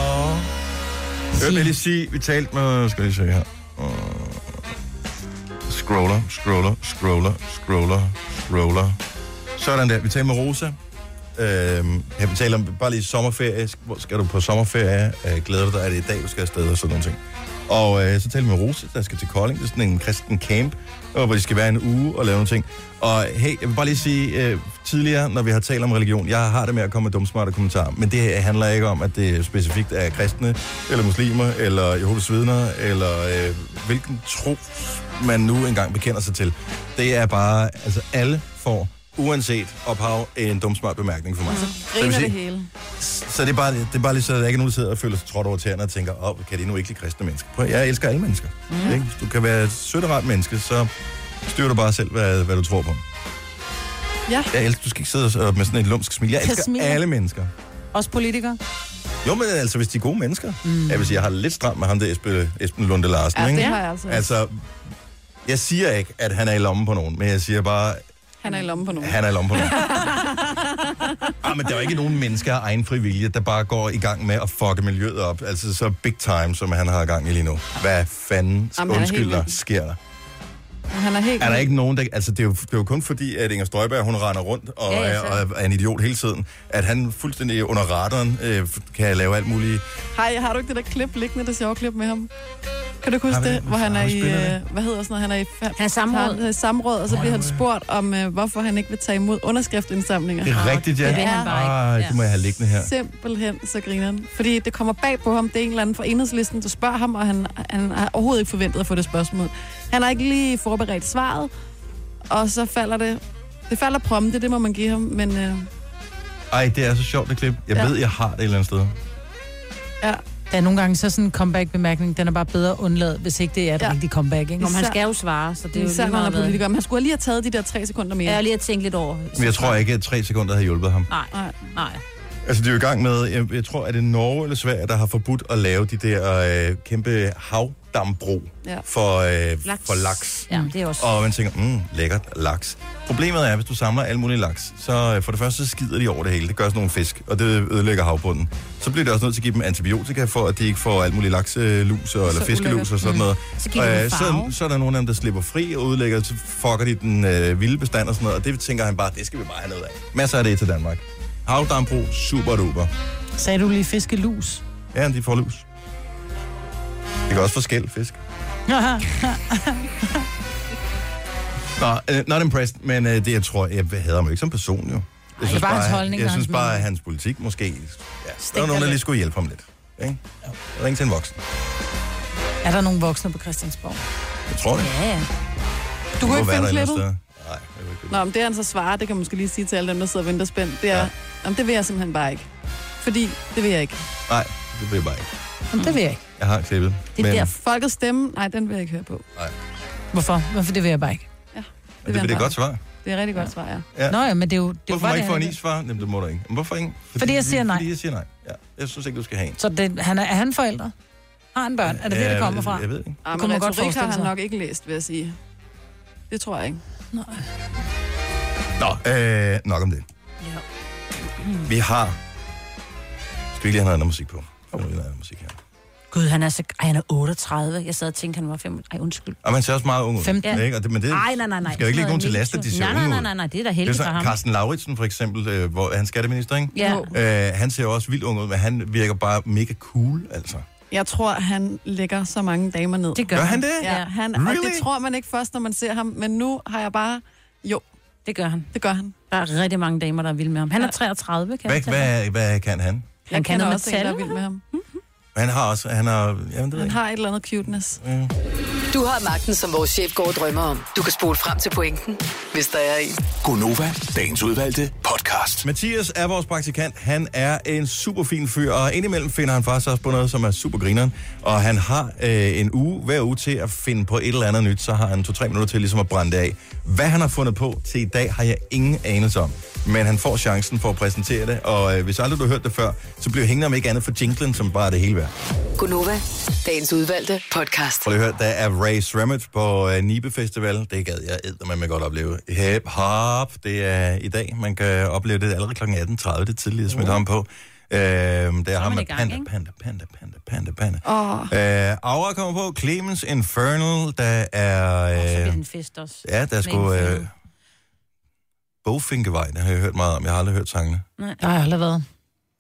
Speaker 1: Hørte jeg lige sige, vi talte med... Skal jeg lige se her. Uh, Scroller, scroller, scroller, scroller, scroller. Sådan der. Vi talte med Rosa. Øhm, jeg taler om bare lige sommerferie. Hvor skal du på sommerferie? Øh, glæder du dig? Er det i dag, du skal afsted? Og sådan nogle ting. Og øh, så talte vi med Rosa, der skal til Kolding. Det er sådan en kristen camp, øh, hvor de skal være en uge og lave nogle ting. Og hey, jeg vil bare lige sige, øh, tidligere, når vi har talt om religion, jeg har det med at komme med dumsmarte kommentarer, men det handler ikke om, at det specifikt er kristne, eller muslimer, eller Jehovas vidner, eller øh, hvilken tro man nu engang bekender sig til. Det er bare, altså alle får, uanset ophav, en dumsmart bemærkning for mig. Så,
Speaker 3: Mm-hmm. Griner
Speaker 1: vil
Speaker 3: det
Speaker 1: sige,
Speaker 3: hele.
Speaker 1: så det er bare, det er bare lige så, at der ikke er nogen, der sidder og føler sig trådt over tæerne og tænker, åh, oh, kan det nu ikke lide kristne mennesker? Prøv, at- jeg elsker alle mennesker.
Speaker 3: Mhm.
Speaker 1: Mm. Ikke? Hvis du kan være et sødt og rart menneske, så styrer du bare selv, hvad, hvad du tror på.
Speaker 3: Ja.
Speaker 1: Jeg elsker, du skal ikke sidde og- med sådan et lumsk smil. Jeg
Speaker 2: Kan
Speaker 1: elsker
Speaker 2: smile.
Speaker 1: alle mennesker.
Speaker 2: Også politikere.
Speaker 1: Jo, men altså, hvis de er gode mennesker. Mm. Jeg vil sige, jeg har det lidt stramt med ham der Esben, Esben Lunde Larsen.
Speaker 3: Mhm. Ja, det
Speaker 1: ikke?
Speaker 3: har jeg altså også.
Speaker 1: Altså, jeg siger ikke, at han er i lommen på nogen, men jeg siger bare,
Speaker 3: Han er i lommen på nogen.
Speaker 1: han er i lommen på nogen. Ah, men der er jo ikke nogen mennesker af egen frivillige, der bare går i gang med at fucke miljøet op. Altså så big time, som han har gang i lige nu. Hvad fanden,
Speaker 3: Jamen, han er helt
Speaker 1: undskyld dig,
Speaker 3: vild.
Speaker 1: sker der?
Speaker 3: Han er helt...
Speaker 1: Er der ikke nogen, der... Altså, det er jo, det er jo kun fordi, at Inger Støjberg, hun render rundt og,
Speaker 3: Ja,
Speaker 1: ja,
Speaker 3: ja,
Speaker 1: ja,
Speaker 3: så-
Speaker 1: og er en idiot hele tiden, at han fuldstændig under radaren øh, kan lave alt muligt.
Speaker 3: Hej, har du ikke det der klip liggende, det sjove klip med ham? Kan du ikke huske
Speaker 1: Har vi-
Speaker 3: det, hvor han er
Speaker 1: har vi
Speaker 3: i,
Speaker 1: spillet
Speaker 3: øh, hvad hedder sådan noget, han er i han er
Speaker 4: samråd.
Speaker 3: Han er i samråd, og så bliver han spurgt om, øh, hvorfor han ikke vil tage imod underskriftindsamlinger.
Speaker 1: Det er rigtigt, ja.
Speaker 3: Det vil han bare ikke.
Speaker 1: Ah, det må jeg have liggende her.
Speaker 3: Simpelthen så griner han. Fordi det kommer bag på ham, det er en eller anden fra enhedslisten, der spørger ham, og han, han har overhovedet ikke forventet at få det spørgsmål. Han har ikke lige forberedt svaret, og så falder det. Det falder prompte, det må man give ham, men øh,
Speaker 1: Ej, det er så sjovt, det klip. Jeg
Speaker 3: Ja.
Speaker 1: ja. ved, jeg har det et eller andet sted.
Speaker 3: ja.
Speaker 2: Der er nogle gange så sådan en comeback-bemærkning, den er bare bedre undladt, hvis ikke det er et ja. rigtigt comeback, ikke?
Speaker 4: Nå, men han skal jo svare, så det er jo
Speaker 3: især,
Speaker 4: lige
Speaker 3: når han
Speaker 4: meget
Speaker 3: er
Speaker 4: hvad.
Speaker 3: politiker. Men han skulle lige have taget de der tre sekunder mere.
Speaker 4: Jeg er lige at tænke lidt over.
Speaker 1: Men jeg tror ikke, at tre sekunder havde hjulpet ham.
Speaker 4: Nej, nej.
Speaker 1: Altså, de er jo i gang med, jeg, jeg tror, at det er Norge eller Sverige, der har forbudt at lave de der øh, kæmpe havdambro
Speaker 4: Ja.
Speaker 1: for, øh,
Speaker 4: Laks.
Speaker 1: for laks.
Speaker 4: Ja, det er også-
Speaker 1: Og man tænker, mm, lækkert, laks. Problemet er, hvis du samler alle mulige laks, så øh, for det første så skider de over det hele. Det gør sådan nogle fisk, og det ødelægger havbunden. Så bliver det også nødt til at give dem antibiotika, for at de ikke får alle mulige lakseluser eller
Speaker 12: Så
Speaker 1: fiskelus
Speaker 12: ulækkert.
Speaker 1: og sådan noget.
Speaker 12: Mm. Så giver de
Speaker 1: Og,
Speaker 12: dem
Speaker 1: øh, så,
Speaker 12: farve.
Speaker 1: så er der nogle af dem, der slipper fri og udlægger, så fucker de den øh, vilde bestand og sådan noget. Og det tænker han bare, det skal vi bare have noget af. Masser af det til Danmark. Havdambrug, super duper.
Speaker 2: Sagde du lige fiskelus?
Speaker 1: Ja, de får lus. Det kan også få skæld, fisk. Nå, uh, not impressed, men uh, det, jeg tror, jeg hader ham jo ikke som person, jo. Jeg
Speaker 2: det er bare hans holdning
Speaker 1: Jeg
Speaker 2: og
Speaker 1: synes
Speaker 2: hans
Speaker 1: bare,
Speaker 2: mening.
Speaker 1: at hans politik måske... Ja, der
Speaker 2: Stinker
Speaker 1: var nogen, der lige
Speaker 2: lidt.
Speaker 1: skulle hjælpe ham lidt. Ikke? Ja. Ring til en voksen.
Speaker 2: Er der nogen voksne på Christiansborg?
Speaker 1: Jeg tror det.
Speaker 2: Ja.
Speaker 3: Du kunne
Speaker 1: må
Speaker 3: ikke
Speaker 1: være
Speaker 3: finde
Speaker 1: der et eller andet
Speaker 3: klippet?
Speaker 1: sted.
Speaker 3: Nå, men det han så svarer, det kan man måske lige sige til alle dem, der sidder og venter spændt, det er, ja. jamen, det vil jeg simpelthen bare ikke. Fordi det vil jeg ikke.
Speaker 1: Nej, det bliver bare ikke.
Speaker 3: Jamen, det vil jeg ikke.
Speaker 1: Jeg har klippet.
Speaker 3: Det er der folkets stemme, nej, den vil jeg ikke høre på.
Speaker 1: Nej.
Speaker 2: Hvorfor? Hvorfor det vil jeg bare ikke?
Speaker 1: Det, det, det er et godt svar.
Speaker 3: Det er et rigtig godt svar, ja.
Speaker 1: Ja.
Speaker 2: Nå ja, men det er jo... Det er jo
Speaker 1: Hvorfor må
Speaker 2: bare
Speaker 1: jeg ikke få en
Speaker 2: det, han-
Speaker 1: isfar? Jamen, det må du ikke. Men hvorfor ikke?
Speaker 2: Fordi jeg siger nej.
Speaker 1: Fordi jeg siger nej. Ja. Jeg synes ikke, du skal have en.
Speaker 2: Så det, han er, er han forældre? Har han børn? Er det det,
Speaker 1: Ja,
Speaker 2: det kommer fra?
Speaker 1: jeg ved ikke.
Speaker 3: Ja, Ah,
Speaker 2: Det
Speaker 3: men
Speaker 2: kunne man godt
Speaker 3: retorik har
Speaker 2: forestille
Speaker 3: han
Speaker 2: sig.
Speaker 3: nok ikke læst, vil jeg sige. Det tror jeg ikke. Nej.
Speaker 1: Nå, øh, nok om det. Vi har... Skal vi ikke lige have noget andet musik på? Okay. Noget andet musik her.
Speaker 4: Gud, han er, så, ej, han er 38. Jeg sad og tænkte, han var 5. Ej, undskyld.
Speaker 1: Og man ser også meget ung ud.
Speaker 4: 15.
Speaker 1: Ikke? Og det, men det
Speaker 4: Ej, nej, nej, nej.
Speaker 1: skal jo ikke ligge nogen til last, at de ser
Speaker 4: Nej,
Speaker 1: unge
Speaker 4: nej, nej,
Speaker 1: ud.
Speaker 4: nej, nej, det er
Speaker 1: Det
Speaker 4: da
Speaker 1: er
Speaker 4: heldigt for
Speaker 1: sådan,
Speaker 4: ham.
Speaker 1: Carsten Lauritsen for eksempel, øh, hvor han er skatteminister, ikke?
Speaker 3: Ja.
Speaker 1: Øh, han ser også vildt ung ud, men han virker bare mega cool, altså.
Speaker 3: Jeg tror, han lægger så mange damer ned. Det
Speaker 1: gør Gør han han. det?
Speaker 3: Ja, han, og
Speaker 1: Really?
Speaker 3: det tror man ikke først, når man ser ham. Men nu har jeg bare... Jo.
Speaker 4: Det gør han.
Speaker 3: Det gør han.
Speaker 4: Der er rigtig mange damer, der er vilde med ham. Han er 33, kan
Speaker 1: Hvad,
Speaker 4: jeg fortælle dig.
Speaker 1: hvad, hvad kan han?
Speaker 4: Han kan
Speaker 3: kender
Speaker 4: noget
Speaker 3: også en, der er
Speaker 4: metal.
Speaker 3: vild med ham.
Speaker 1: Han har også... Han har, jamen, det ved
Speaker 3: Han
Speaker 1: jeg
Speaker 3: har et eller andet cuteness.
Speaker 1: ikke.
Speaker 8: Du har magten, som vores chef går og drømmer om. Du kan spole frem til pointen, hvis der er en.
Speaker 9: Gonova, dagens udvalgte podcast.
Speaker 1: Mathias er vores praktikant. Han er en super fin fyr, og indimellem finder han faktisk også på noget, som er super grineren. Og han har øh, en uge hver uge til at finde på et eller andet nyt, så har han to-tre minutter til ligesom at brænde det af. Hvad han har fundet på til i dag, har jeg ingen anelse om. Men han får chancen for at præsentere det, og øh, hvis aldrig du har hørt det før, så bliver hængende om ikke andet for jinglen, som bare er det hele værd.
Speaker 8: Gunova, dagens udvalgte podcast.
Speaker 1: Prøv lige at høre, der er Ray Sremmert på øh, Nibe Festival. Det gad jeg eddermame godt opleve. Hip hop, det er i dag. Man kan opleve det allerede kl. 18.30, det tidligere smidt ham på. Øh, der er ham med Panda, Panda, Panda, Panda, Panda, Panda.
Speaker 3: Åh.
Speaker 1: Øh, Aura kommer på, Clemens Infernal, der er... Øh,
Speaker 4: Det er en fest også.
Speaker 1: ja, der er
Speaker 4: Med
Speaker 1: sgu...
Speaker 4: en
Speaker 1: Øh,
Speaker 4: film.
Speaker 1: Bogfinkevej, det har jeg hørt meget om. Jeg har aldrig hørt sangene.
Speaker 4: Nej.
Speaker 2: Der har jeg aldrig været.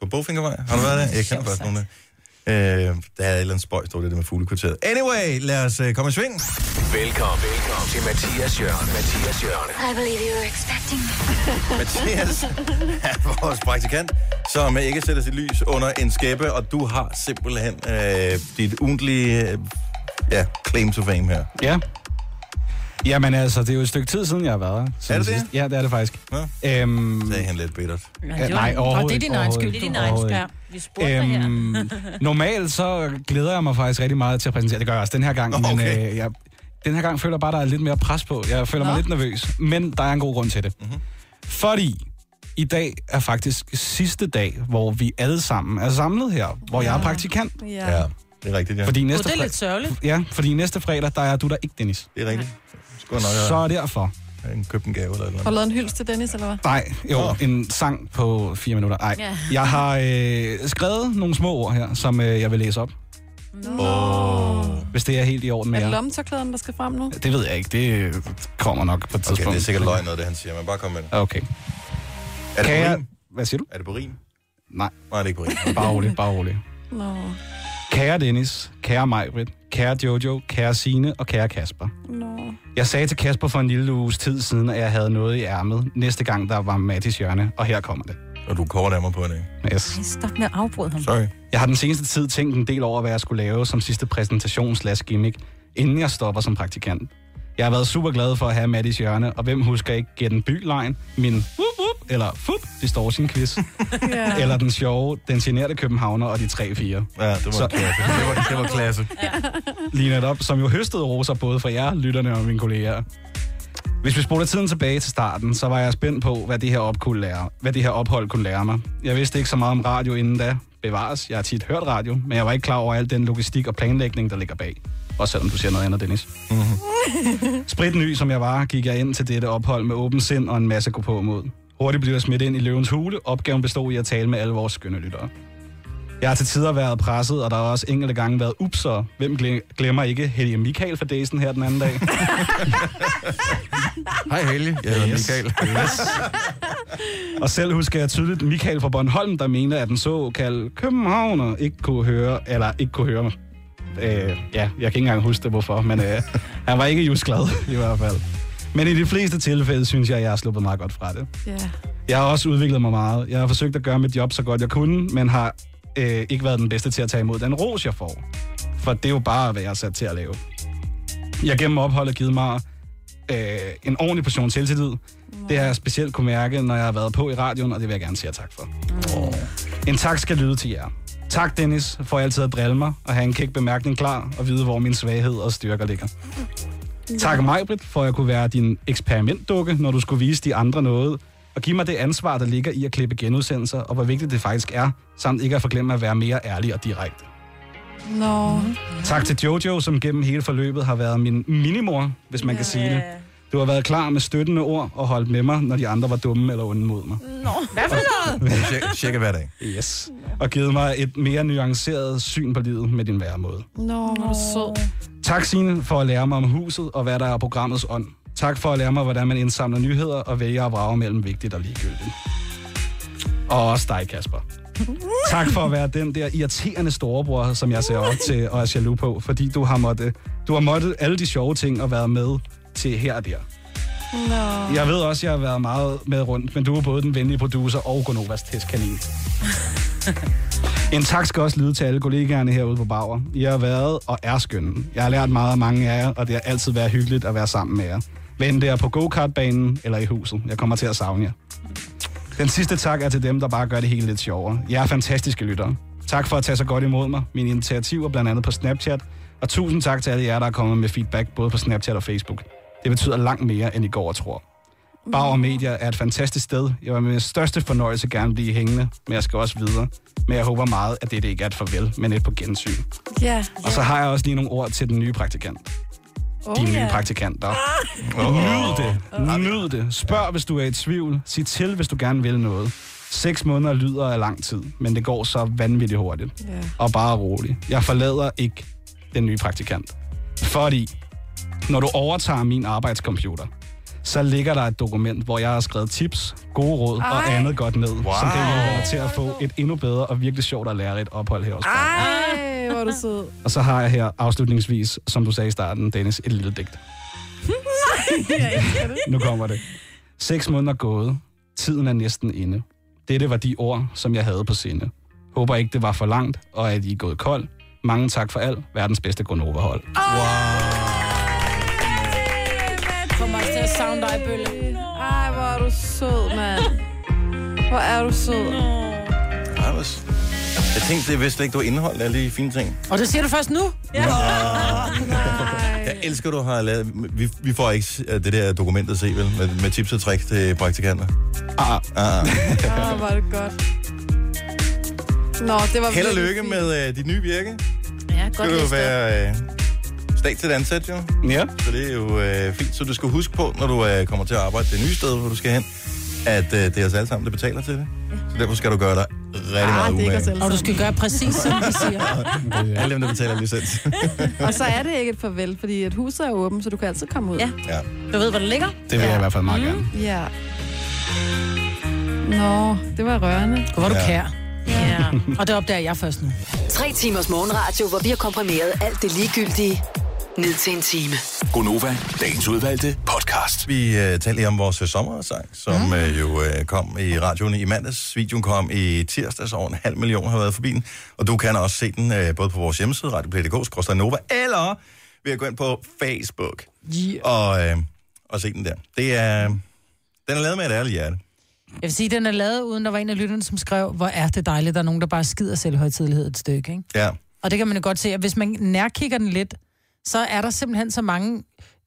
Speaker 1: På Bogfinkervej? Har du været der? Jeg kender faktisk nogen der. Øh, der er et eller andet spøjs, der var det der med fuglekvarteret. Anyway, lad os øh, komme i sving.
Speaker 9: Velkommen, velkommen til Mathias Jørgen. Mathias Jørgen.
Speaker 20: I believe you were expecting me.
Speaker 1: Mathias er vores praktikant, som ikke sætter sit lys under en skæppe, og du har simpelthen øh, dit ugentlige øh, ja, claim to fame her.
Speaker 21: Ja. Jamen altså, det er jo et stykke tid siden, jeg har været her. Siden
Speaker 1: Er det det?
Speaker 21: sidst. Ja, det er det faktisk. Ja. Øhm, Sagde
Speaker 1: han lidt bittert.
Speaker 21: Ja, nej, overhovedet
Speaker 4: Og det er din egen
Speaker 21: overhovedet
Speaker 4: skyld. Det
Speaker 21: ikke. Øhm,
Speaker 4: er din egen skyld.
Speaker 21: Overhovedet
Speaker 4: Ja,
Speaker 21: ikke.
Speaker 4: Vi spurgte dig her.
Speaker 21: normalt så glæder jeg mig faktisk rigtig meget til at præsentere. Det gør jeg også den her gang, okay. men øh, jeg, den her gang føler jeg bare, der er lidt mere pres på. Jeg føler Nå.
Speaker 22: Nå.
Speaker 21: mig lidt nervøs, men der er en god grund til det.
Speaker 1: Mhm.
Speaker 21: Mm-hmm. Fordi i dag er faktisk sidste dag, hvor vi alle sammen er samlet her, hvor ja. jeg er praktikant.
Speaker 3: Ja. ja.
Speaker 1: det er rigtigt, ja.
Speaker 21: Fordi næste
Speaker 2: det er
Speaker 21: fre-
Speaker 2: lidt sørgeligt.
Speaker 21: Ja, fordi næste fredag, der er du der ikke, Dennis.
Speaker 1: Det er rigtigt. Skulle nok
Speaker 21: Så er derfor.
Speaker 1: have købt en gave eller et eller
Speaker 3: Har du lavet en hyldest til Dennis, eller hvad?
Speaker 21: Nej, jo, en sang på fire minutter. Nej,
Speaker 3: Ja.
Speaker 21: jeg har øh, skrevet nogle små ord her, som øh, jeg vil læse op. No. Hvis det er helt i orden med
Speaker 3: Er det
Speaker 21: jer.
Speaker 3: lommetørklæderne, der skal frem nu?
Speaker 21: Det ved jeg ikke, det øh, kommer nok på et tidspunkt.
Speaker 1: Okay, Altså, det er sikkert løgn noget, det han siger, men bare kom med det.
Speaker 21: Okay.
Speaker 1: Er
Speaker 21: Kan
Speaker 1: det på
Speaker 21: jeg-
Speaker 1: rim?
Speaker 21: Hvad siger du?
Speaker 1: Er det på rim?
Speaker 21: Nej.
Speaker 1: Nej, det er ikke på rim.
Speaker 21: Bare rolig, bare rolig.
Speaker 3: Nå.
Speaker 21: Kære Dennis, kære Majbrit, kære Jojo, kære Sine og kære Kasper.
Speaker 3: Nå.
Speaker 21: Jeg sagde til Kasper for en lille uges tid siden, at jeg havde noget i ærmet næste gang, der var Mattis hjørne, og her kommer det.
Speaker 1: Og du korter mig på en
Speaker 21: Yes.
Speaker 4: Ej, Stop med at afbryde ham.
Speaker 1: Sorry.
Speaker 21: Jeg har den seneste tid tænkt en del over, hvad jeg skulle lave som sidste præsentation slash gimmick, inden jeg stopper som praktikant. Jeg har været super glad for at have Mattis hjørne, og hvem husker ikke Get en by min whoop, whoop, eller fup, distortion quiz,
Speaker 3: Ja.
Speaker 21: eller den sjove, den generte københavner og de 3-4. Ja, det
Speaker 1: var klasse. Det var, det var klasse.
Speaker 21: Lige netop, som jo høstede roser både fra jer, lytterne og mine kolleger. Hvis vi spoler tiden tilbage til starten, så var jeg spændt på, hvad det her, op kunne lære, hvad det her ophold kunne lære mig. Jeg vidste ikke så meget om radio inden da. Bevares, jeg har tit hørt radio, men jeg var ikke klar over al den logistik og planlægning, der ligger bag. Også selvom du siger noget andet, Dennis.
Speaker 1: Mhm.
Speaker 21: Spritny som jeg var, gik jeg ind til dette ophold med åben sind og en masse gå på mod. Hurtigt blev jeg smidt ind i løvens hule. Opgaven bestod i at tale med alle vores skønne lyttere. Jeg har til tider været presset, og der har også enkelte gange været upser. Hvem gle- glemmer ikke Helge Michael for dagen her den anden dag? Hej Helge, jeg hedder yes. Michael. Yes. og selv husker jeg tydeligt Michael fra Bornholm, der mente, at den såkaldte københavner ikke kunne høre, eller ikke kunne høre mig. Øh, ja, jeg kan ikke engang huske det, hvorfor, men øh, han var ikke just glad i hvert fald. Men i de fleste tilfælde synes jeg, at jeg har sluppet meget godt fra det.
Speaker 3: Ja.
Speaker 21: Jeg har også udviklet mig meget. Jeg har forsøgt at gøre mit job så godt jeg kunne, men har øh, ikke været den bedste til at tage imod den ros, jeg får. For det er jo bare, hvad jeg er sat til at lave. Jeg gennem opholdet givet mig øh, en ordentlig portion selvtillid. Det har jeg specielt kunne mærke, når jeg har været på i radioen, og det vil jeg gerne sige jer tak for. Oh. En tak skal lyde til jer. Tak, Dennis, for altid at drille mig og have en kæk bemærkning klar og vide, hvor min svaghed og styrker ligger. Tak mig, Britt, for at jeg kunne være din eksperimentdukke, når du skulle vise de andre noget, og give mig det ansvar, der ligger i at klippe genudsendelser, og hvor vigtigt det faktisk er, samt ikke at forglemme at være mere ærlig og direkte.
Speaker 3: Nå.
Speaker 21: Tak til Jojo, som gennem hele forløbet har været min minimor, hvis man kan sige det. Du har været klar med støttende ord og holdt med mig, når de andre var dumme eller onde mod mig.
Speaker 2: Nå, hvad for noget?
Speaker 21: Cirka hver dag. Yes. Og givet mig et mere nuanceret syn på livet med din væremåde.
Speaker 3: Nå, hvor er du sød.
Speaker 21: Tak, Signe, for at lære mig om huset og hvad der er programmets ånd. Tak for at lære mig, hvordan man indsamler nyheder og vælger at vrage mellem vigtigt og ligegyldigt. Og også dig, Kasper. Tak for at være den der irriterende storebror, som jeg ser op til og er jaloux på, fordi du har måttet, du har måttet alle de sjove ting og været med til her og der.
Speaker 3: Nå.
Speaker 21: Jeg ved også, at jeg har været meget med rundt, men du er både den venlige producer og Gonovas testkanin. En tak skal også lyde til alle kollegaerne herude på Bauer. I har været og er skønne. Jeg har lært meget af mange af jer, og det har altid været hyggeligt at være sammen med jer. Hvem det er på go-kartbanen eller i huset. Jeg kommer til at savne jer. Den sidste tak er til dem, der bare gør det hele lidt sjovere. Jeg er fantastiske lyttere. Tak for at tage så godt imod mig, mine initiativer blandt andet på Snapchat, og tusind tak til alle jer, der er kommet med feedback både på Snapchat og Facebook. Det betyder langt mere, end I går og tror. Bauer Media er et fantastisk sted. Jeg vil med største fornøjelse gerne blive hængende, men jeg skal også videre. Men jeg håber meget, at det ikke er et farvel, men et på gensyn. Yeah.
Speaker 3: Ja.
Speaker 21: Og så har jeg også lige nogle ord til den nye praktikant.
Speaker 3: Oh,
Speaker 21: De nye
Speaker 3: ja.
Speaker 21: praktikanter. Nyd det. Nyd det. Spørg, hvis du er i tvivl. Sig til, hvis du gerne vil noget. Seks måneder lyder af lang tid, men det går så vanvittigt hurtigt.
Speaker 3: Ja.
Speaker 21: Og bare rolig. Jeg forlader ikke den nye praktikant. Fordi, når du overtager min arbejdscomputer, så ligger der et dokument, hvor jeg har skrevet tips, gode råd Ej. og andet godt ned, wow. som kan hjælpe dig til at få et endnu bedre og virkelig sjovt og lærerigt ophold her hos
Speaker 3: Ah.
Speaker 21: mig.
Speaker 3: Ej, hvor er du sød.
Speaker 21: Og så har jeg her afslutningsvis, som du sagde i starten, Dennis, et lille digt.
Speaker 3: Nej, jeg elsker det.
Speaker 21: Nu kommer det. Seks måneder gået. Tiden er næsten inde. Dette var de ord, som jeg havde på sinde. Håber ikke, det var for langt, og at I er gået kold. Mange tak for alt. Verdens bedste Gonova-hold.
Speaker 3: Kommer også til at savne dig, Bølle. Ej, hvor er du sød, mand. Hvor er du sød.
Speaker 1: Ej, hvor s- Jeg tænkte, det vidste ikke, du har indholdt alle de fine ting.
Speaker 2: Og det siger du først nu? Ja.
Speaker 1: Jeg elsker, du har lavet... Vi, vi får ikke øh, det der dokument at se, vel? Med, med tips og tricks til praktikanter.
Speaker 21: Ah.
Speaker 1: ah.
Speaker 3: Åh, hvor er det godt. Nå, det var
Speaker 1: Held og
Speaker 3: virkelig
Speaker 1: lykke
Speaker 3: fint.
Speaker 1: med øh, dit nye virke.
Speaker 4: Ja,
Speaker 1: Skal du jo være øh, statsligt ansat, jo?
Speaker 21: Ja.
Speaker 1: Så det er jo øh, fint. Så du skal huske på, når du øh, kommer til at arbejde det nye sted, hvor du skal hen, at øh, det er os alle sammen, der betaler til det. Så derfor skal du gøre dig
Speaker 2: Ah,
Speaker 1: rigtig meget umage.
Speaker 2: Og du skal gøre præcis, som de siger.
Speaker 1: Alle dem, der betaler licens.
Speaker 3: Og så er det ikke et farvel, fordi et hus er jo åbent, så du kan altid komme ud. Ja.
Speaker 1: ja.
Speaker 4: Du ved, hvor det ligger?
Speaker 21: Det vil jeg i hvert fald meget gerne.
Speaker 3: Ja. Nå, det var rørende.
Speaker 2: Hvor er du
Speaker 21: Ja.
Speaker 2: kær. Ja. Og det opdager jeg først nu.
Speaker 8: Tre timers morgenradio, hvor vi har komprimeret alt det ligegyldige ned til en time.
Speaker 1: Gonova, dagens udvalgte podcast. Vi øh, talte lige om vores øh, sommersang,
Speaker 2: Mm.
Speaker 1: som øh, jo øh, kom i radioen i mandags. Videoen kom i tirsdags, over en halv million har været forbi den. Og du kan også se den øh, både på vores hjemmeside, radioplay.dk, Nova, eller ved at gå ind på Facebook
Speaker 2: yeah.
Speaker 1: og, øh, og se den der. Det er, den er lavet med et ærligt hjerte.
Speaker 2: Jeg vil sige, den er lavet, uden der var en af lytterne, som skrev, hvor er det dejligt, der er nogen, der bare skider selvhøjtidlighed et stykke, ikke?
Speaker 1: Ja.
Speaker 2: Og det kan man jo godt se, at hvis man nærkigger den lidt, så er der simpelthen så mange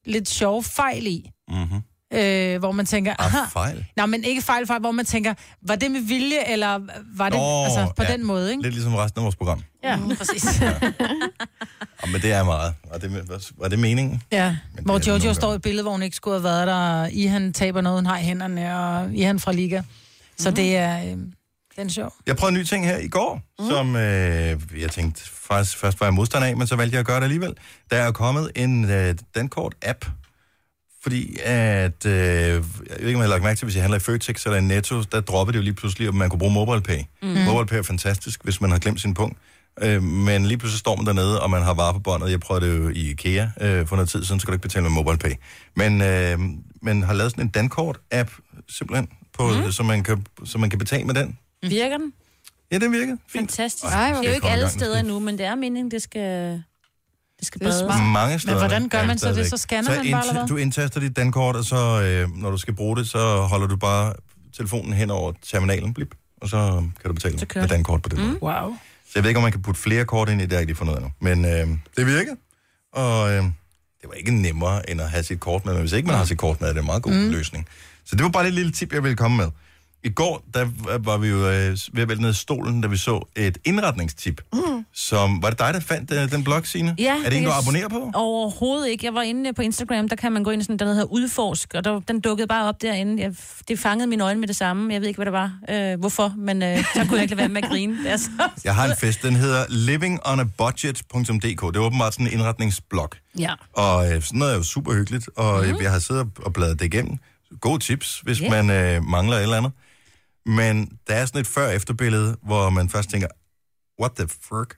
Speaker 2: lidt sjove fejl i.
Speaker 1: Mm-hmm.
Speaker 2: øh, hvor man tænker...
Speaker 1: Ah, fejl.
Speaker 2: Nej, men ikke fejl, fejl, hvor man tænker, var det med vilje, eller var det...
Speaker 1: Nå,
Speaker 2: altså, på
Speaker 1: ja,
Speaker 2: den måde, ikke?
Speaker 1: Lidt ligesom resten af vores program.
Speaker 2: Ja, præcis.
Speaker 1: Og, men det er meget. Og det, var det meningen?
Speaker 2: Ja, hvor Jojo står i et billede, hvor hun ikke skulle have været der, og I han taber noget, hun har i hænderne, og I han fra Liga. Så mm. det er... Øh, den er sjov.
Speaker 1: Jeg prøvede en ny ting her i går, mm. som øh, jeg tænkte faktisk først var jeg modstander af, men så valgte jeg at gøre det alligevel. Der er jo kommet en øh, Dankort-app, fordi at, øh, jeg ved ikke, om jeg har lagt mærke til, hvis jeg handler i Føtex eller i Netto, der droppede det jo lige pludselig, om man kunne bruge MobilePay. Mm. MobilePay er fantastisk, hvis man har glemt sin punkt. Øh, men lige pludselig står man dernede, og man har varer på båndet. Jeg prøvede det jo i IKEA øh, for noget tid siden, så kan du ikke betale med MobilePay. Men øh, man har lavet sådan en Dankort-app, simpelthen, på, mm. så, man kan, så man kan betale med den.
Speaker 4: Virker den?
Speaker 1: Ja, den virker.
Speaker 4: Fantastisk.
Speaker 1: Ej, hvor
Speaker 4: det er
Speaker 1: fedt.
Speaker 4: jo ikke
Speaker 1: Kom i
Speaker 4: alle
Speaker 1: gang.
Speaker 4: steder nu, men det er meningen, det skal, det skal
Speaker 2: Det er
Speaker 4: brede.
Speaker 2: smart.
Speaker 1: Mange steder.
Speaker 2: Men hvordan gør
Speaker 1: er
Speaker 2: man så det?
Speaker 1: stadigvæk.
Speaker 2: Så scanner man bare, eller hvad?
Speaker 1: Du indtaster dit dankort, og så øh, når du skal bruge det, så holder du bare telefonen hen over terminalen, blip, og så kan du betale med dankort på det. Mm.
Speaker 2: Wow.
Speaker 1: Så jeg ved ikke, om man kan putte flere kort ind i det, har jeg ikke lige fundet ud af nu. Men øh, det virker, og øh, det var ikke nemmere end at have sit kort med, men hvis ikke man har sit kort med, er det en meget god mm. løsning. Så det var bare et lille tip, jeg ville komme med. I går, der var vi jo øh, ved at vælte ned af stolen, da vi så et indretningstip, mm. som... Var det dig, der fandt øh, den blog, Signe?
Speaker 4: Ja,
Speaker 1: er det en,
Speaker 4: kan
Speaker 1: du
Speaker 4: jeg
Speaker 1: abonnerer
Speaker 4: s-
Speaker 1: på?
Speaker 4: Overhovedet ikke. Jeg var inde på Instagram, der kan man gå ind i sådan, der hedder Udforsk, og der, den dukkede bare op derinde. Jeg, det fangede mine øjne med det samme. Jeg ved ikke, hvad det var, øh, hvorfor, men øh, så kunne jeg ikke lade være med at grine. Altså.
Speaker 1: Jeg har en fest, den hedder livingonabudget.dk. Det er åbenbart sådan en indretningsblog.
Speaker 4: Ja.
Speaker 1: Og øh, sådan noget er jo super hyggeligt, og mm. jeg har siddet og- og bladret det igennem. Gode tips, hvis
Speaker 4: Mhm. Ja.
Speaker 1: yeah. man øh, mangler et eller andet. Men der er sådan et før-efterbillede, hvor man først tænker, what the fuck?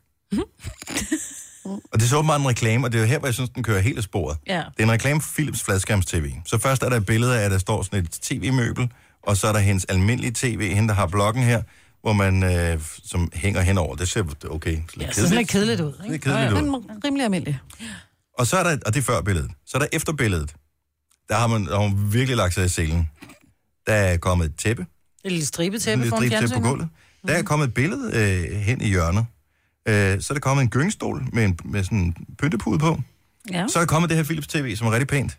Speaker 1: og det er så åbenbart en reklame, og det er jo her, hvor jeg synes, den kører helt af sporet.
Speaker 4: Ja.
Speaker 1: Det er en reklame for Philips fladskærms-tv. Så først er der et billede af, at der står sådan et tv-møbel, og så er der hendes almindelige tv, hende der har bloggen her, hvor man, øh, som hænger henover. Det ser okay, lidt
Speaker 2: Ja, så sådan
Speaker 1: kedeligt.
Speaker 2: lidt kedeligt ud, ikke?
Speaker 1: Det er kedeligt ud.
Speaker 3: Men rimelig almindelig.
Speaker 1: Og så er der, og det er før billedet, så er der efter billedet. Der har man, der har hun virkelig lagt sig i selen. Der er kommet et tæppe,
Speaker 2: Et lille
Speaker 1: en
Speaker 2: stribetæppe
Speaker 1: lille
Speaker 2: foran Mhm. fjernsynet.
Speaker 1: stribtæppe på gulvet. Der er kommet et billede øh, hen i hjørnet. Øh, så er der kommet en gyngestol med, en, med sådan en pyntepude på.
Speaker 4: Ja.
Speaker 1: Så er der kommet det her Philips TV, som er rigtig pænt.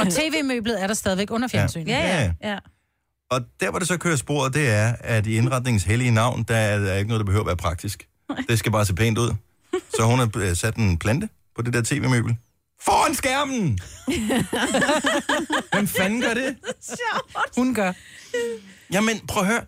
Speaker 2: Og tv-møblet er der stadigvæk under fjernsynet.
Speaker 1: Ja. Ja,
Speaker 4: ja.
Speaker 1: Og der, hvor det så kører sporet, det er, at i indretningens hellige navn, der er, der er ikke noget, der behøver at være praktisk. Det skal bare se pænt ud. Så hun har øh, sat en plante på det der tv-møbel. Foran skærmen! Hvem fanden gør det?
Speaker 2: Hun gør.
Speaker 1: Jamen, prøv at høre.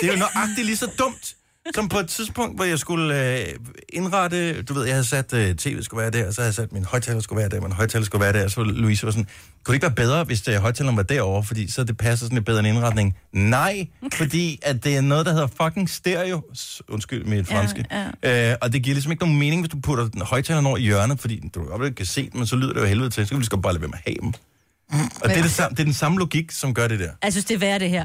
Speaker 1: Det er jo nøjagtigt lige så dumt, som på et tidspunkt, hvor jeg skulle øh, indrette... Du ved, jeg havde sat øh, tv skulle være der, og så havde jeg sat min højtaler skulle være der, min højtaler skulle være der, og så var Louise var sådan, kunne det ikke være bedre, hvis øh, højtaleren var derovre, fordi så det passer sådan lidt bedre en indretning? Nej, fordi at det er noget, der hedder fucking stereo. S- Undskyld mit
Speaker 4: Ja,
Speaker 1: franske. Ja. Øh, og det giver ligesom ikke nogen mening, hvis du putter den højtaleren over i hjørnet, fordi du kan godt ikke kan se dem, men så lyder det jo af helvede til. Så kan vi lige så godt bare lade være med at have dem. Og det er, det, sam- det er den samme logik, som gør det der.
Speaker 4: Jeg synes, det er værre, det her.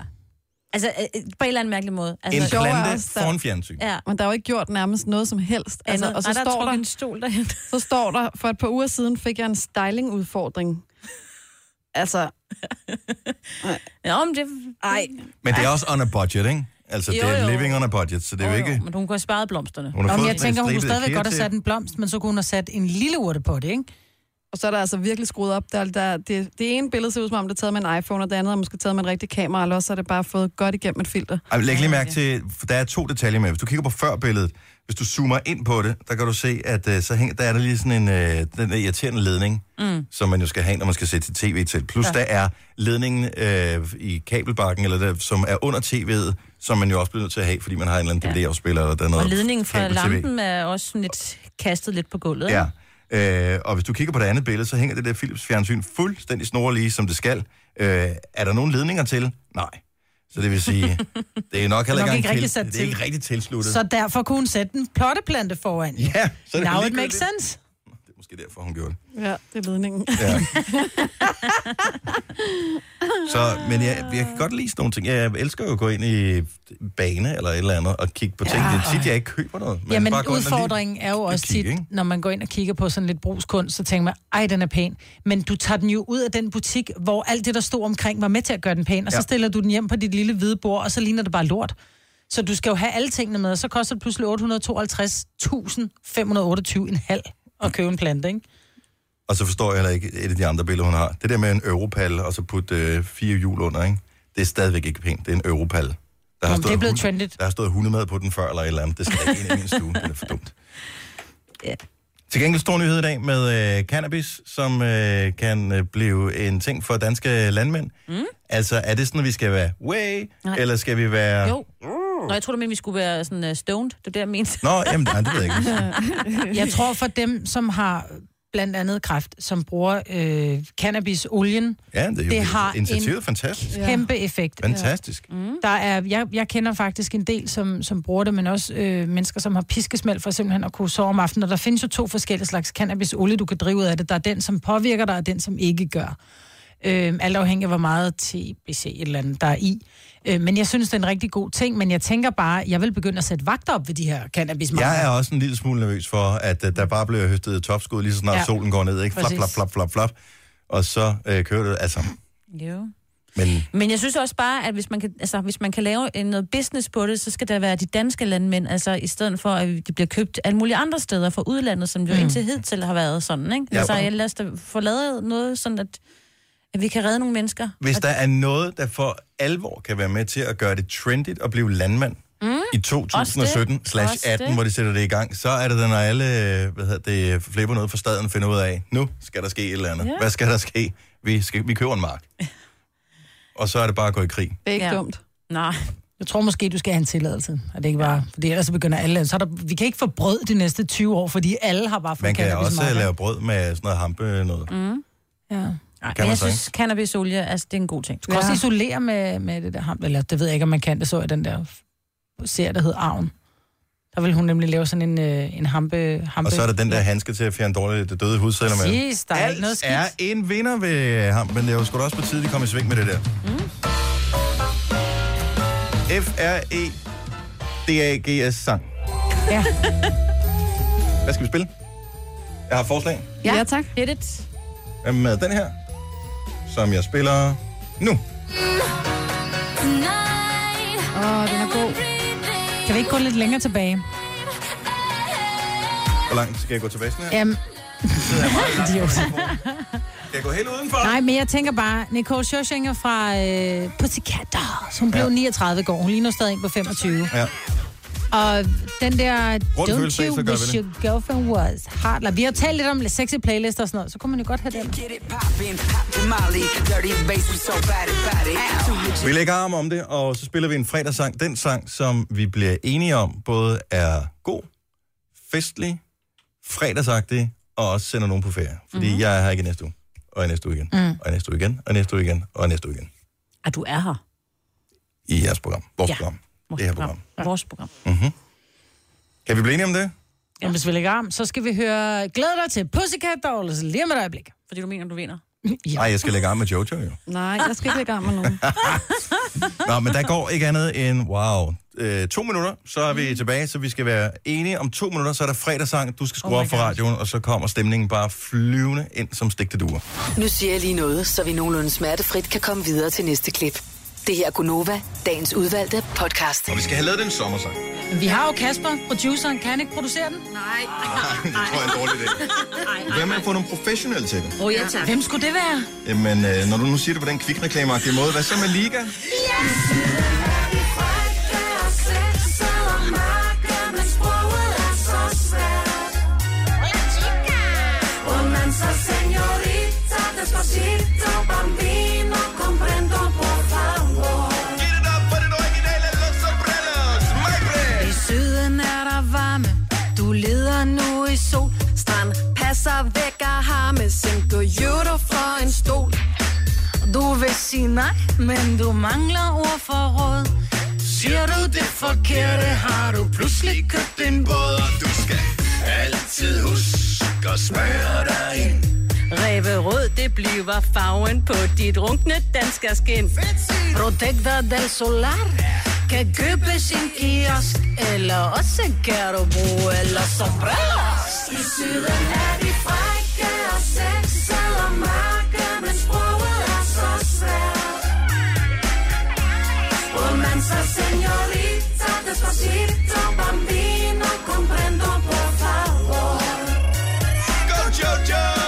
Speaker 4: Altså, øh, øh, på en eller anden mærkelig måde. Altså,
Speaker 1: En
Speaker 4: sjovere
Speaker 1: plante
Speaker 4: også, der-
Speaker 1: foran fjernsyn.
Speaker 4: Ja.
Speaker 3: Men der er jo ikke gjort nærmest noget som helst. Altså,
Speaker 4: Andet.
Speaker 3: og så,
Speaker 4: Ej, der er
Speaker 3: står
Speaker 4: trukket
Speaker 3: der,
Speaker 4: en stol derhen.
Speaker 3: så står der, for et par uger siden fik jeg en styling-udfordring. Altså,
Speaker 4: Ja, men det... Ej.
Speaker 1: Men det er også on a budget, ikke? Altså, jo,
Speaker 4: Jo,
Speaker 1: det er
Speaker 4: jo.
Speaker 1: living on a budget, så det er jo ikke...
Speaker 4: Men hun kunne have sparet blomsterne.
Speaker 1: Hun har
Speaker 2: Om
Speaker 1: fået
Speaker 2: jeg
Speaker 1: en
Speaker 2: tænker, hun kunne
Speaker 1: stribe
Speaker 2: stadigvæk godt have
Speaker 1: IKEA-tæppe.
Speaker 2: sat en blomst, men så kunne hun have sat en lille urte på det, ikke?
Speaker 3: Og så er der altså virkelig skruet op. Der, der, det, det ene billede ser ud som om, det er taget med en iPhone, og det andet er måske taget med en rigtig kamera, eller også er det bare fået godt igennem et filter.
Speaker 1: Ej, læg lige mærke til, for der er to detaljer med. Hvis du kigger på førbilledet, hvis du zoomer ind på det, der kan du se, at øh, så hænger, der er der lige sådan en øh, den der irriterende ledning,
Speaker 4: Mm.
Speaker 1: som man jo skal have, når man skal sætte sit tv til. Plus
Speaker 4: Ja.
Speaker 1: ja. der er ledningen øh, i kabelbakken, eller der, som er under tv'et, som man jo også bliver nødt til at have, fordi man har en eller anden
Speaker 4: Ja.
Speaker 1: DVD-afspiller, eller der er noget
Speaker 4: Og ledningen fra
Speaker 1: kabel-tv.
Speaker 4: lampen er også sådan lidt kastet lidt på gulvet.
Speaker 1: Ja. Øh, og hvis du kigger på det andet billede, så hænger det der Philips fjernsyn fuldstændig snorlige, som det skal. Øh, er der nogen ledninger til? Nej. Så det vil sige, det er nok heller
Speaker 2: Nok
Speaker 1: ikke,
Speaker 2: ikke
Speaker 1: engang
Speaker 2: rigtig sat
Speaker 1: det er ikke
Speaker 2: til.
Speaker 1: rigtig tilsluttet.
Speaker 2: Så derfor kunne hun sætte en plotteplante foran.
Speaker 1: Ja, så er det
Speaker 2: Now it
Speaker 1: ligegyldigt.
Speaker 2: makes sense.
Speaker 1: Måske derfor, hun gjorde det.
Speaker 3: Ja, det er ledningen.
Speaker 1: Ja. Så, men jeg, jeg kan godt lide sådan nogle ting. Jeg elsker jo at gå ind i bane eller et eller andet og kigge på ting. Ja. Det er tit, jeg ikke køber noget.
Speaker 2: Men Jamen,
Speaker 1: bare gå ind og lige-
Speaker 2: udfordringen er jo også
Speaker 1: kigge,
Speaker 2: tit,
Speaker 1: ikke?
Speaker 2: når man går ind og kigger på sådan lidt brugskunst, så tænker man, ej, den er pæn. Men du tager den jo ud af den butik, hvor alt det, der stod omkring, var med til at gøre den pæn, og så
Speaker 1: Ja.
Speaker 2: stiller du den hjem på dit lille hvide bord, og så ligner det bare lort. Så du skal jo have alle tingene med, og så koster det pludselig 852.528,5 at købe en plante, ikke?
Speaker 1: Og så forstår jeg heller ikke et af de andre billeder, hun har. Det der med en europal, og så putte øh, fire hjul under, ikke? Det er stadigvæk ikke pænt. Det er en europal. Der
Speaker 2: Nå, men det er blevet
Speaker 1: hund-
Speaker 2: trendet.
Speaker 1: Der har stået hundemad på den før, eller et eller andet. Det skal ikke ind i min stue. Det er for dumt.
Speaker 4: Ja.
Speaker 1: Til gengæld stor nyhed i dag med øh, cannabis, som øh, kan øh, blive en ting for danske landmænd.
Speaker 4: Mm?
Speaker 1: Altså, er det sådan, at vi skal være way,
Speaker 4: Nej.
Speaker 1: eller skal vi være...
Speaker 4: Jo. Nå, jeg tror, du mente, vi skulle være sådan uh, stoned. Det er det, jeg mente.
Speaker 1: Nå, jamen, nej, det ved jeg ikke.
Speaker 2: Jeg tror for dem, som har blandt andet kræft, som bruger øh, cannabisolien,
Speaker 1: Ja, det er jo
Speaker 2: det har
Speaker 1: initiativet
Speaker 2: en
Speaker 1: fantastisk.
Speaker 2: kæmpe effekt.
Speaker 1: Fantastisk.
Speaker 2: Mm. Der er, jeg, jeg kender faktisk en del, som, som bruger det, men også øh, mennesker, som har piskesmæld for simpelthen at kunne sove om aftenen. Og der findes jo to forskellige slags cannabisolie, du kan drive ud af det. Der er den, som påvirker dig, og den, som ikke gør. Øh, alt afhængig af, hvor meget TBC et eller andet, der er i. Øh, men jeg synes, det er en rigtig god ting, men jeg tænker bare, jeg vil begynde at sætte vagter op ved de her cannabis
Speaker 1: Jeg er også en lille smule nervøs for, at øh, der bare bliver høstet topskud, lige så snart
Speaker 2: Ja.
Speaker 1: ja. solen går ned. Ikke? Flap,
Speaker 2: Præcis.
Speaker 1: flap, flap, flap, flap. Og så øh, kører det, altså...
Speaker 4: Jo.
Speaker 1: Men
Speaker 4: Men jeg synes også bare, at hvis man kan, altså, hvis man kan lave en, noget business på det, så skal der være de danske landmænd, altså i stedet for, at de bliver købt alle mulige andre steder fra udlandet, som jo
Speaker 2: Mm.
Speaker 4: mm. indtil hidtil har været sådan, ikke?
Speaker 1: Ja.
Speaker 4: Ja, altså, jeg lad os da få lavet noget, sådan at, at vi kan redde nogle mennesker.
Speaker 1: hvis
Speaker 4: Og-
Speaker 1: der er noget, der for alvor kan være med til at gøre det trendigt at blive landmand
Speaker 4: Mm.
Speaker 1: i
Speaker 4: Også det.
Speaker 1: 2017-18, hvor de sætter det i gang, så er det, da, når alle øh, hvad hedder det, flipper noget fra staden finder ud af, nu skal der ske et eller andet.
Speaker 3: Ja.
Speaker 1: Ja. Hvad skal der ske? Vi, skal, vi køber en mark. Og så er det bare at gå i krig.
Speaker 3: Det er ikke ja. dumt.
Speaker 4: Nej.
Speaker 2: Jeg tror måske, du skal have en tilladelse. Er det ikke bare? Fordi ellers så begynder alle... Så er der, vi kan ikke få brød de næste 20 år, fordi alle har bare
Speaker 1: Man
Speaker 2: fået
Speaker 1: kan også
Speaker 2: cannabismarker.
Speaker 1: lave brød med sådan noget hampe noget.
Speaker 4: Mm.
Speaker 2: Ja.
Speaker 4: Ej,
Speaker 1: Kan
Speaker 4: men
Speaker 1: man
Speaker 4: jeg
Speaker 1: så ikke?
Speaker 4: synes, cannabisolie, altså, det er en god ting.
Speaker 2: Du kan ja. også isolere med, med det der ham. Eller det ved jeg ikke, om man kan. Det så jeg den der serie, der hed Arven. Der ville hun nemlig lave sådan en, øh, en hampe, hampe...
Speaker 1: Og så er der den der handske til at fjerne dårlige, det døde hudceller med.
Speaker 2: Præcis, der er
Speaker 1: Alt
Speaker 2: ikke noget skidt.
Speaker 1: er en vinder ved ham, men det er jo sgu da også på tide, de kom i sving med det der. Mm. F-R-E-D-A-G-S sang.
Speaker 2: Ja.
Speaker 1: Hvad skal vi spille? Jeg har et forslag.
Speaker 3: Ja, ja tak.
Speaker 4: Hit it.
Speaker 1: Hvad med den her? Som jeg spiller nu.
Speaker 2: Åh, oh, den er god. Kan vi ikke gå lidt længere tilbage?
Speaker 1: Hvor langt skal jeg gå tilbage sådan her?
Speaker 2: Ja. Um,
Speaker 1: Idiot. Skal jeg gå helt udenfor?
Speaker 2: Nej, men jeg tænker bare, Nicole Scherzinger fra øh, Pussycat Dolls, hun blev
Speaker 1: Ja.
Speaker 2: ja. 39 i går. Hun ligner stadig en på 25.
Speaker 1: Ja.
Speaker 2: Og den der,
Speaker 1: Rundt
Speaker 2: don't
Speaker 1: følelse,
Speaker 2: you
Speaker 1: så gør vi
Speaker 2: wish
Speaker 1: det.
Speaker 2: your girlfriend was hot. Like, Vi har talt lidt om lidt sexy playlister og sådan noget, så kunne man jo godt have den.
Speaker 1: Vi lægger arm om det, og så spiller vi en fredagssang. Den sang, som vi bliver enige om, både er god, festlig, fredagsagtig, og også sender nogen på ferie. Fordi mm-hmm. jeg er her ikke i næste uge, og i næste uge igen,
Speaker 4: Mhm. Mm.
Speaker 1: og i næste uge igen, og i næste uge igen, og i næste uge igen.
Speaker 4: At du er her.
Speaker 1: I jeres program. Vores ja.
Speaker 4: Ja.
Speaker 1: program.
Speaker 4: Vores
Speaker 1: Det her program.
Speaker 4: Vores program.
Speaker 1: Mm-hmm. Kan vi blive enige om det?
Speaker 2: Ja. Hvis vi lægger arm, så skal vi høre, glæder dig til Pussycat Dolls lige om et øjeblik.
Speaker 4: Fordi du mener, du vinder.
Speaker 1: Nej, jeg skal lægge arm med Jojo jo.
Speaker 3: Nej, jeg skal ikke lægge arm med nogen.
Speaker 1: Nå, men der går ikke andet end, wow, øh, to minutter, så er
Speaker 4: Mm.
Speaker 1: vi tilbage, så vi skal være enige. Om to minutter, så er der fredagssang, du skal skrue oh op for radioen, og så kommer stemningen bare flyvende ind som stegte duer.
Speaker 8: Nu siger jeg lige noget, så vi nogenlunde smertefrit kan komme videre til næste klip. Det her er Gunova, dagens udvalgte podcast.
Speaker 1: Og vi skal have lavet den sommersang.
Speaker 2: Men Vi har jo Kasper, produceren. Kan han ikke producere
Speaker 4: Ah,
Speaker 2: den? Nej.
Speaker 1: det tror jeg er en dårlig idé. Hvad med at få nogle professionelle til det?
Speaker 2: Åh, oh, ja, tak. Hvem skulle det være?
Speaker 1: Jamen, øh, når du nu siger det på den kvikreklameagtige måde, hvad så med Liga?
Speaker 5: I syden er der varme, du leder nu i sol. Strand passer væk og har med cinco euro for en stol. Du vil sige nej, men du mangler ord for råd. Siger du det forkerte, har du pludselig købt en båd.
Speaker 10: Og du skal altid huske at spørge dig ind.
Speaker 11: Ræverød, det bliver farven på dit runkne danskerskin.
Speaker 5: Protector del Solar kan købes i en kiosk, eller også kan du bruge eller sombreros. I syden er vi frække og sexede og mørke, men sproget er så svært. Romanza, señorita, despacito, bambino, comprendo, por favor. Go, Jojo!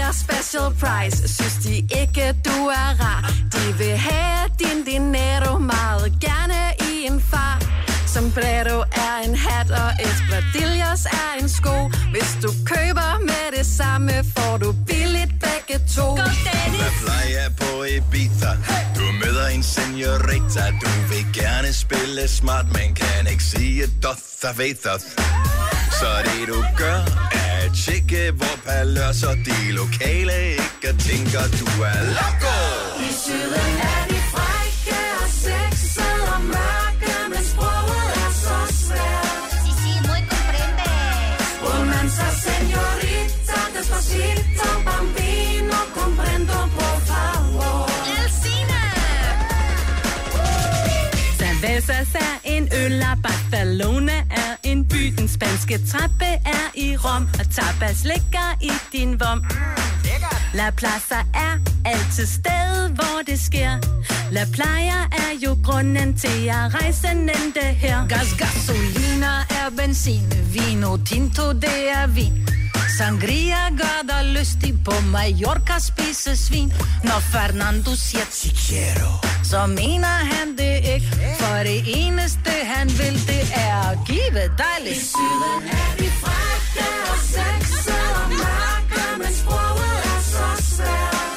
Speaker 5: er special price Synes de ikke, du er rar De vil have din dinero Meget gerne i en far Sombrero er en hat Og espadrilles er en sko Hvis du køber med det samme Får du billigt begge to Go
Speaker 10: Hvad plejer jeg på Ibiza? Du møder en seniorita Du vil gerne spille smart Men kan ikke sige doth og ved doth. Så det du gør Er at tjekke hvor palørs Og de lokale ikke tænker Du er loco
Speaker 5: I syden er de frække og sexede og mørke, men sproget er så svært. Si, si, muy comprendes. Bonanza, señorita, despacito, bambino, comprendo, por favor. Elsina!
Speaker 11: Cervezas er en øl, og Barcelona er en by. Den spanske trappe er i Rom, og tapas ligger i din vom. La Plaza er altid sted, hvor det sker. La Playa er jo grunden til, at rejsen endte her.
Speaker 5: Gas, gasolina er benzin, vino tinto, det er vin. Sangria gør dig lystig på Mallorca spise svin Når Fernando siger Si quiero Så mener han det ikke For det eneste han vil det er at give dig lidt I syden er vi frække og sexede og mørke Men sproget er så svært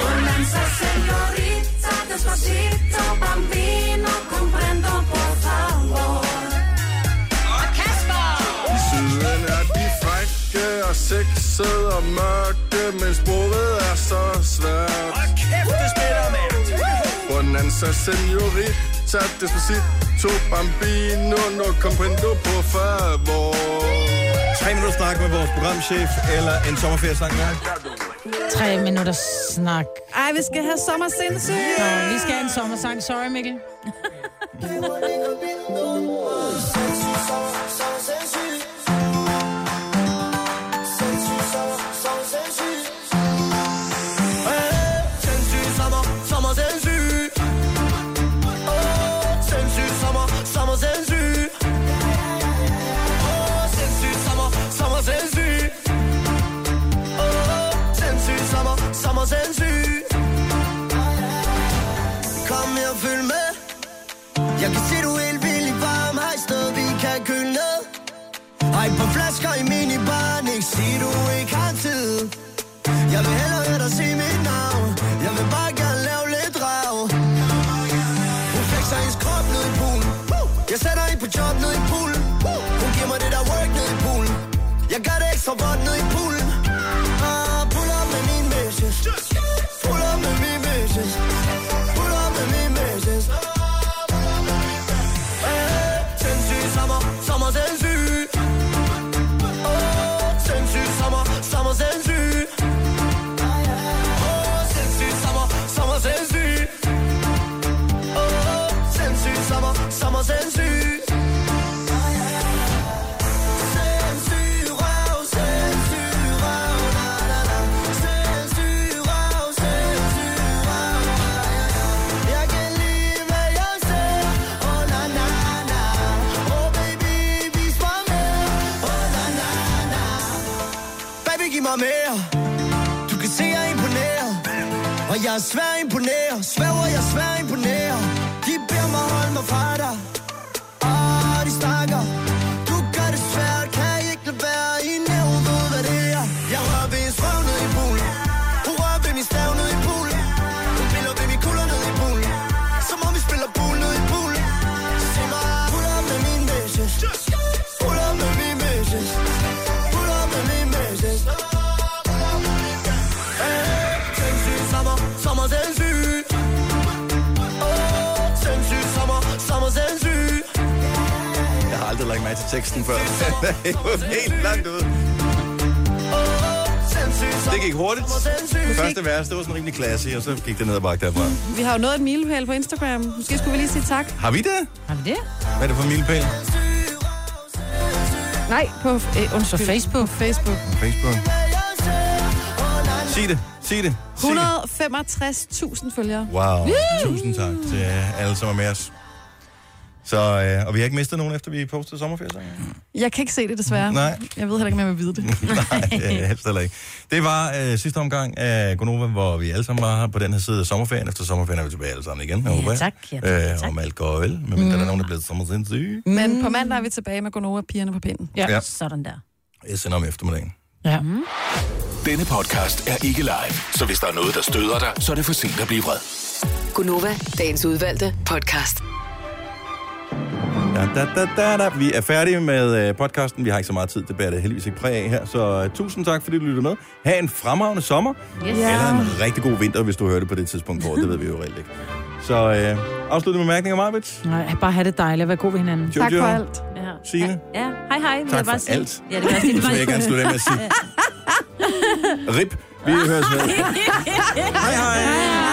Speaker 5: Bonanza, señorita, despacito, bambino Comprendo, por favor Og Kasper!
Speaker 7: I syden er de frække og sexede og mørke, men sproget er så svært. Og kæft, det spiller, mand! Bonanza, senorita, despacito, bambino, no comprendo, por favor.
Speaker 1: Tre minutter snak med vores programchef, eller en sommerferiesang med.
Speaker 2: Tre minutter snak.
Speaker 3: Ej, vi skal have sommersindsyn.
Speaker 2: Yeah. Nå, vi skal have en sommersang. Sorry, Mikkel.
Speaker 7: Kom her, følg med. Jeg kan se, du er helt vild i varm Hej, sted vi kan køle ned. Ej, på flasker i minibaren Ikke sige, du ikke har tid Jeg vil hellere høre dig sige mit navn Jeg vil bare gerne lave lidt rav Hun flexer hendes krop ned i poolen Jeg sætter hende på job ned i poolen Hun giver mig det der work ned i poolen Jeg gør det ekstra vådt ned i poolen Ah, pull up med min missus Pull up med min missus Pull up med Ah, min missus Hey, sindssyg sommer, sommer sindssyg Åh, sindssyg sommer, sommer sindssyg Åh, sindssyg sommer, sommer sindssyg Åh, sindssyg sommer, sommer sindssyg Sindssyg røv, sindssyg røv, la, la, la. Sindssyg røv, sindssyg røv, la, la, la. Jeg kan lide, hvad jeg ser. Oh, na, na, na. Oh, baby, vis mig mere. Oh, na, na, na. Baby, giv mig mere. Du kan se, jeg er imponeret. Og jeg er svær imponeret. Svæver, jeg er svær imponeret. De beder mig holde mig fra dig. Ah, de snakker. Du gør det svært, kan jeg ikke lade være i nævn, ved hvad det er. Jeg rører ved hendes røv ned i poolen. Hun rører ved min stav ned i poolen. Hun piller ved min kulder ned i poolen. Som om vi spiller pool ned i poolen. Så sig mig, pull up med min missus. Pull up med min missus. Pull up med min missus. Hey, sindssyg sommer, sommer sindssyg. Åh, sindssyg sommer, sommer sindssyg.
Speaker 1: Jeg har aldrig lagt mærke til teksten før. Det er jo helt langt ud. Det gik hurtigt. Det første vers, det var sådan rimelig klasse, og så gik det ned og bakke derfra.
Speaker 3: Vi har jo nået et milepæl på Instagram. Måske skulle vi lige sige tak.
Speaker 1: Har vi det?
Speaker 3: Har vi det?
Speaker 1: Hvad er det for en milepæl?
Speaker 3: Nej, på, øh, undskyld. På Facebook. På Facebook.
Speaker 1: Facebook. Sig det. Sig det. Sig det.
Speaker 3: 165.000 følgere.
Speaker 1: Wow.
Speaker 3: Woo!
Speaker 1: Tusind tak til alle, som er med os. Så, øh, og vi har ikke mistet nogen, efter vi postede sommerferie.
Speaker 3: Jeg kan ikke se det, desværre.
Speaker 1: Nej. Mm.
Speaker 3: Jeg ved heller ikke, om jeg vil vide det.
Speaker 1: Nej, helst heller ikke. Det var øh, sidste omgang af Gonova, hvor vi alle sammen var her på den her side af sommerferien. Efter sommerferien er vi tilbage alle sammen igen, ja, håber jeg.
Speaker 3: tak. Ja,
Speaker 1: tak, øh, Om alt går vel, men mm. der er nogen, der er blevet sommersindssyge.
Speaker 3: Men på mandag er vi tilbage med Gonova-pigerne på pinden.
Speaker 1: Ja. Ja.
Speaker 3: sådan der. Mm.
Speaker 1: Jeg sender om eftermiddagen.
Speaker 2: Ja.
Speaker 9: Denne podcast er ikke live, så hvis der er noget, der støder dig, så er det for sent at blive vred.
Speaker 8: Gunova, dagens udvalgte podcast.
Speaker 1: Da, da, da, da, da. Vi er færdige med øh, podcasten. Vi har ikke så meget tid. Det bærer det heldigvis ikke præg af her. Så øh, tusind tak, fordi du lyttede med. Ha' en fremragende sommer.
Speaker 7: Ja.
Speaker 1: Eller en rigtig god vinter, hvis du hører det på det tidspunkt på året. Det ved vi jo reelt ikke. Så øh, afslutte med mærkninger, Marvitt.
Speaker 13: Nej, bare have det dejligt. Vær god ved hinanden.
Speaker 1: Jo, Tak jo. for alt.
Speaker 4: Ja.
Speaker 1: Signe.
Speaker 4: ja. Hej, hej. vil
Speaker 1: Tak
Speaker 4: jeg bare
Speaker 1: for
Speaker 4: sige.
Speaker 1: alt.
Speaker 4: Ja, det kan også
Speaker 1: Det vil jeg gerne slutte af med at sige. Rip. Vi høres med.
Speaker 4: hej, hej. hej, hej.